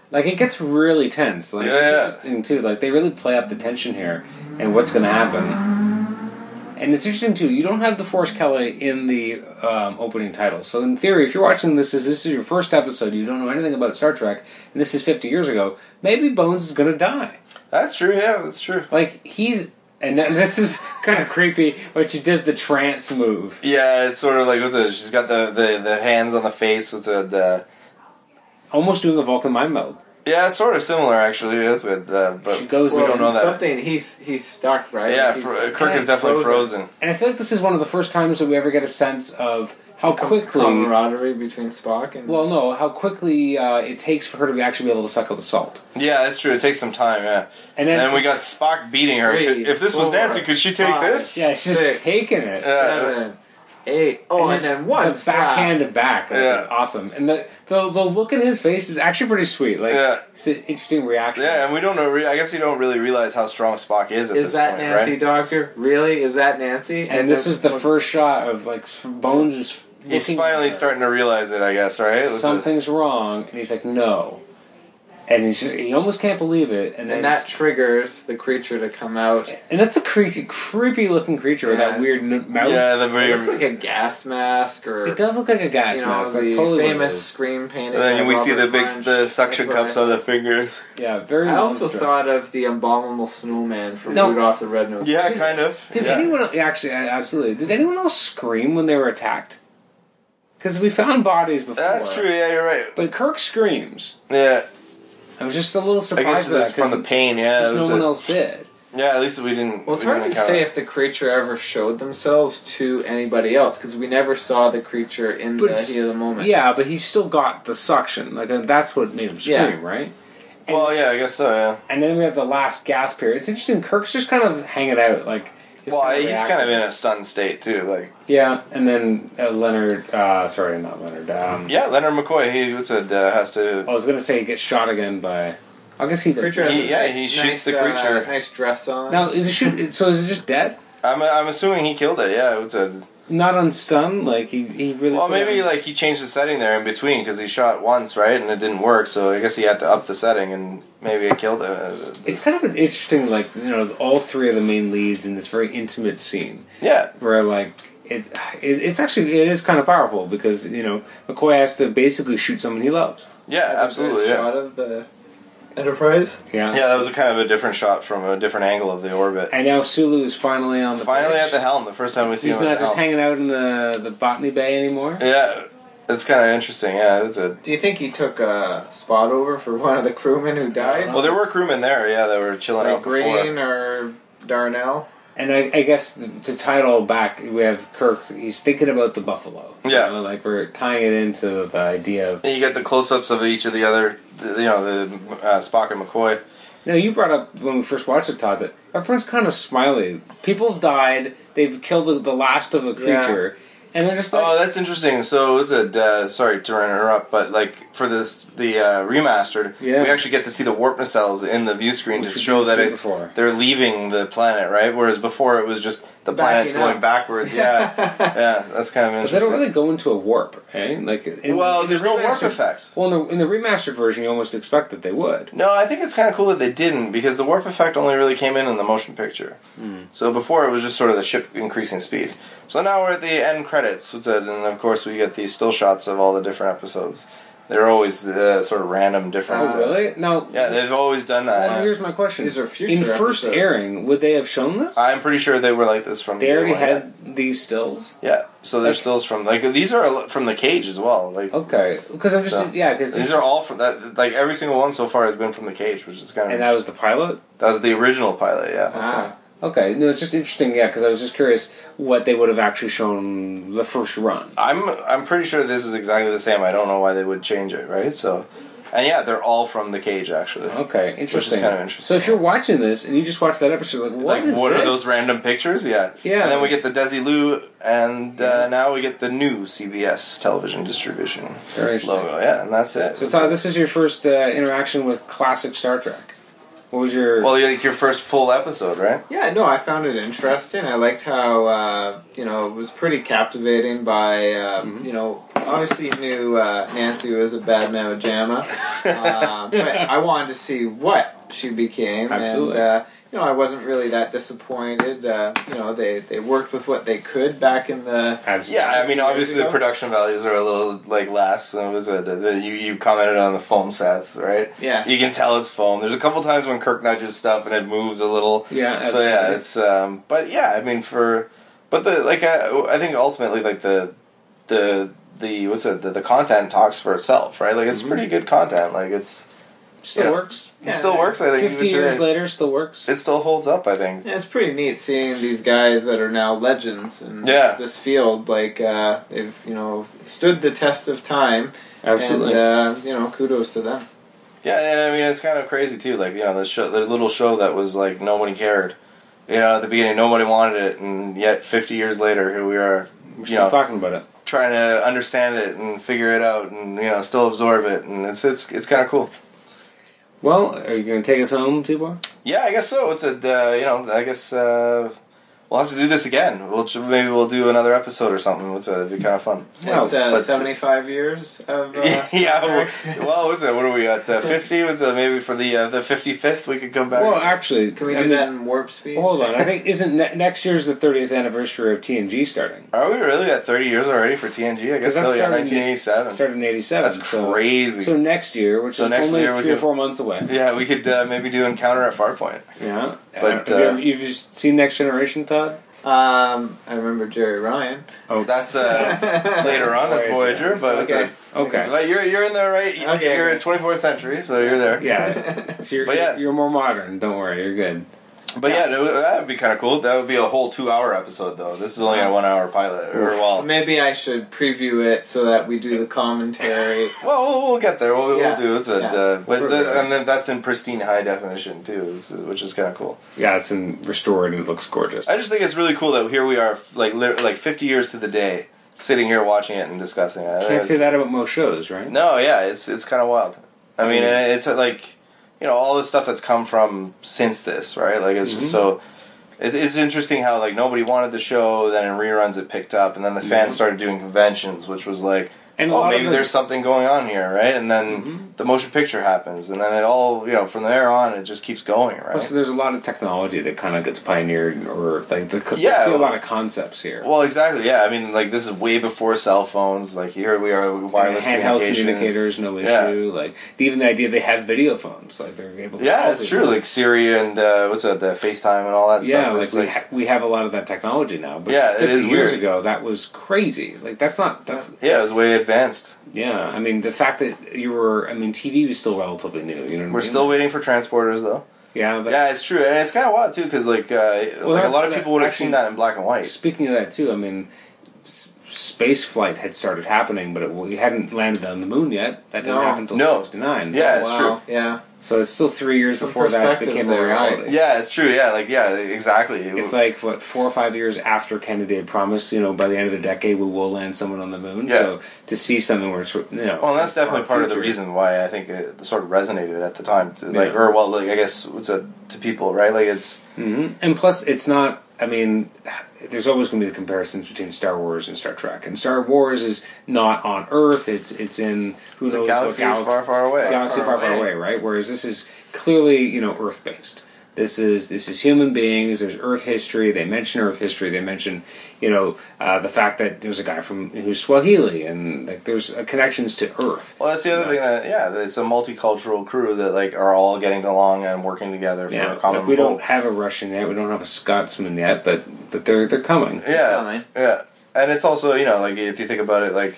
Speaker 3: Like it gets really tense. Like
Speaker 1: Yeah, yeah.
Speaker 3: it's interesting too. Like they really play up the tension here and what's going to happen. And it's interesting too. You don't have the Force Kelly in the um, opening title, so in theory, if you're watching this, as this is your first episode, you don't know anything about Star Trek, and this is 50 years ago. Maybe Bones is going to die.
Speaker 1: that's true. Yeah, that's true.
Speaker 3: Like he's. And then this is kind of creepy when she does the trance move.
Speaker 1: Yeah, it's sort of like what's it? She's got the, the, the hands on the face. What's it? Uh,
Speaker 3: Almost doing a Vulcan mind meld.
Speaker 1: yeah, it's sort of similar actually. That's good. Uh, but
Speaker 3: She goes
Speaker 1: we
Speaker 3: in
Speaker 1: don't know that.
Speaker 4: Something. He's he's stuck, right?
Speaker 1: Yeah,
Speaker 4: He's-
Speaker 1: fr- Kirk is definitely frozen.
Speaker 3: And I feel like this is one of the first times that we ever get a sense of how quickly
Speaker 4: Camaraderie between Spock and
Speaker 3: Well, no, how quickly uh, it takes for her to be actually be able to suckle the salt.
Speaker 1: Yeah, that's true. It takes some time. Yeah,
Speaker 3: And
Speaker 1: and
Speaker 3: then
Speaker 1: we got Spock beating her.
Speaker 4: Three,
Speaker 1: if this was
Speaker 4: four,
Speaker 1: Nancy, could she take
Speaker 4: five,
Speaker 1: this?
Speaker 3: yeah, she's
Speaker 4: Six.
Speaker 3: taking it.
Speaker 1: Yeah.
Speaker 4: seven, eight. Oh, and, then one
Speaker 3: the backhand to back, like,
Speaker 1: Yeah.
Speaker 3: is awesome. And the, the the look in his face is actually pretty sweet. Like,
Speaker 1: Yeah.
Speaker 3: it's an interesting reaction.
Speaker 1: Yeah, and we don't know. Re- I guess you don't really realize how strong Spock is at
Speaker 4: Is
Speaker 1: this
Speaker 4: that
Speaker 1: point,
Speaker 4: Nancy,
Speaker 1: right?
Speaker 4: Doctor? Really? Is that Nancy?
Speaker 3: And this is the
Speaker 4: one-
Speaker 3: first shot of like Bones is.
Speaker 1: He's
Speaker 3: looking
Speaker 1: finally
Speaker 3: at her.
Speaker 1: starting to realize it. I guess right. This is-
Speaker 3: Something's wrong, and he's like, no. And he's, he almost can't believe it, and then
Speaker 4: And that
Speaker 3: it's-
Speaker 4: triggers the creature to come out.
Speaker 3: and that's a creepy, creepy looking creature with
Speaker 4: Yeah,
Speaker 3: that
Speaker 4: it's-
Speaker 3: weird n- mouth.
Speaker 1: yeah, the
Speaker 4: It looks
Speaker 1: very.
Speaker 4: like a gas mask or
Speaker 3: It does look like a gas
Speaker 4: you know,
Speaker 3: mask. That's
Speaker 4: the
Speaker 3: totally what it
Speaker 4: famous
Speaker 3: is.
Speaker 4: screen painting.
Speaker 1: and then
Speaker 4: by
Speaker 1: we see the
Speaker 4: Robert
Speaker 1: big
Speaker 4: Munch.
Speaker 1: the suction
Speaker 4: That's what
Speaker 1: cups
Speaker 4: I-
Speaker 1: on the fingers.
Speaker 3: Yeah, very.
Speaker 4: I also
Speaker 3: monstrous.
Speaker 4: thought uh, of the embalmable snowman from
Speaker 3: No.
Speaker 4: Rudolph the Red-Nosed.
Speaker 1: Yeah, kind of.
Speaker 3: Did
Speaker 1: yeah.
Speaker 3: anyone anyone yeah, actually? I- Absolutely. Did anyone else scream when they were attacked? because we found bodies before.
Speaker 1: That's true. Yeah, you're right.
Speaker 3: But Kirk screams.
Speaker 1: Yeah,
Speaker 3: I was just a little
Speaker 1: I
Speaker 3: surprised.
Speaker 1: guess
Speaker 3: at that
Speaker 1: that's from the
Speaker 3: 'cause-
Speaker 1: pain. Yeah,
Speaker 3: 'cause
Speaker 1: that
Speaker 3: no
Speaker 1: was
Speaker 3: one
Speaker 1: it.
Speaker 3: else did.
Speaker 1: Yeah, at least we didn't.
Speaker 4: Well, it's
Speaker 1: we
Speaker 4: hard
Speaker 1: didn't
Speaker 4: to
Speaker 1: encounter
Speaker 4: say
Speaker 1: it.
Speaker 4: if the creature ever showed themselves to anybody else because we never saw the creature in the heat of the moment.
Speaker 3: Yeah, but he still got the suction. Like uh, that's what made him scream,
Speaker 4: Yeah.
Speaker 3: right?
Speaker 1: Well, yeah, I guess so. Yeah.
Speaker 3: And then we have the last gasp period. It's interesting. Kirk's just kind of hanging out, like. just
Speaker 1: Well,
Speaker 3: kinda
Speaker 1: he's
Speaker 3: reacting.
Speaker 1: kind of in a stunned state too. Like,
Speaker 3: Yeah, and then uh, Leonard. Uh, sorry, not Leonard. Um,
Speaker 1: yeah, Leonard McCoy, he what's it, uh, has to.
Speaker 3: I
Speaker 4: Oh.
Speaker 3: was gonna say he gets shot again by. I guess he does.
Speaker 4: creature has
Speaker 1: He-
Speaker 4: a
Speaker 1: yeah,
Speaker 4: nice-
Speaker 1: he
Speaker 4: nice,
Speaker 1: shoots the
Speaker 4: uh,
Speaker 1: creature.
Speaker 4: nice dress on.
Speaker 3: Now is it shoot? So is it just dead?
Speaker 1: I'm, I'm assuming he killed it. Yeah, what's it?
Speaker 3: Not unstunned? Like he he really.
Speaker 1: Well, maybe like he changed the setting there in between because he shot once, right, and it didn't work. So I guess he had to up the setting, and maybe it killed it.
Speaker 3: It's kind of an interesting, like you know, all three of the main leads in this very intimate scene.
Speaker 1: Yeah,
Speaker 3: where like it, it it's actually it is kind of powerful because you know McCoy has to basically shoot someone he loves.
Speaker 1: yeah,
Speaker 4: That was a
Speaker 1: absolutely. Yeah.
Speaker 4: Shot of the Enterprise.
Speaker 3: Yeah.
Speaker 1: yeah, that was a kind of a different shot from a different angle of the orbit.
Speaker 3: And now Sulu is finally on the
Speaker 1: Finally
Speaker 3: bridge.
Speaker 1: at the helm, Oh. the first time we see
Speaker 3: He's
Speaker 1: him.
Speaker 3: not
Speaker 1: at the
Speaker 3: just
Speaker 1: helm.
Speaker 3: hanging out in the the Botany Bay anymore.
Speaker 1: Yeah, it's kind of interesting. Yeah, that's a.
Speaker 4: Do you think he took a spot over for one of the crewmen who died?
Speaker 1: Well, there were crewmen there. Yeah, that were chilling
Speaker 4: like
Speaker 1: out before.
Speaker 4: Green or Darnell.
Speaker 3: And I, I guess the, to tie it all back, we have Kirk. He's thinking about the buffalo. you
Speaker 1: Yeah.
Speaker 3: know, like we're tying it into the idea of.
Speaker 1: And you get the close-ups of each of the other, you know, the uh, Spock and McCoy.
Speaker 3: Now you brought up when we first watched it, Todd, that everyone's kind of smiley. People have died. They've killed the, the last of a creature, and they're just like,
Speaker 1: Oh, that's interesting. So it's a uh, sorry to interrupt, but like for this the uh, remastered,
Speaker 3: Yeah.
Speaker 1: we actually get to see the warp nacelles in the view screen
Speaker 3: Which
Speaker 1: to
Speaker 3: we
Speaker 1: show
Speaker 3: didn't
Speaker 1: that
Speaker 3: see
Speaker 1: it's
Speaker 3: before.
Speaker 1: they're leaving the planet, right? Whereas before it was just the planet's
Speaker 4: Backing
Speaker 1: going
Speaker 4: up.
Speaker 1: backwards. Yeah, yeah, that's kind of
Speaker 3: But they
Speaker 1: interesting.
Speaker 3: don't really go into a warp, eh? Like, in,
Speaker 1: well,
Speaker 3: in
Speaker 1: there's
Speaker 3: the
Speaker 1: no warp
Speaker 3: remastered-
Speaker 1: effect. Uh,
Speaker 3: Well, in the, in the remastered version, you almost expect that they would.
Speaker 1: No, I think it's kind of cool that they didn't because the warp effect only really came in in the motion picture. So before it was just sort of the ship increasing speed. So now we're at the end credits, what's it? and of course we get the still shots of all the different episodes. They're always uh, sort of random, different. uh,
Speaker 3: Oh, really? No.
Speaker 1: Yeah, they've always done that.
Speaker 3: Well, here's my question:
Speaker 4: These are future
Speaker 3: In first
Speaker 4: episodes.
Speaker 3: airing, would they have shown this?
Speaker 1: I'm pretty sure they were like this from.
Speaker 3: they
Speaker 1: day
Speaker 3: already
Speaker 1: one,
Speaker 3: had these stills.
Speaker 1: Yeah, Yeah, so they're
Speaker 3: Okay.
Speaker 1: stills from like these are a lot from the cage as well. Like
Speaker 3: Okay, because I'm just
Speaker 1: So-
Speaker 3: yeah, because
Speaker 1: these are all from that. Like every single one so far has been from the cage, which is kind of
Speaker 3: and that was Oh. the pilot.
Speaker 1: that was the original pilot. Yeah.
Speaker 4: Ah,
Speaker 3: Okay, no, it's just interesting, yeah, because I was just curious what they would have actually shown the first run.
Speaker 1: I'm I'm pretty sure this is exactly the same. I don't know why they would change it, right? So, and yeah, they're all from the cage actually.
Speaker 3: Okay, interesting.
Speaker 1: kind of interesting,
Speaker 3: So if you're watching this and you just watched that episode, like, what
Speaker 1: Like,
Speaker 3: is
Speaker 1: what are
Speaker 3: this?
Speaker 1: those random pictures? Yeah,
Speaker 3: Yeah.
Speaker 1: And then we get the Desi Lu, and uh, now we get the new CBS television distribution
Speaker 3: Very interesting.
Speaker 1: logo. Yeah, and that's it.
Speaker 3: So Todd, this is your first uh, interaction with classic Star Trek. What was your?
Speaker 1: well, you're, like your first full episode, right?
Speaker 4: yeah. No, I found it interesting. I liked how uh, you know it was pretty captivating. By um,
Speaker 1: Mm-hmm.
Speaker 4: you know, obviously you knew uh, Nancy was a bad man with Jama, uh, but I wanted to see what she became.
Speaker 3: Absolutely.
Speaker 4: And, uh, you know, I wasn't really that disappointed. Uh, you know, they, they worked with what they could back in the
Speaker 3: Absolutely.
Speaker 1: Yeah, I mean, obviously the
Speaker 4: Yeah.
Speaker 1: production values are a little like less. And it was a, the, you you commented on the foam sets, right?
Speaker 4: Yeah.
Speaker 1: you can tell it's foam. There's a couple times when Kirk nudges stuff and it moves a little.
Speaker 3: Yeah,
Speaker 1: So yeah,
Speaker 3: absolutely.
Speaker 1: it's um, but yeah, I mean for, but the like I, I think ultimately like the the the what's it the, the content talks for itself, right? Like it's
Speaker 3: Mm-hmm.
Speaker 1: pretty good content. Like it's
Speaker 3: still
Speaker 1: yeah.
Speaker 3: works.
Speaker 1: it still works. I think
Speaker 3: Fifty
Speaker 1: even
Speaker 3: years
Speaker 1: today.
Speaker 3: later, still works.
Speaker 1: it still holds up. I think.
Speaker 4: Yeah, it's pretty neat seeing these guys that are now legends in
Speaker 1: Yeah.
Speaker 4: this, this field. Like uh, they've you know stood the test of time,
Speaker 3: Absolutely.
Speaker 4: and uh, you know kudos to them.
Speaker 1: Yeah, and I mean it's kind of crazy too. Like you know the show, the little show that was like nobody cared. You know, at the beginning, nobody wanted it, and yet 50 years later, here we are.
Speaker 3: We're
Speaker 1: you
Speaker 3: still
Speaker 1: know,
Speaker 3: talking about it.
Speaker 1: trying to understand it and figure it out and you know still absorb it and it's it's it's kind of cool
Speaker 3: Well, are you going to take us home, Tibor?
Speaker 1: yeah i guess so it's a uh, you know i guess uh we'll have to do this again we'll ju- maybe we'll do another episode or something it's uh, it'd be kind of fun
Speaker 3: No,
Speaker 4: it's uh,
Speaker 1: but-
Speaker 4: seventy-five years of uh,
Speaker 1: yeah
Speaker 4: Star Trek.
Speaker 1: well what was it what are we at uh, 50 was it maybe for the uh, the 55th we could come back
Speaker 3: Well, actually,
Speaker 4: Can we
Speaker 3: I
Speaker 4: do
Speaker 3: mean,
Speaker 4: that in warp speed?
Speaker 3: Hold on. I think isn't ne- next year's the 30th anniversary of TNG starting?
Speaker 1: are we really at 30 years already for tng i guess
Speaker 3: Because that
Speaker 1: so yeah
Speaker 3: started in-
Speaker 1: 1987
Speaker 3: Started in '87.
Speaker 1: that's
Speaker 3: so,
Speaker 1: crazy
Speaker 3: So next year, which
Speaker 1: So
Speaker 3: is
Speaker 1: next
Speaker 3: only
Speaker 1: year we
Speaker 3: three or
Speaker 1: can-
Speaker 3: four months away.
Speaker 1: yeah we could uh, maybe do encounter at farpoint
Speaker 3: Yeah.
Speaker 1: But,
Speaker 3: Uh, have
Speaker 1: uh,
Speaker 3: you ever- you've just seen Next Generation, Todd?
Speaker 9: God.
Speaker 4: Um, I remember Jerry Ryan.
Speaker 1: Oh, that's uh, that's later on. That's Voyager, but it's
Speaker 4: Okay.
Speaker 1: a-
Speaker 3: Okay.
Speaker 1: but you're you're in the right. You're,
Speaker 4: Okay,
Speaker 1: you're
Speaker 4: okay.
Speaker 1: at 24th century, so you're there.
Speaker 3: Yeah. So you're,
Speaker 1: But yeah.
Speaker 3: you're more modern. Don't worry. You're good.
Speaker 1: But yeah, that would- that would be kind of cool. That would be a whole two-hour episode, though. This is only a one-hour pilot, or well,
Speaker 4: So maybe I should preview it so that we do the commentary.
Speaker 1: well, we'll, we'll get there. We'll,
Speaker 4: Yeah.
Speaker 1: we'll do it. It's a,
Speaker 4: Yeah.
Speaker 1: uh, but
Speaker 3: Sure,
Speaker 1: the-
Speaker 3: yeah.
Speaker 1: and then that's in pristine high definition too, it's- which is kind of cool.
Speaker 3: Yeah, it's in restored and it looks gorgeous.
Speaker 1: I just think it's really cool that here we are, like lit- like 50 years to the day, sitting here watching it and discussing it.
Speaker 3: Can't
Speaker 1: It's-
Speaker 3: say that about most shows, right?
Speaker 1: No, yeah, it's it's kind of wild. I mean,
Speaker 3: Mm-hmm.
Speaker 1: and it's uh, like you know all the stuff that's come from since this, right? Like it's just so.
Speaker 3: Mm-hmm.
Speaker 1: It's, it's interesting how like nobody wanted the show, then in reruns it picked up, and then the fans started doing conventions, which was like,
Speaker 3: Mm-hmm. And a
Speaker 1: oh,
Speaker 3: lot of
Speaker 1: maybe
Speaker 3: the- Mm-hmm.
Speaker 1: there's something going on here, right? And then the motion picture happens, and then it all you know from there on it just keeps going, right?
Speaker 3: Plus, there's a lot of technology that kind of gets pioneered, or like the,
Speaker 1: Yeah,
Speaker 3: I see a
Speaker 1: well-
Speaker 3: lot of concepts here.
Speaker 1: well, exactly. Yeah, I mean, like this is way before cell phones. Like here we are, with wireless
Speaker 3: handheld
Speaker 1: communication.
Speaker 3: communicators, no
Speaker 1: Yeah.
Speaker 3: issue. Like even the idea they have video phones, like they're able. to
Speaker 1: Yeah,
Speaker 3: call
Speaker 1: it's
Speaker 3: people.
Speaker 1: true. Like Siri and uh, what's that, uh, FaceTime and all that
Speaker 3: yeah,
Speaker 1: stuff.
Speaker 3: like,
Speaker 1: It's
Speaker 3: we, ha- we have a lot of that technology now. But
Speaker 1: Yeah, it
Speaker 3: 50
Speaker 1: is
Speaker 3: years
Speaker 1: weird.
Speaker 3: ago, that was crazy. Like that's not that's
Speaker 1: Yeah, it was way advanced.
Speaker 3: yeah. I mean, the fact that you were, I mean, TV was still relatively new. You know, what I
Speaker 1: We're
Speaker 3: mean?
Speaker 1: still waiting for transporters, though.
Speaker 3: Yeah, that's,
Speaker 1: Yeah, it's true, and it's kind of wild too, because like, uh, like a
Speaker 3: that-
Speaker 1: lot of
Speaker 3: that-
Speaker 1: people would have
Speaker 3: actually-
Speaker 1: seen that in black and white.
Speaker 3: Speaking of that too, I mean, s- space flight had started happening, but it, we hadn't landed on the moon yet. That didn't
Speaker 4: No.
Speaker 3: happen until
Speaker 1: No.
Speaker 3: '69.
Speaker 1: Yeah, it's
Speaker 3: so, uh,
Speaker 4: wow.
Speaker 1: true.
Speaker 4: Yeah.
Speaker 3: so it's still three years
Speaker 4: Some
Speaker 3: before that
Speaker 4: perspective
Speaker 3: became a
Speaker 4: there, right?
Speaker 3: reality.
Speaker 1: Yeah, it's true. Yeah, like yeah, exactly.
Speaker 3: It's like what four or five years after Kennedy had promised, you know, by the end of the decade we will land someone on the moon.
Speaker 1: Yeah.
Speaker 3: So to see something where it's you know,
Speaker 1: well, and that's definitely
Speaker 3: our
Speaker 1: part of the
Speaker 3: future.
Speaker 1: reason why I think it sort of resonated at the time, to, like,
Speaker 3: Yeah.
Speaker 1: or well, like I guess it's a, to people, right? Like it's
Speaker 3: And plus, it's not. I mean, there's always going to be the comparisons between Star Wars and Star Trek. And Star Wars is not on Earth; it's it's in who
Speaker 1: It's a
Speaker 3: knows
Speaker 1: galaxy
Speaker 3: what galaxy
Speaker 1: far, far away.
Speaker 3: Galaxy
Speaker 4: Far
Speaker 3: far, far away,
Speaker 4: away.
Speaker 3: right? Whereas this is clearly, you know, Earth based. This is this is human beings. There's Earth history. They mention Earth history. They mention, you know, uh, the fact that there's a guy from who's Swahili, and like there's uh, connections to Earth.
Speaker 1: well, that's the other thing that yeah, that it's a multicultural crew that like are all getting along and working together for
Speaker 3: Yeah,
Speaker 1: a common
Speaker 3: like, we
Speaker 1: goal.
Speaker 3: don't have a Russian yet. We don't have a Scotsman yet, but but they're they're coming.
Speaker 1: yeah,
Speaker 4: coming.
Speaker 1: yeah, and it's also you know like if you think about it, like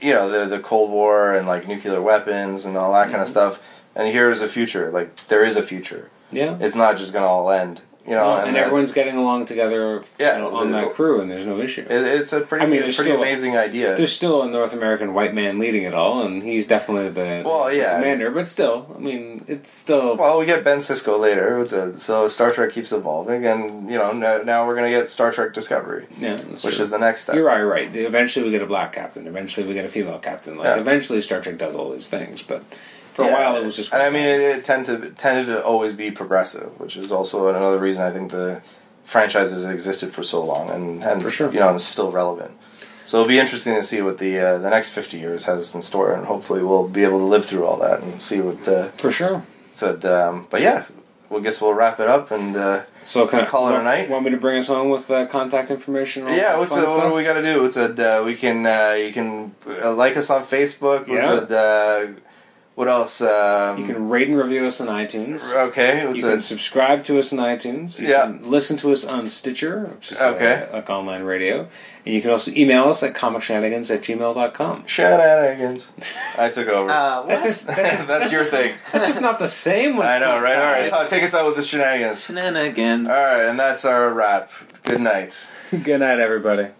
Speaker 1: you know the the Cold War and like nuclear weapons and all that
Speaker 3: Mm-hmm.
Speaker 1: kind of stuff. And here's a future. Like there is a future.
Speaker 3: Yeah,
Speaker 1: It's not just gonna all end. You know,
Speaker 3: Well, and,
Speaker 1: Oh, that-
Speaker 3: everyone's getting along together
Speaker 1: Yeah,
Speaker 3: you know, on
Speaker 1: the-
Speaker 3: that crew, and there's no issue.
Speaker 1: It, it's a pretty
Speaker 3: I mean,
Speaker 1: a
Speaker 3: there's
Speaker 1: pretty
Speaker 3: still-
Speaker 1: amazing idea.
Speaker 3: There's still a North American white man leading it all, and he's definitely the
Speaker 1: Well, yeah.
Speaker 3: commander. But still, I mean, it's still
Speaker 1: Well, we get Ben Cisco later. It's a, so Star Trek keeps evolving, and you know now, now we're gonna get Star Trek Discovery,
Speaker 3: yeah. that's
Speaker 1: which
Speaker 3: true.
Speaker 1: is the next step.
Speaker 3: you're right, you're right. The- Eventually, we get a black captain. Eventually, we get a female captain. Like
Speaker 1: Yeah.
Speaker 3: eventually, Star Trek does all these things, but for
Speaker 1: Yeah,
Speaker 3: a while, it was just.
Speaker 1: And I mean, it,
Speaker 3: guys.
Speaker 1: it tend to tended to always be progressive, which is also another reason I think the franchise has existed for so long and, and
Speaker 3: For sure.
Speaker 1: you know, is still relevant. So it'll be interesting to see what the uh, the next fifty years has in store, and hopefully we'll be able to live through all that and see what. Uh,
Speaker 3: for sure.
Speaker 1: said, um, but yeah, we guess we'll wrap it up and. Uh,
Speaker 3: So can I
Speaker 1: call it a
Speaker 3: want-
Speaker 1: night?
Speaker 3: Want me to bring us home with uh, contact information? and all
Speaker 1: Yeah,
Speaker 3: that
Speaker 1: what's
Speaker 3: fun
Speaker 1: a, what
Speaker 3: stuff?
Speaker 1: do we got to do? What's a, uh, we can uh, you can uh, like us on Facebook. What's a, uh,
Speaker 3: Yeah.
Speaker 1: what else? Um,
Speaker 3: You can rate and review us on iTunes.
Speaker 1: okay. What's
Speaker 3: You can
Speaker 1: a,
Speaker 3: subscribe to us on iTunes. You
Speaker 1: Yeah.
Speaker 3: can listen to us on Stitcher, which is
Speaker 1: Okay.
Speaker 3: okay. like online radio. And you can also email us at comicshenanigans at gmail.com.
Speaker 1: Shenanigans. I took over.
Speaker 4: Uh, what?
Speaker 3: That's just, that's, just,
Speaker 1: That's your thing.
Speaker 3: that's just not the same one.
Speaker 1: I know, right? All right, Todd, take us out with the shenanigans.
Speaker 4: Banana again.
Speaker 1: All right, and that's our wrap. Good night.
Speaker 3: Good night, everybody.